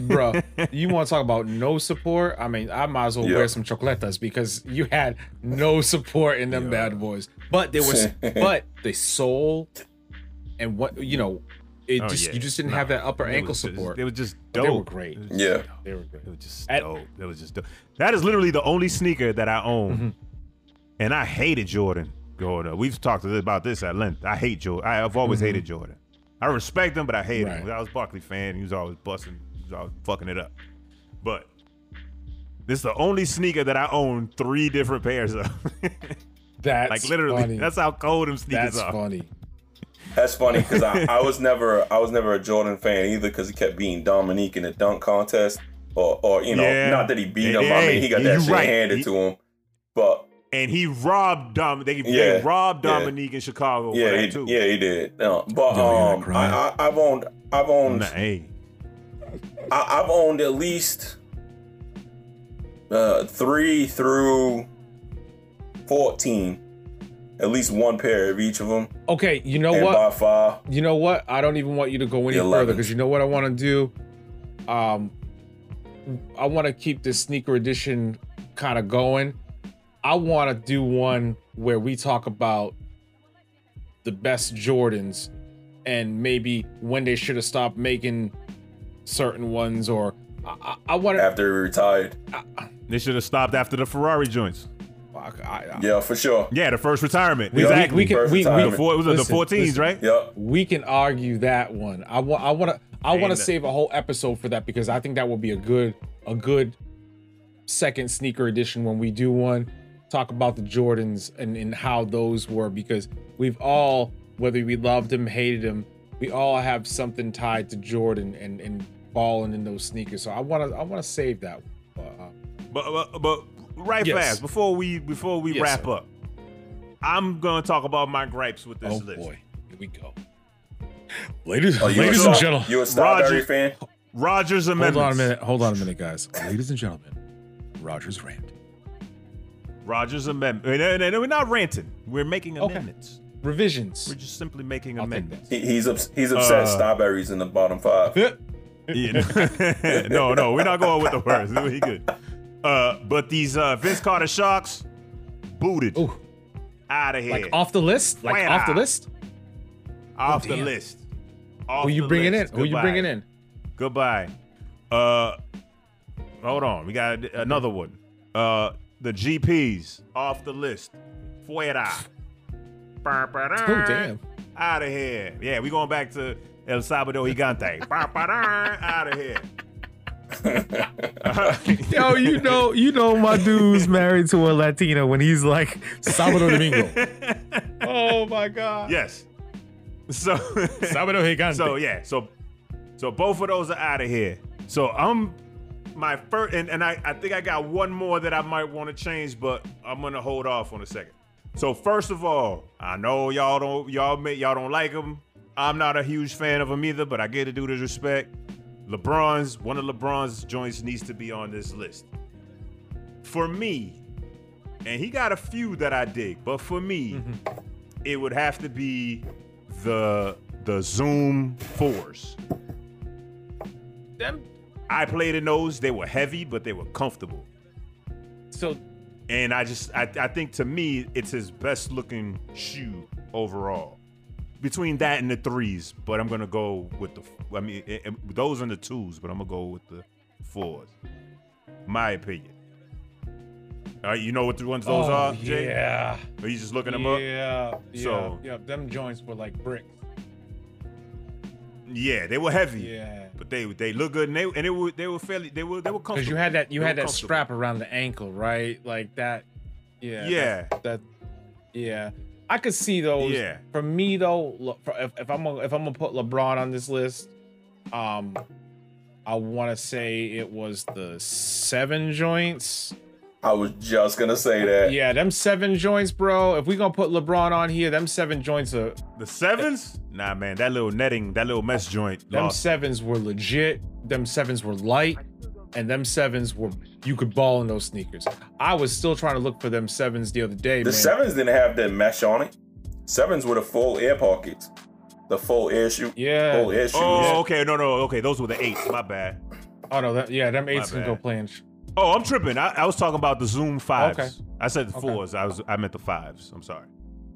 [SPEAKER 1] bro, you want to talk about no support? I mean, I might as well wear
[SPEAKER 3] Yep.
[SPEAKER 1] some chocolatas because you had no support in them bad boys. But there was but the sole and what you know, it
[SPEAKER 2] Oh,
[SPEAKER 1] just
[SPEAKER 2] yeah.
[SPEAKER 1] you just didn't
[SPEAKER 2] Nah,
[SPEAKER 1] have that upper
[SPEAKER 2] It
[SPEAKER 1] ankle
[SPEAKER 2] was just-
[SPEAKER 1] support.
[SPEAKER 2] It was just
[SPEAKER 1] But
[SPEAKER 2] dope.
[SPEAKER 1] they were great.
[SPEAKER 2] It was just
[SPEAKER 3] Yeah.
[SPEAKER 2] dope.
[SPEAKER 1] They were great.
[SPEAKER 2] It was just
[SPEAKER 1] At-
[SPEAKER 2] dope. It was just dope. That is literally the only sneaker that I own,
[SPEAKER 1] Mhm.
[SPEAKER 2] and I hated Jordan growing up. We've talked about this at length. I hate Jordan. I, I've always
[SPEAKER 1] Mhm.
[SPEAKER 2] hated Jordan. I respect him, but I hate him.
[SPEAKER 1] Right.
[SPEAKER 2] I was a Barkley fan. He was always busting. He was always fucking it up. But this is the only sneaker that I own three different pairs of.
[SPEAKER 1] That's
[SPEAKER 2] like literally,
[SPEAKER 1] funny.
[SPEAKER 2] that's how cold them sneakers
[SPEAKER 1] That's
[SPEAKER 2] are.
[SPEAKER 1] funny.
[SPEAKER 3] That's funny because I, I was never I was never a Jordan fan either because he kept beating Dominique in the dunk contest or or you know
[SPEAKER 2] Yeah.
[SPEAKER 3] not that he beat
[SPEAKER 2] Yeah,
[SPEAKER 3] him I mean he got that
[SPEAKER 2] you
[SPEAKER 3] shit
[SPEAKER 2] right.
[SPEAKER 3] handed
[SPEAKER 2] He-
[SPEAKER 3] to him but
[SPEAKER 2] And he robbed Dom. They, they
[SPEAKER 3] Yeah.
[SPEAKER 2] robbed
[SPEAKER 3] Yeah.
[SPEAKER 2] Dominique in Chicago. for
[SPEAKER 3] yeah
[SPEAKER 2] that
[SPEAKER 3] he,
[SPEAKER 2] too.
[SPEAKER 3] yeah he did no,
[SPEAKER 1] Yo, you're
[SPEAKER 3] but
[SPEAKER 1] not
[SPEAKER 3] um
[SPEAKER 1] crying.
[SPEAKER 3] I, I I've owned I've owned
[SPEAKER 2] Nah, hey.
[SPEAKER 3] I, I've owned at least uh, three through fourteen, at least one pair of each of them,
[SPEAKER 1] Okay, you know
[SPEAKER 3] and
[SPEAKER 1] what?
[SPEAKER 3] by far,
[SPEAKER 1] you know what? I don't even want you to go any
[SPEAKER 3] The
[SPEAKER 1] further
[SPEAKER 3] 11th.
[SPEAKER 1] because you know what I want to do. Um, I want to keep this sneaker edition kind of going. I want to do one where we talk about the best Jordans and maybe when they should have stopped making certain ones, or I, I, I want to.
[SPEAKER 3] after he retired.
[SPEAKER 2] They should have stopped after the Ferrari joints.
[SPEAKER 1] I, I,
[SPEAKER 3] Yeah, for sure.
[SPEAKER 2] Yeah, the first retirement.
[SPEAKER 1] we,
[SPEAKER 2] exactly.
[SPEAKER 1] we, we can
[SPEAKER 3] First
[SPEAKER 1] we,
[SPEAKER 3] time.
[SPEAKER 1] we,
[SPEAKER 2] the four, it was
[SPEAKER 1] Listen,
[SPEAKER 2] the 14s,
[SPEAKER 1] listen.
[SPEAKER 2] right?
[SPEAKER 3] Yep.
[SPEAKER 1] we can argue that one. I want I want to I want
[SPEAKER 2] Ain't
[SPEAKER 1] to
[SPEAKER 2] that-
[SPEAKER 1] save a whole episode for that because I think that will be a good a good second sneaker edition when we do one. Talk about the Jordans and and how those were because we've all whether we loved them hated them we all have something tied to Jordan and and balling in those sneakers. So I want to I want to save that. One. Uh,
[SPEAKER 2] But but, but right
[SPEAKER 1] Yes.
[SPEAKER 2] fast before we before we
[SPEAKER 1] Yes,
[SPEAKER 2] wrap
[SPEAKER 1] sir.
[SPEAKER 2] up, I'm gonna talk about my gripes with this
[SPEAKER 1] oh
[SPEAKER 2] list.
[SPEAKER 1] boy, here we go. Ladies,
[SPEAKER 3] Oh, you
[SPEAKER 1] ladies
[SPEAKER 3] a
[SPEAKER 1] and
[SPEAKER 3] Star-
[SPEAKER 1] gentlemen,
[SPEAKER 3] You a Starberry
[SPEAKER 2] Roger-
[SPEAKER 3] fan?
[SPEAKER 2] Rogers
[SPEAKER 1] Hold
[SPEAKER 2] amendments.
[SPEAKER 1] on a minute. Hold on a minute, guys. Ladies and gentlemen, Rogers rant.
[SPEAKER 2] Rogers amendment. And, and we're not ranting. We're making
[SPEAKER 1] Okay.
[SPEAKER 2] amendments. We're
[SPEAKER 1] Revisions.
[SPEAKER 2] just simply making
[SPEAKER 1] I'll take
[SPEAKER 2] amendments.
[SPEAKER 3] He, he's ups, he's upset.
[SPEAKER 2] Uh,
[SPEAKER 3] Starberry's in the bottom five.
[SPEAKER 1] that.
[SPEAKER 2] Yeah. no, no, we're not going with the words. We good. Uh, but these uh, Vince Carter shocks booted
[SPEAKER 1] Ooh,
[SPEAKER 2] out of here,
[SPEAKER 1] like off the list. Like
[SPEAKER 2] Fuera.
[SPEAKER 1] off the list.
[SPEAKER 2] Off the
[SPEAKER 1] damn.
[SPEAKER 2] list. Off
[SPEAKER 1] Who you
[SPEAKER 2] the
[SPEAKER 1] bringing in?
[SPEAKER 2] list.
[SPEAKER 1] Who you
[SPEAKER 2] Goodbye.
[SPEAKER 1] bringing in?
[SPEAKER 2] Goodbye. Uh, hold on. We got another one. Uh, the GPs off the list. Fuera.
[SPEAKER 1] Oh damn.
[SPEAKER 2] Out of here. Yeah, we going back to El Salvador Gigante. Out of here.
[SPEAKER 1] Yo, you know, you know, my dude's married to a Latina when he's like Salvador Domingo. oh my God.
[SPEAKER 2] Yes. So,
[SPEAKER 1] Salvador Gigante.
[SPEAKER 2] so yeah. So, so both of those are out of here. So I'm my first, and, and I, I think I got one more that I might want to change, but I'm gonna hold off on a second. So first of all, I know y'all don't y'all may, y'all don't like him. I'm not a huge fan of him either, but I get to do his respect. LeBron's one of LeBron's joints needs to be on this list. For me, and he got a few that I dig, but for me, it would have to be the the Zoom fours.
[SPEAKER 1] Them-
[SPEAKER 2] I played in those. They were heavy, but they were comfortable.
[SPEAKER 1] so
[SPEAKER 2] And I just, I, I think to me, it's his best looking shoe overall. Between that and the threes, but I'm gonna go with the. I mean, it- it- those and the twos, but I'm gonna go with the fours. My opinion. All right, you know what the ones those
[SPEAKER 1] oh,
[SPEAKER 2] are, Jay?
[SPEAKER 1] yeah.
[SPEAKER 2] Are you just looking them up?
[SPEAKER 1] Yeah. Yeah.
[SPEAKER 2] So-
[SPEAKER 1] yeah. Them joints were like bricks.
[SPEAKER 2] Yeah, they were heavy.
[SPEAKER 1] Yeah.
[SPEAKER 2] But they they look good and they and they were they were fairly they were they were comfortable.
[SPEAKER 1] Because you had that you
[SPEAKER 2] They
[SPEAKER 1] had
[SPEAKER 2] were
[SPEAKER 1] that
[SPEAKER 2] comfortable.
[SPEAKER 1] strap around the ankle, right? Like that. Yeah.
[SPEAKER 2] Yeah.
[SPEAKER 1] That. that- yeah. I could see those.
[SPEAKER 2] Yeah.
[SPEAKER 1] For me though, look, for, if, if I'm gonna, if I'm gonna put LeBron on this list, um, I want to say it was the seven joints.
[SPEAKER 3] I was just gonna say that.
[SPEAKER 1] Yeah, them seven joints, bro. If we gonna put LeBron on here, them seven joints are
[SPEAKER 2] The sevens? Nah, man, that little netting, that little mesh joint.
[SPEAKER 1] them
[SPEAKER 2] Lost.
[SPEAKER 1] sevens were legit. Them sevens were light, and them sevens were you could ball in those sneakers. I was still trying to look for them sevens the other day.
[SPEAKER 3] The
[SPEAKER 1] man.
[SPEAKER 3] sevens didn't have that mesh on it. Sevens were the full air pockets, the full air shoe,
[SPEAKER 1] Yeah.
[SPEAKER 3] full air shoes.
[SPEAKER 2] Oh, okay, no, no, okay, those were the eights. My bad.
[SPEAKER 1] Oh no, that, yeah, them eights can go
[SPEAKER 2] bad.
[SPEAKER 1] play in. sh-
[SPEAKER 2] Oh, I'm tripping. I, I was talking about the Zoom fives.
[SPEAKER 1] Okay.
[SPEAKER 2] I said the
[SPEAKER 1] Okay.
[SPEAKER 2] fours. I was I meant the fives. I'm sorry.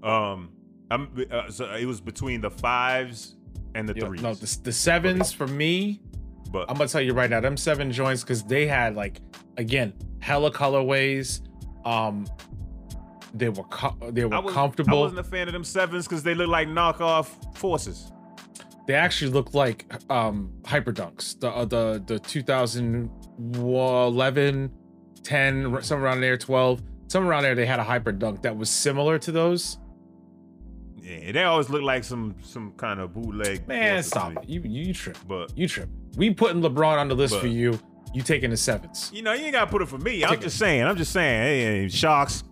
[SPEAKER 2] Um, I'm uh, so it was between the fives and the
[SPEAKER 1] Yeah,
[SPEAKER 2] threes.
[SPEAKER 1] no, the, the sevens for me.
[SPEAKER 2] but
[SPEAKER 1] I'm gonna tell you right now, them seven joints because they had like again hella colorways. Um, they were co- they were
[SPEAKER 2] I was, I
[SPEAKER 1] comfortable.
[SPEAKER 2] wasn't a fan of them sevens because they look like knockoff forces.
[SPEAKER 1] they actually looked like um hyperdunks. The uh, the the 2011, 10, somewhere around there, 12, somewhere around there. They had a hyperdunk that was similar to those.
[SPEAKER 2] Yeah, they always look like some some kind of bootleg.
[SPEAKER 1] Man,
[SPEAKER 2] Forces to
[SPEAKER 1] stop
[SPEAKER 2] me.
[SPEAKER 1] it! You you trip,
[SPEAKER 2] But
[SPEAKER 1] you trip. We putting LeBron on the list for
[SPEAKER 2] But-
[SPEAKER 1] you. You taking the sevens.
[SPEAKER 2] you know, you ain't gotta put it for me. I'm
[SPEAKER 1] Take it.
[SPEAKER 2] just saying. I'm just saying. Hey, hey, sharks.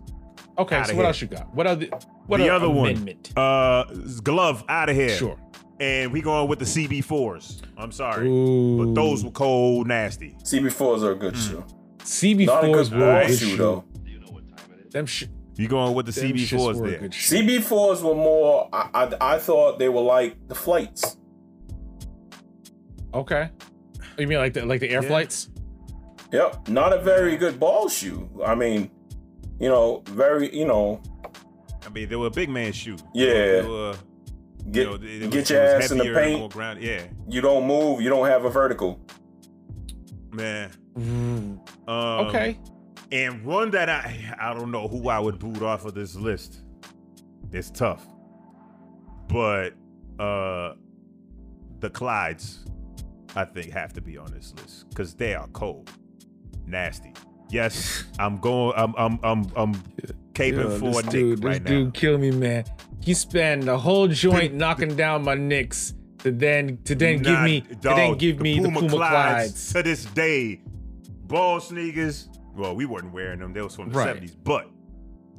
[SPEAKER 1] Okay,
[SPEAKER 2] Outta
[SPEAKER 1] so
[SPEAKER 2] here.
[SPEAKER 1] what else you got? What other what
[SPEAKER 2] the
[SPEAKER 1] a-
[SPEAKER 2] other
[SPEAKER 1] amendment?
[SPEAKER 2] one, uh, glove out of here.
[SPEAKER 1] Sure.
[SPEAKER 2] And we going with the CB4s. I'm sorry,
[SPEAKER 1] Ooh.
[SPEAKER 2] but those were cold, nasty.
[SPEAKER 3] CB4s are a good shoe. Not a
[SPEAKER 1] CB4s
[SPEAKER 3] good
[SPEAKER 1] were a
[SPEAKER 3] ball
[SPEAKER 1] good
[SPEAKER 3] shoe
[SPEAKER 1] shoe.
[SPEAKER 3] though.
[SPEAKER 1] Them, sh-
[SPEAKER 2] You going with the
[SPEAKER 1] them shits
[SPEAKER 2] CB4s
[SPEAKER 1] were a
[SPEAKER 2] there?
[SPEAKER 1] good shoe.
[SPEAKER 3] CB4s were more. I, I I thought they were like the flights.
[SPEAKER 1] Okay. You mean like the like the air
[SPEAKER 2] Yeah.
[SPEAKER 1] flights?
[SPEAKER 3] Yep, not a very good ball shoe. I mean, you know, very. You know,
[SPEAKER 2] I mean, they were a big man shoe.
[SPEAKER 3] Yeah.
[SPEAKER 2] They were,
[SPEAKER 3] get
[SPEAKER 2] you know, they- they
[SPEAKER 3] get
[SPEAKER 2] was-
[SPEAKER 3] your
[SPEAKER 2] they was
[SPEAKER 3] ass in the
[SPEAKER 2] heavier and
[SPEAKER 3] paint.
[SPEAKER 2] more ground- Yeah,
[SPEAKER 3] You don't move. You don't have a vertical.
[SPEAKER 2] man.
[SPEAKER 1] Mm,
[SPEAKER 2] Um,
[SPEAKER 1] okay.
[SPEAKER 2] And one that I I don't know who I would boot off of this list. It's tough. But uh the Clydes, I think, have to be on this list. Cause they are cold. Nasty. Yes, I'm going I'm I'm I'm I'm caping
[SPEAKER 1] Yo,
[SPEAKER 2] for a
[SPEAKER 1] this
[SPEAKER 2] Nick
[SPEAKER 1] dude, this
[SPEAKER 2] right
[SPEAKER 1] dude
[SPEAKER 2] now.
[SPEAKER 1] kill me, man. He spent the whole joint knocking down my Knicks to then to then
[SPEAKER 2] Nah,
[SPEAKER 1] give me to then
[SPEAKER 2] dog,
[SPEAKER 1] give me the Puma, Clydes.
[SPEAKER 2] to this day. Ball sneakers. Well, we weren't wearing them. They was from the
[SPEAKER 1] Right.
[SPEAKER 2] 70s, but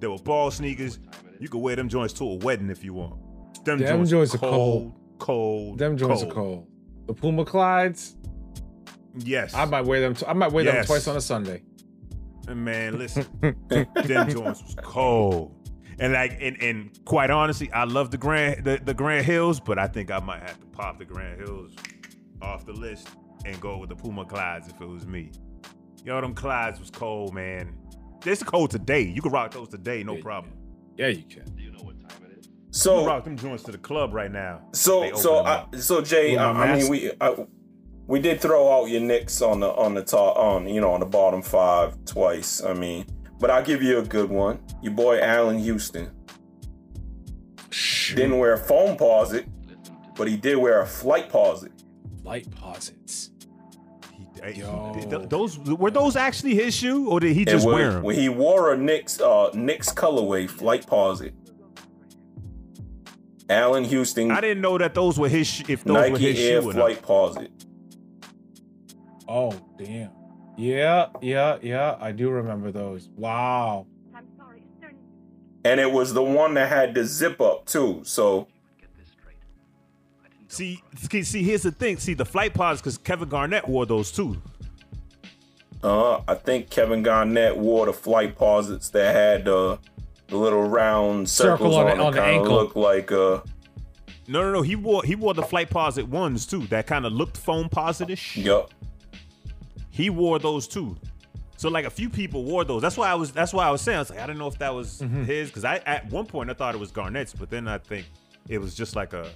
[SPEAKER 2] they were ball sneakers. You could wear them joints to a wedding if you want. Them,
[SPEAKER 1] Them joints are cold.
[SPEAKER 2] cold.
[SPEAKER 1] Them joints
[SPEAKER 2] cold.
[SPEAKER 1] are cold. The Puma Clydes,
[SPEAKER 2] Yes.
[SPEAKER 1] I might wear them. T- I might wear them
[SPEAKER 2] Yes.
[SPEAKER 1] twice on a Sunday.
[SPEAKER 2] Man, listen, them joints was cold. And like, and, and quite honestly, I love the Grand the, the Grand Hills, but I think I might have to pop the Grand Hills off the list and go with the Puma Clydes if it was me. Yo, them Clydes was cold, man. This cold today. You can rock those today, no problem.
[SPEAKER 1] Yeah, you can.
[SPEAKER 2] You
[SPEAKER 3] So
[SPEAKER 2] can rock them joints to the club right now. They
[SPEAKER 3] So
[SPEAKER 2] open
[SPEAKER 3] so
[SPEAKER 2] them
[SPEAKER 3] I,
[SPEAKER 2] up.
[SPEAKER 3] so Jay,
[SPEAKER 1] With
[SPEAKER 3] I,
[SPEAKER 1] my
[SPEAKER 3] I mean
[SPEAKER 1] mask.
[SPEAKER 3] we I, we did throw out your Knicks on the on the top on you know on the bottom five twice. I mean, but I'll give you a good one. Your boy Allen Houston
[SPEAKER 2] Hmm.
[SPEAKER 3] didn't wear a foam posit, but he did wear a flight posit.
[SPEAKER 1] Light posits.
[SPEAKER 2] He- hey, he-
[SPEAKER 1] Yo.
[SPEAKER 2] th- those were those actually his shoe, or did he
[SPEAKER 3] And
[SPEAKER 2] just
[SPEAKER 3] when,
[SPEAKER 2] wear them?
[SPEAKER 3] when he wore a Knicks uh Knicks colorway flight posit. Allen Houston
[SPEAKER 2] I didn't know that those were his. Sh- if those were his
[SPEAKER 3] Nike Air
[SPEAKER 2] shoe, or not.
[SPEAKER 3] flight posit.
[SPEAKER 1] Oh damn. Yeah, yeah, yeah. I do remember those. Wow.
[SPEAKER 5] I'm sorry, is there
[SPEAKER 3] And it was the one that had the zip up too. So
[SPEAKER 2] See, see, see, here's the thing. See, the flight pods, because Kevin Garnett wore those too.
[SPEAKER 3] Uh, I think Kevin Garnett wore the flight posits that had uh, the little round circles
[SPEAKER 1] Circle
[SPEAKER 3] on,
[SPEAKER 1] on
[SPEAKER 3] it,
[SPEAKER 1] the- on the
[SPEAKER 3] kind of
[SPEAKER 1] ankle.
[SPEAKER 3] look like uh,
[SPEAKER 2] No, no, no. He wore he wore the flight posit ones too. That kind of looked foam positish.
[SPEAKER 3] yup.
[SPEAKER 2] He wore those too. So like a few people wore those. That's why I was. That's why I was saying. I was like, I didn't know if that was
[SPEAKER 1] Mm-hmm.
[SPEAKER 2] his, because I at one point I thought it was Garnett's, but then I think it was just like a,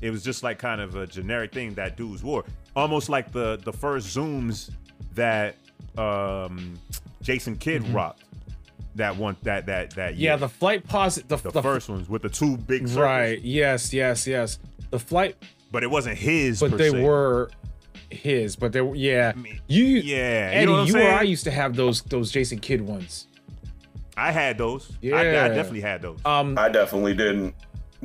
[SPEAKER 2] it was just like kind of a generic thing that dudes wore, almost like the the first zooms that um Jason Kidd rocked. That one, that that that
[SPEAKER 1] Mm-hmm. Yeah,
[SPEAKER 2] year.
[SPEAKER 1] the flight posit. The,
[SPEAKER 2] the,
[SPEAKER 1] the-
[SPEAKER 2] first ones with the two big circles.
[SPEAKER 1] Right. Yes. Yes. Yes. The flight
[SPEAKER 2] But it wasn't his. per
[SPEAKER 1] but they
[SPEAKER 2] se.
[SPEAKER 1] were his. But they were yeah.
[SPEAKER 2] mean,
[SPEAKER 1] you
[SPEAKER 2] yeah, you
[SPEAKER 1] Eddie,
[SPEAKER 2] know
[SPEAKER 1] you,
[SPEAKER 2] what
[SPEAKER 1] or
[SPEAKER 2] I'm saying?
[SPEAKER 1] I used to have those those Jason Kidd ones.
[SPEAKER 2] I had those. Yeah. I,
[SPEAKER 1] Yeah.
[SPEAKER 2] definitely had those.
[SPEAKER 3] Uh,
[SPEAKER 1] Um,
[SPEAKER 3] I definitely didn't.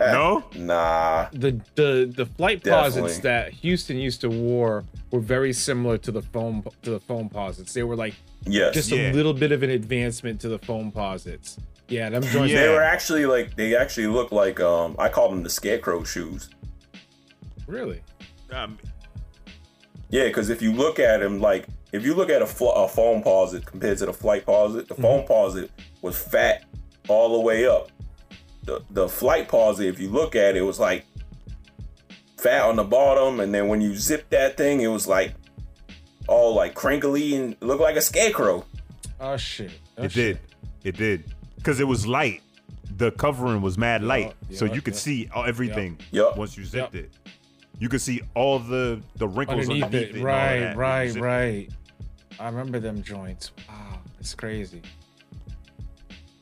[SPEAKER 2] no?
[SPEAKER 3] Nah.
[SPEAKER 1] the the the flight posits
[SPEAKER 3] Definitely.
[SPEAKER 1] that Houston used to wore were very similar to the foam to the foam posits. They were like
[SPEAKER 3] Yes.
[SPEAKER 1] just a
[SPEAKER 2] Yeah.
[SPEAKER 1] little bit of an advancement to the foam posits. Yeah, them joints.
[SPEAKER 2] Yeah.
[SPEAKER 3] They were actually like they actually look like um I call them the scarecrow shoes.
[SPEAKER 1] Really?
[SPEAKER 3] uh,
[SPEAKER 2] Um,
[SPEAKER 3] Yeah, because if you look at them, like if you look at a, fl- a foam posit compared to the flight posit, the foam posit was fat all the way up. The the flight posit, if you look at it, was like fat on the bottom, and then when you zip that thing, it was like all like crinkly and it looked like a scarecrow.
[SPEAKER 1] Oh shit! Oh,
[SPEAKER 2] it
[SPEAKER 1] shit.
[SPEAKER 2] did. It did. Because it was light. The covering was mad light.
[SPEAKER 1] yeah,
[SPEAKER 2] so you could
[SPEAKER 1] yeah.
[SPEAKER 2] see all- everything
[SPEAKER 3] Yeah.
[SPEAKER 2] once you zipped
[SPEAKER 1] Yep.
[SPEAKER 2] it. You could see all the, the wrinkles underneath,
[SPEAKER 1] Underneath it,
[SPEAKER 2] and all
[SPEAKER 1] right,
[SPEAKER 2] that when you
[SPEAKER 1] right,
[SPEAKER 2] zipped it.
[SPEAKER 1] right. I remember them joints. Wow, it's crazy.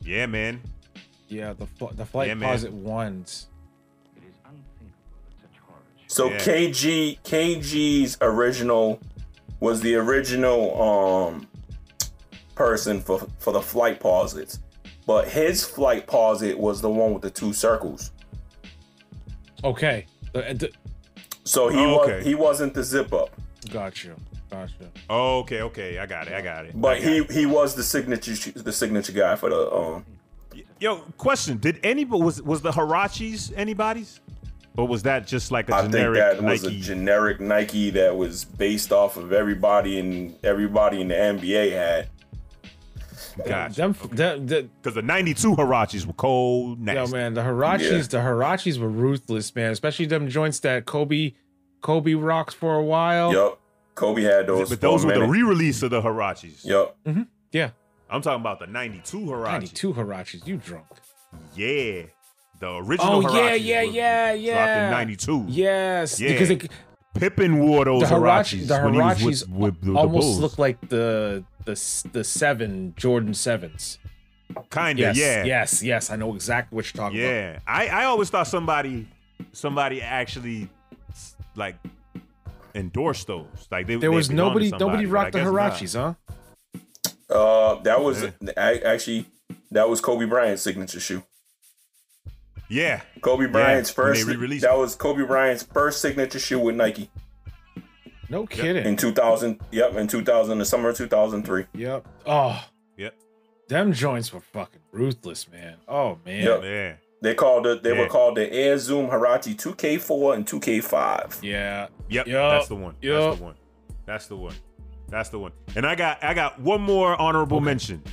[SPEAKER 2] Yeah, man.
[SPEAKER 1] Yeah, the fl- the flight
[SPEAKER 2] Yeah, man.
[SPEAKER 1] posit ones.
[SPEAKER 3] So
[SPEAKER 2] Yeah.
[SPEAKER 3] KG KG's original was the original um person for for the flight posits, but his flight posit was the one with the two circles.
[SPEAKER 1] Okay, the, uh, the,
[SPEAKER 3] So he
[SPEAKER 2] Oh,
[SPEAKER 3] was
[SPEAKER 2] okay.
[SPEAKER 3] he wasn't the zip up,
[SPEAKER 1] Got you. Got you.
[SPEAKER 2] Okay, okay. I got it. I got it.
[SPEAKER 3] but he he was the signature sh- the signature guy for the um.
[SPEAKER 2] Yo, question. Did anybody was was the Harachis anybody's? Or was that just like a
[SPEAKER 3] I think
[SPEAKER 2] generic
[SPEAKER 3] that was
[SPEAKER 2] Nike?
[SPEAKER 3] a generic Nike that was based off of everybody and everybody in the NBA had.
[SPEAKER 2] Gotcha.
[SPEAKER 1] Them, them, the-
[SPEAKER 2] Because the 92 Harachis were cold,
[SPEAKER 1] yo,
[SPEAKER 2] nasty.
[SPEAKER 1] man, the Hirachis,
[SPEAKER 3] Yeah.
[SPEAKER 1] the Hirachis were ruthless, man. Especially them joints that Kobe, Kobe rocks for a while.
[SPEAKER 3] Yup, Kobe had those.
[SPEAKER 2] Oh. but
[SPEAKER 3] for a
[SPEAKER 2] those were the
[SPEAKER 3] minute.
[SPEAKER 2] re-release of the Hirachis.
[SPEAKER 3] Yup.
[SPEAKER 1] Yeah,
[SPEAKER 2] I'm talking about the 92 Hirachi.
[SPEAKER 1] ninety-two Hirachis. You drunk?
[SPEAKER 2] Yeah. The original
[SPEAKER 1] Oh, yeah,
[SPEAKER 2] Hirachis
[SPEAKER 1] yeah,
[SPEAKER 2] were
[SPEAKER 1] yeah,
[SPEAKER 2] Dropped
[SPEAKER 1] yeah.
[SPEAKER 2] in 92.
[SPEAKER 1] Yes,
[SPEAKER 2] Yeah.
[SPEAKER 1] because it,
[SPEAKER 2] Pippin wore those
[SPEAKER 1] The Hirachis,
[SPEAKER 2] Hirachis.
[SPEAKER 1] the
[SPEAKER 2] when he was
[SPEAKER 1] Hirachis
[SPEAKER 2] with- with the- the
[SPEAKER 1] almost
[SPEAKER 2] Bulls.
[SPEAKER 1] look like the the s- the seven Jordan sevens.
[SPEAKER 2] kinda,
[SPEAKER 1] Yes,
[SPEAKER 2] yeah,
[SPEAKER 1] yes, yes. I know exactly what you're talking about.
[SPEAKER 2] yeah. I, I always thought somebody somebody actually s- like endorsed those. Like they,
[SPEAKER 1] There
[SPEAKER 2] they
[SPEAKER 1] was
[SPEAKER 2] belong to
[SPEAKER 1] nobody
[SPEAKER 2] somebody,
[SPEAKER 1] nobody
[SPEAKER 2] but I
[SPEAKER 1] rocked the
[SPEAKER 2] guess not.
[SPEAKER 1] Hirachis, huh?
[SPEAKER 3] Uh, that was a- actually that was Kobe Bryant's signature shoe.
[SPEAKER 2] Yeah,
[SPEAKER 3] Kobe Bryant's
[SPEAKER 2] when they
[SPEAKER 3] first.
[SPEAKER 2] re-released
[SPEAKER 3] That
[SPEAKER 2] it.
[SPEAKER 3] was Kobe Bryant's first signature shoe with Nike
[SPEAKER 1] No kidding.
[SPEAKER 3] in 2000. Yep, in 2000, the summer of 2003.
[SPEAKER 1] Yep. Oh,
[SPEAKER 2] Yep.
[SPEAKER 1] them joints were fucking ruthless, man. Oh man.
[SPEAKER 3] Yep.
[SPEAKER 2] yeah.
[SPEAKER 3] They called it. They
[SPEAKER 2] Yeah.
[SPEAKER 3] were called the Air Zoom Hirachi 2K4 and 2K5.
[SPEAKER 1] Yeah.
[SPEAKER 2] Yep,
[SPEAKER 1] Yup,
[SPEAKER 2] that's the one.
[SPEAKER 1] yup.
[SPEAKER 2] That's the one. That's the one. That's the one. And I got I got one more honorable mention.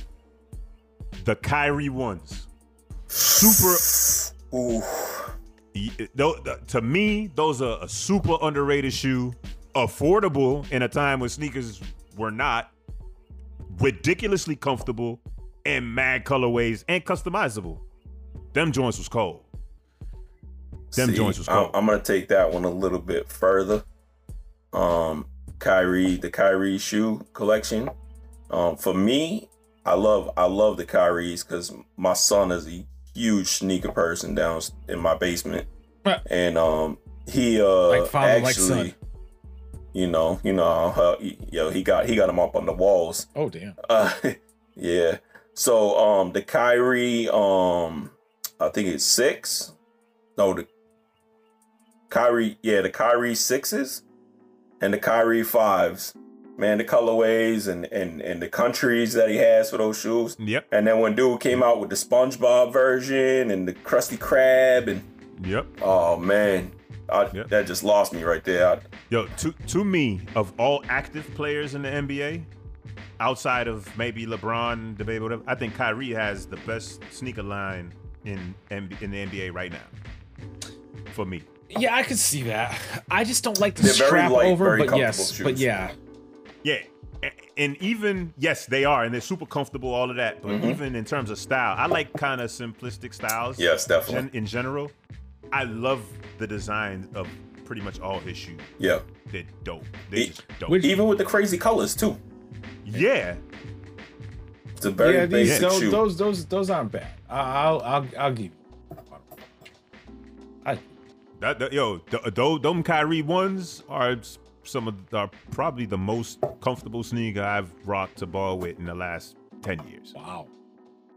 [SPEAKER 2] The Kyrie ones. Super
[SPEAKER 3] Ooh,
[SPEAKER 2] y- tho- th- to me, those are a super underrated shoe, affordable in a time when sneakers were not, ridiculously comfortable, and mad colorways and customizable. Them joints was cold. Them
[SPEAKER 3] See,
[SPEAKER 2] joints was
[SPEAKER 3] I'm,
[SPEAKER 2] cold.
[SPEAKER 3] I'm gonna take that one a little bit further. Um, Kyrie, the Kyrie shoe collection. Um, for me, I love I love the Kyries because my son is a huge sneaker person down in my basement,
[SPEAKER 1] Huh.
[SPEAKER 3] and um, he uh
[SPEAKER 1] Like father, like
[SPEAKER 3] actually,
[SPEAKER 1] son.
[SPEAKER 3] you know, you know, how he- yo, he got he got him up on the walls.
[SPEAKER 1] Oh damn.
[SPEAKER 3] Uh, yeah. So um the Kyrie um I think it's six. No, the Kyrie yeah the Kyrie sixes and the Kyrie fives. Man, the colorways and and and the countries that he has for those shoes.
[SPEAKER 2] Yep.
[SPEAKER 3] And then when dude came out with the SpongeBob version and the Krusty Krab and
[SPEAKER 2] Yep.
[SPEAKER 3] oh man, I,
[SPEAKER 2] Yeah.
[SPEAKER 3] that just lost me right there. I,
[SPEAKER 2] Yo, to to me, of all active players in the NBA, outside of maybe LeBron, debate whatever, I think Kyrie has the best sneaker line in MB in the NBA right now. For me,
[SPEAKER 1] Yeah, I could see that. I just don't like the
[SPEAKER 3] They're very
[SPEAKER 1] strap
[SPEAKER 3] light,
[SPEAKER 1] over,
[SPEAKER 3] very
[SPEAKER 1] but
[SPEAKER 3] comfortable
[SPEAKER 1] yes,
[SPEAKER 3] shoes.
[SPEAKER 1] but yeah,
[SPEAKER 2] yeah, A- and even yes, they are, and they're super comfortable, all of that. But
[SPEAKER 3] Mhm.
[SPEAKER 2] even in terms of style, I like kind of simplistic styles.
[SPEAKER 3] yes,
[SPEAKER 2] gen-
[SPEAKER 3] definitely.
[SPEAKER 2] in general, I love the design of pretty much all his shoes.
[SPEAKER 3] Yeah.
[SPEAKER 2] They're dope. They're
[SPEAKER 3] E-
[SPEAKER 2] just dope.
[SPEAKER 1] Which-
[SPEAKER 3] Even with the crazy colors too.
[SPEAKER 2] yeah,
[SPEAKER 3] It's a very
[SPEAKER 1] yeah. These,
[SPEAKER 3] basic
[SPEAKER 1] those,
[SPEAKER 3] shoe.
[SPEAKER 1] those those those aren't bad. I- I'll I'll I'll give. you. I
[SPEAKER 2] That, that- yo, th- those them Kyrie ones are s- some of the- are probably the most comfortable sneaker I've rocked to ball with in the last ten years.
[SPEAKER 1] wow.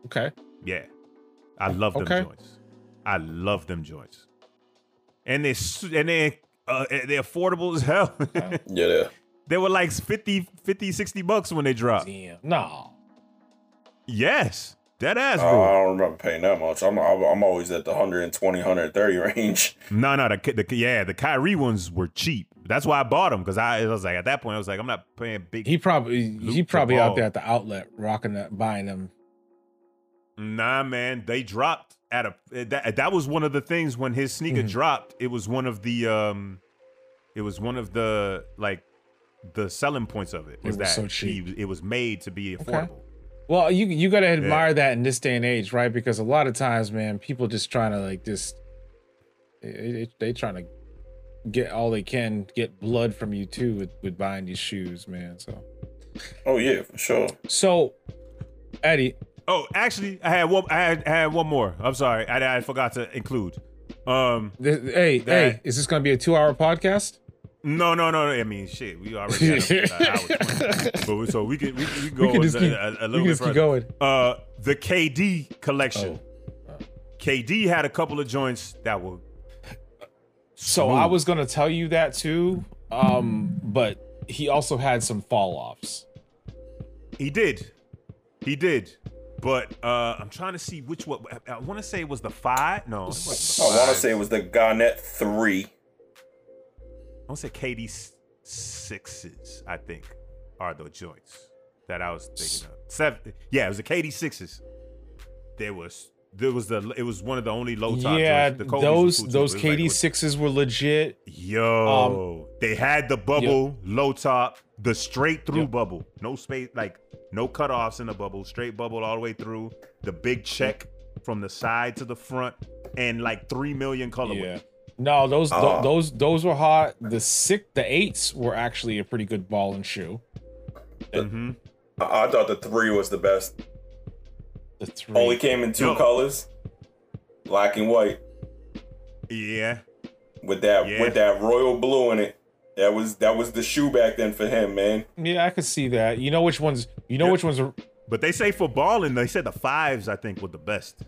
[SPEAKER 1] Okay.
[SPEAKER 2] Yeah, I love them
[SPEAKER 1] Okay.
[SPEAKER 2] joints. I love them joints, and they s- and they uh, they're affordable as hell.
[SPEAKER 3] Yeah, yeah.
[SPEAKER 2] they were like 50, 50, 60 bucks when they dropped.
[SPEAKER 1] Damn. No.
[SPEAKER 2] Yes, dead ass,
[SPEAKER 3] Oh, I
[SPEAKER 2] bro.
[SPEAKER 3] don't remember paying that much. I'm I'm, I'm always at the 120, 130 range.
[SPEAKER 2] No, no, the, Ky- the Ky- yeah, the Kyrie ones were cheap. That's why I bought them because I, I was like at that point I was like I'm not paying big.
[SPEAKER 1] He probably he
[SPEAKER 2] Luke
[SPEAKER 1] probably out
[SPEAKER 2] Cabal.
[SPEAKER 1] there at the outlet rocking that buying them.
[SPEAKER 2] Nah, man, they dropped at a that that was one of the things when his sneaker
[SPEAKER 1] Mhm.
[SPEAKER 2] dropped. It was one of the um, it was one of the like the selling points of it was,
[SPEAKER 1] was
[SPEAKER 2] that
[SPEAKER 1] so cheap.
[SPEAKER 2] He, it was made to be affordable.
[SPEAKER 1] Well, you you gotta admire that in this day and age, right? Because a lot of times, man, people just trying to like just they- they, they trying to get all they can get blood from you too with, with buying these shoes, man. So
[SPEAKER 3] Oh yeah, for sure.
[SPEAKER 1] so Eddie,
[SPEAKER 2] Oh, actually, I had one. I had, I had one more. I'm sorry, I, I forgot to include. Um,
[SPEAKER 1] th- hey
[SPEAKER 2] That-
[SPEAKER 1] hey, is this gonna be a two hour podcast?
[SPEAKER 2] no, no, no. no, I mean, shit, we already had a, a hour 20. but we- so we can we, can- we can go
[SPEAKER 1] We can
[SPEAKER 2] a-
[SPEAKER 1] just keep-
[SPEAKER 2] a,
[SPEAKER 1] We
[SPEAKER 2] a little
[SPEAKER 1] can
[SPEAKER 2] bit
[SPEAKER 1] just keep
[SPEAKER 2] further.
[SPEAKER 1] going.
[SPEAKER 2] Uh, the KD collection.
[SPEAKER 1] Oh.
[SPEAKER 2] KD had a couple of joints that were.
[SPEAKER 1] So I was gonna tell you that too, um, but he also had some fall offs.
[SPEAKER 2] He did, he did, but uh I'm trying to see which one. I, want to say it was the five. No, it
[SPEAKER 3] I
[SPEAKER 2] wasn't the
[SPEAKER 3] want to
[SPEAKER 2] five.
[SPEAKER 3] say it was the Garnet three.
[SPEAKER 2] I want to say KD s- sixes. I think are the joints that I was thinking of. Seven. Yeah, it was the KD sixes. There was. There was the. It was one of the only low top.
[SPEAKER 1] yeah,
[SPEAKER 2] joints. The Kobe's
[SPEAKER 1] those
[SPEAKER 2] was cool
[SPEAKER 1] those
[SPEAKER 2] too, but it was like-
[SPEAKER 1] KD sixes were legit.
[SPEAKER 2] Yo, they had the bubble, low top, the straight through bubble, no space, like no cutoffs in the bubble, straight bubble all the way through, the big check from the side to the front, and like three million colorways.
[SPEAKER 1] Yeah. No, those tho-
[SPEAKER 2] Oh.
[SPEAKER 3] Ah.
[SPEAKER 1] those those were hot. The six, the eights were actually a pretty good ball and shoe.
[SPEAKER 2] Mm-hmm.
[SPEAKER 3] I, I thought the three was the best.
[SPEAKER 1] The three,
[SPEAKER 2] Oh,
[SPEAKER 3] Only came in two
[SPEAKER 2] No.
[SPEAKER 3] colors, black and white,
[SPEAKER 2] Yeah.
[SPEAKER 3] with that
[SPEAKER 2] Yeah.
[SPEAKER 3] with that royal blue in it. That was that was the shoe back then for him, man.
[SPEAKER 1] yeah, I could see that. You know which ones? You know
[SPEAKER 2] Yeah.
[SPEAKER 1] which ones are?
[SPEAKER 2] But they say for balling, they said the fives I think were the best.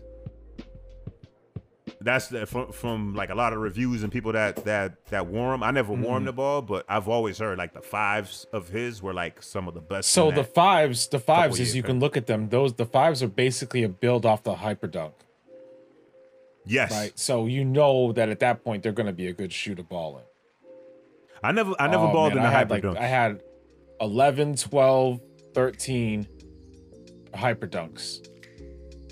[SPEAKER 2] That's the, from, from like a lot of reviews and people that that that wore them. I never wore
[SPEAKER 1] Mm-hmm.
[SPEAKER 2] 'em the ball, but I've always heard like the fives of his were like some of the best.
[SPEAKER 1] So
[SPEAKER 2] in
[SPEAKER 1] the
[SPEAKER 2] that.
[SPEAKER 1] fives, the fives,
[SPEAKER 2] years
[SPEAKER 1] as you
[SPEAKER 2] back.
[SPEAKER 1] can look at them, those the fives are basically a build off the hyperdunk,
[SPEAKER 2] yes,
[SPEAKER 1] right? So you know that at that point they're going to be a good shoe to ball in.
[SPEAKER 2] I never I never
[SPEAKER 1] Oh,
[SPEAKER 2] balled
[SPEAKER 1] man,
[SPEAKER 2] in the
[SPEAKER 1] I had like
[SPEAKER 2] hyperdunk.
[SPEAKER 1] I had 11, 12, 13 hyperdunks.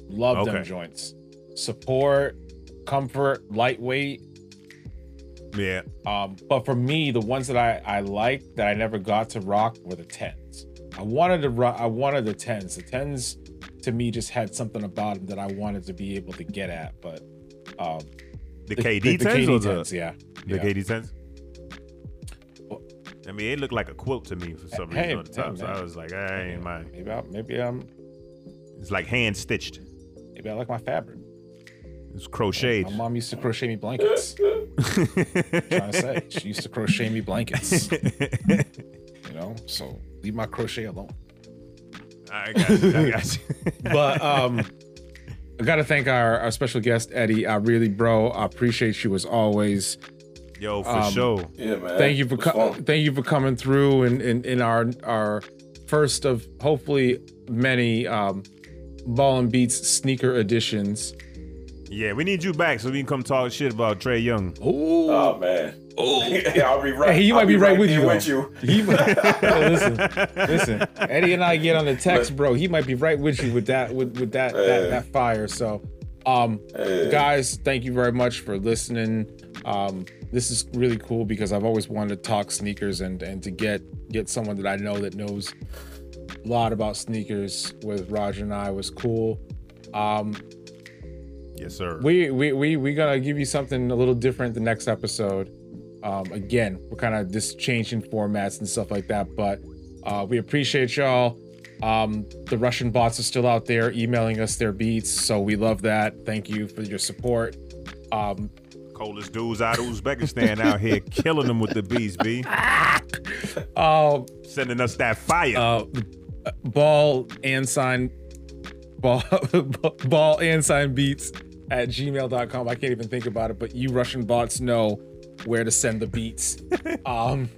[SPEAKER 1] Love them
[SPEAKER 2] Okay.
[SPEAKER 1] joints. Support, comfort, lightweight.
[SPEAKER 2] yeah,
[SPEAKER 1] Um, but for me, the ones that I, I liked that I never got to rock were the tens. I wanted to rock. I wanted the tens. The tens to me just had something about them that I wanted to be able to get at. But um,
[SPEAKER 2] the, KD
[SPEAKER 1] the
[SPEAKER 2] tens
[SPEAKER 1] KD
[SPEAKER 2] or the,
[SPEAKER 1] 10s, yeah,
[SPEAKER 2] the
[SPEAKER 1] yeah.
[SPEAKER 2] KD tens. I mean, it looked like a quilt to me for some reason
[SPEAKER 1] Hey,
[SPEAKER 2] on the top.
[SPEAKER 1] hey,
[SPEAKER 2] so
[SPEAKER 1] man.
[SPEAKER 2] I was like, I ain't mine.
[SPEAKER 1] Maybe I, maybe I'm
[SPEAKER 2] It's like hand stitched.
[SPEAKER 1] maybe I like my fabric.
[SPEAKER 2] It's crocheted.
[SPEAKER 1] My mom used to crochet me blankets. trying to say she used to crochet me blankets. you know, so leave my crochet alone.
[SPEAKER 2] I got you. I got you.
[SPEAKER 1] But um, I gotta thank our, our special guest Eddie. I really, bro, I appreciate you as always.
[SPEAKER 2] Yo, for
[SPEAKER 1] Um,
[SPEAKER 2] sure.
[SPEAKER 3] Yeah, man.
[SPEAKER 1] Thank you for
[SPEAKER 3] It was
[SPEAKER 1] co-
[SPEAKER 3] fun.
[SPEAKER 1] thank you for coming through and in, in, our our first of hopefully many um, ball and beats sneaker editions.
[SPEAKER 2] Yeah, we need you back so we can come talk shit about Trey Young.
[SPEAKER 1] Ooh,
[SPEAKER 3] Oh man. yeah, I'll be right.
[SPEAKER 1] Hey, he might
[SPEAKER 3] I'll
[SPEAKER 1] be right with
[SPEAKER 3] there
[SPEAKER 1] you,
[SPEAKER 3] With
[SPEAKER 1] though.
[SPEAKER 3] you.
[SPEAKER 1] He might, Yo, listen, listen. Eddie and I get on the text, bro. He might be right with you with that, with with that, that,
[SPEAKER 3] Yeah.
[SPEAKER 1] that fire. So, um,
[SPEAKER 3] Yeah.
[SPEAKER 1] guys, thank you very much for listening. Um, this is really cool because I've always wanted to talk sneakers and and to get get someone that I know that knows a lot about sneakers with Roger and I was cool. Um,
[SPEAKER 2] Yes, sir.
[SPEAKER 1] we we we we gonna give you something a little different the next episode. Um, again, we're kind of just changing formats and stuff like that, but uh, we appreciate y'all. Um, the Russian bots are still out there emailing us their beats, so we love that. Thank you for your support. Um,
[SPEAKER 2] Coldest dudes out of Uzbekistan out here killing them with the bees, B.
[SPEAKER 1] uh,
[SPEAKER 2] Sending us that fire.
[SPEAKER 1] uh, ball and sign ball ball and sign beats at gmail.com i can't even think about it but you russian bots know where to send the beats um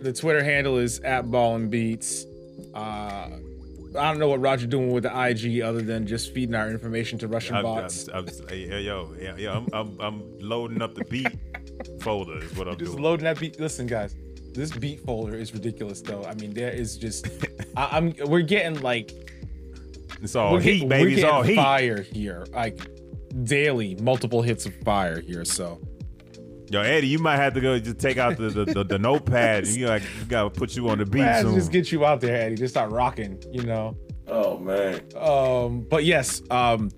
[SPEAKER 1] the twitter handle is at ball and beats uh I don't know what Roger doing with the IG other than just feeding our information to Russian
[SPEAKER 2] I'm, I'm,
[SPEAKER 1] bots.
[SPEAKER 2] I'm, yeah, yo, yeah, yeah, I'm, I'm, I'm loading up the beat folder is what I'm
[SPEAKER 1] just
[SPEAKER 2] doing.
[SPEAKER 1] loading that beat. Listen, guys, this beat folder is ridiculous though. I mean, there is just I, I'm we're getting like
[SPEAKER 2] it's all
[SPEAKER 1] we're
[SPEAKER 2] heat,
[SPEAKER 1] getting-
[SPEAKER 2] baby.
[SPEAKER 1] we're
[SPEAKER 2] It's all
[SPEAKER 1] getting
[SPEAKER 2] heat.
[SPEAKER 1] fire here, like daily, multiple hits of fire here. So
[SPEAKER 2] Yo, Eddie, you might have to go just take out the the, the, the notepad. You got, you got to put you on the beat
[SPEAKER 1] let's
[SPEAKER 2] soon.
[SPEAKER 1] just get you out there, Eddie. Just start rocking, you know.
[SPEAKER 3] Oh man.
[SPEAKER 1] Um, but yes, um,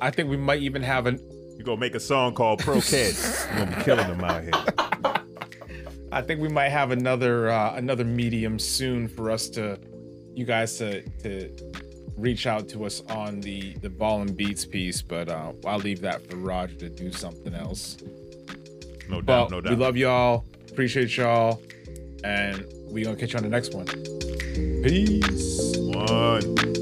[SPEAKER 1] I think we might even have an.
[SPEAKER 2] you gonna make a song called Pro Kids. You're gonna be killing them out here.
[SPEAKER 1] I think we might have another uh, another medium soon for us to, you guys to to reach out to us on the the ball and beats piece. But uh, I'll leave that for Roger to do something else.
[SPEAKER 2] No doubt,
[SPEAKER 1] But
[SPEAKER 2] no doubt.
[SPEAKER 1] we love y'all, appreciate y'all, and we gonna catch you on the next one. Peace.
[SPEAKER 2] One.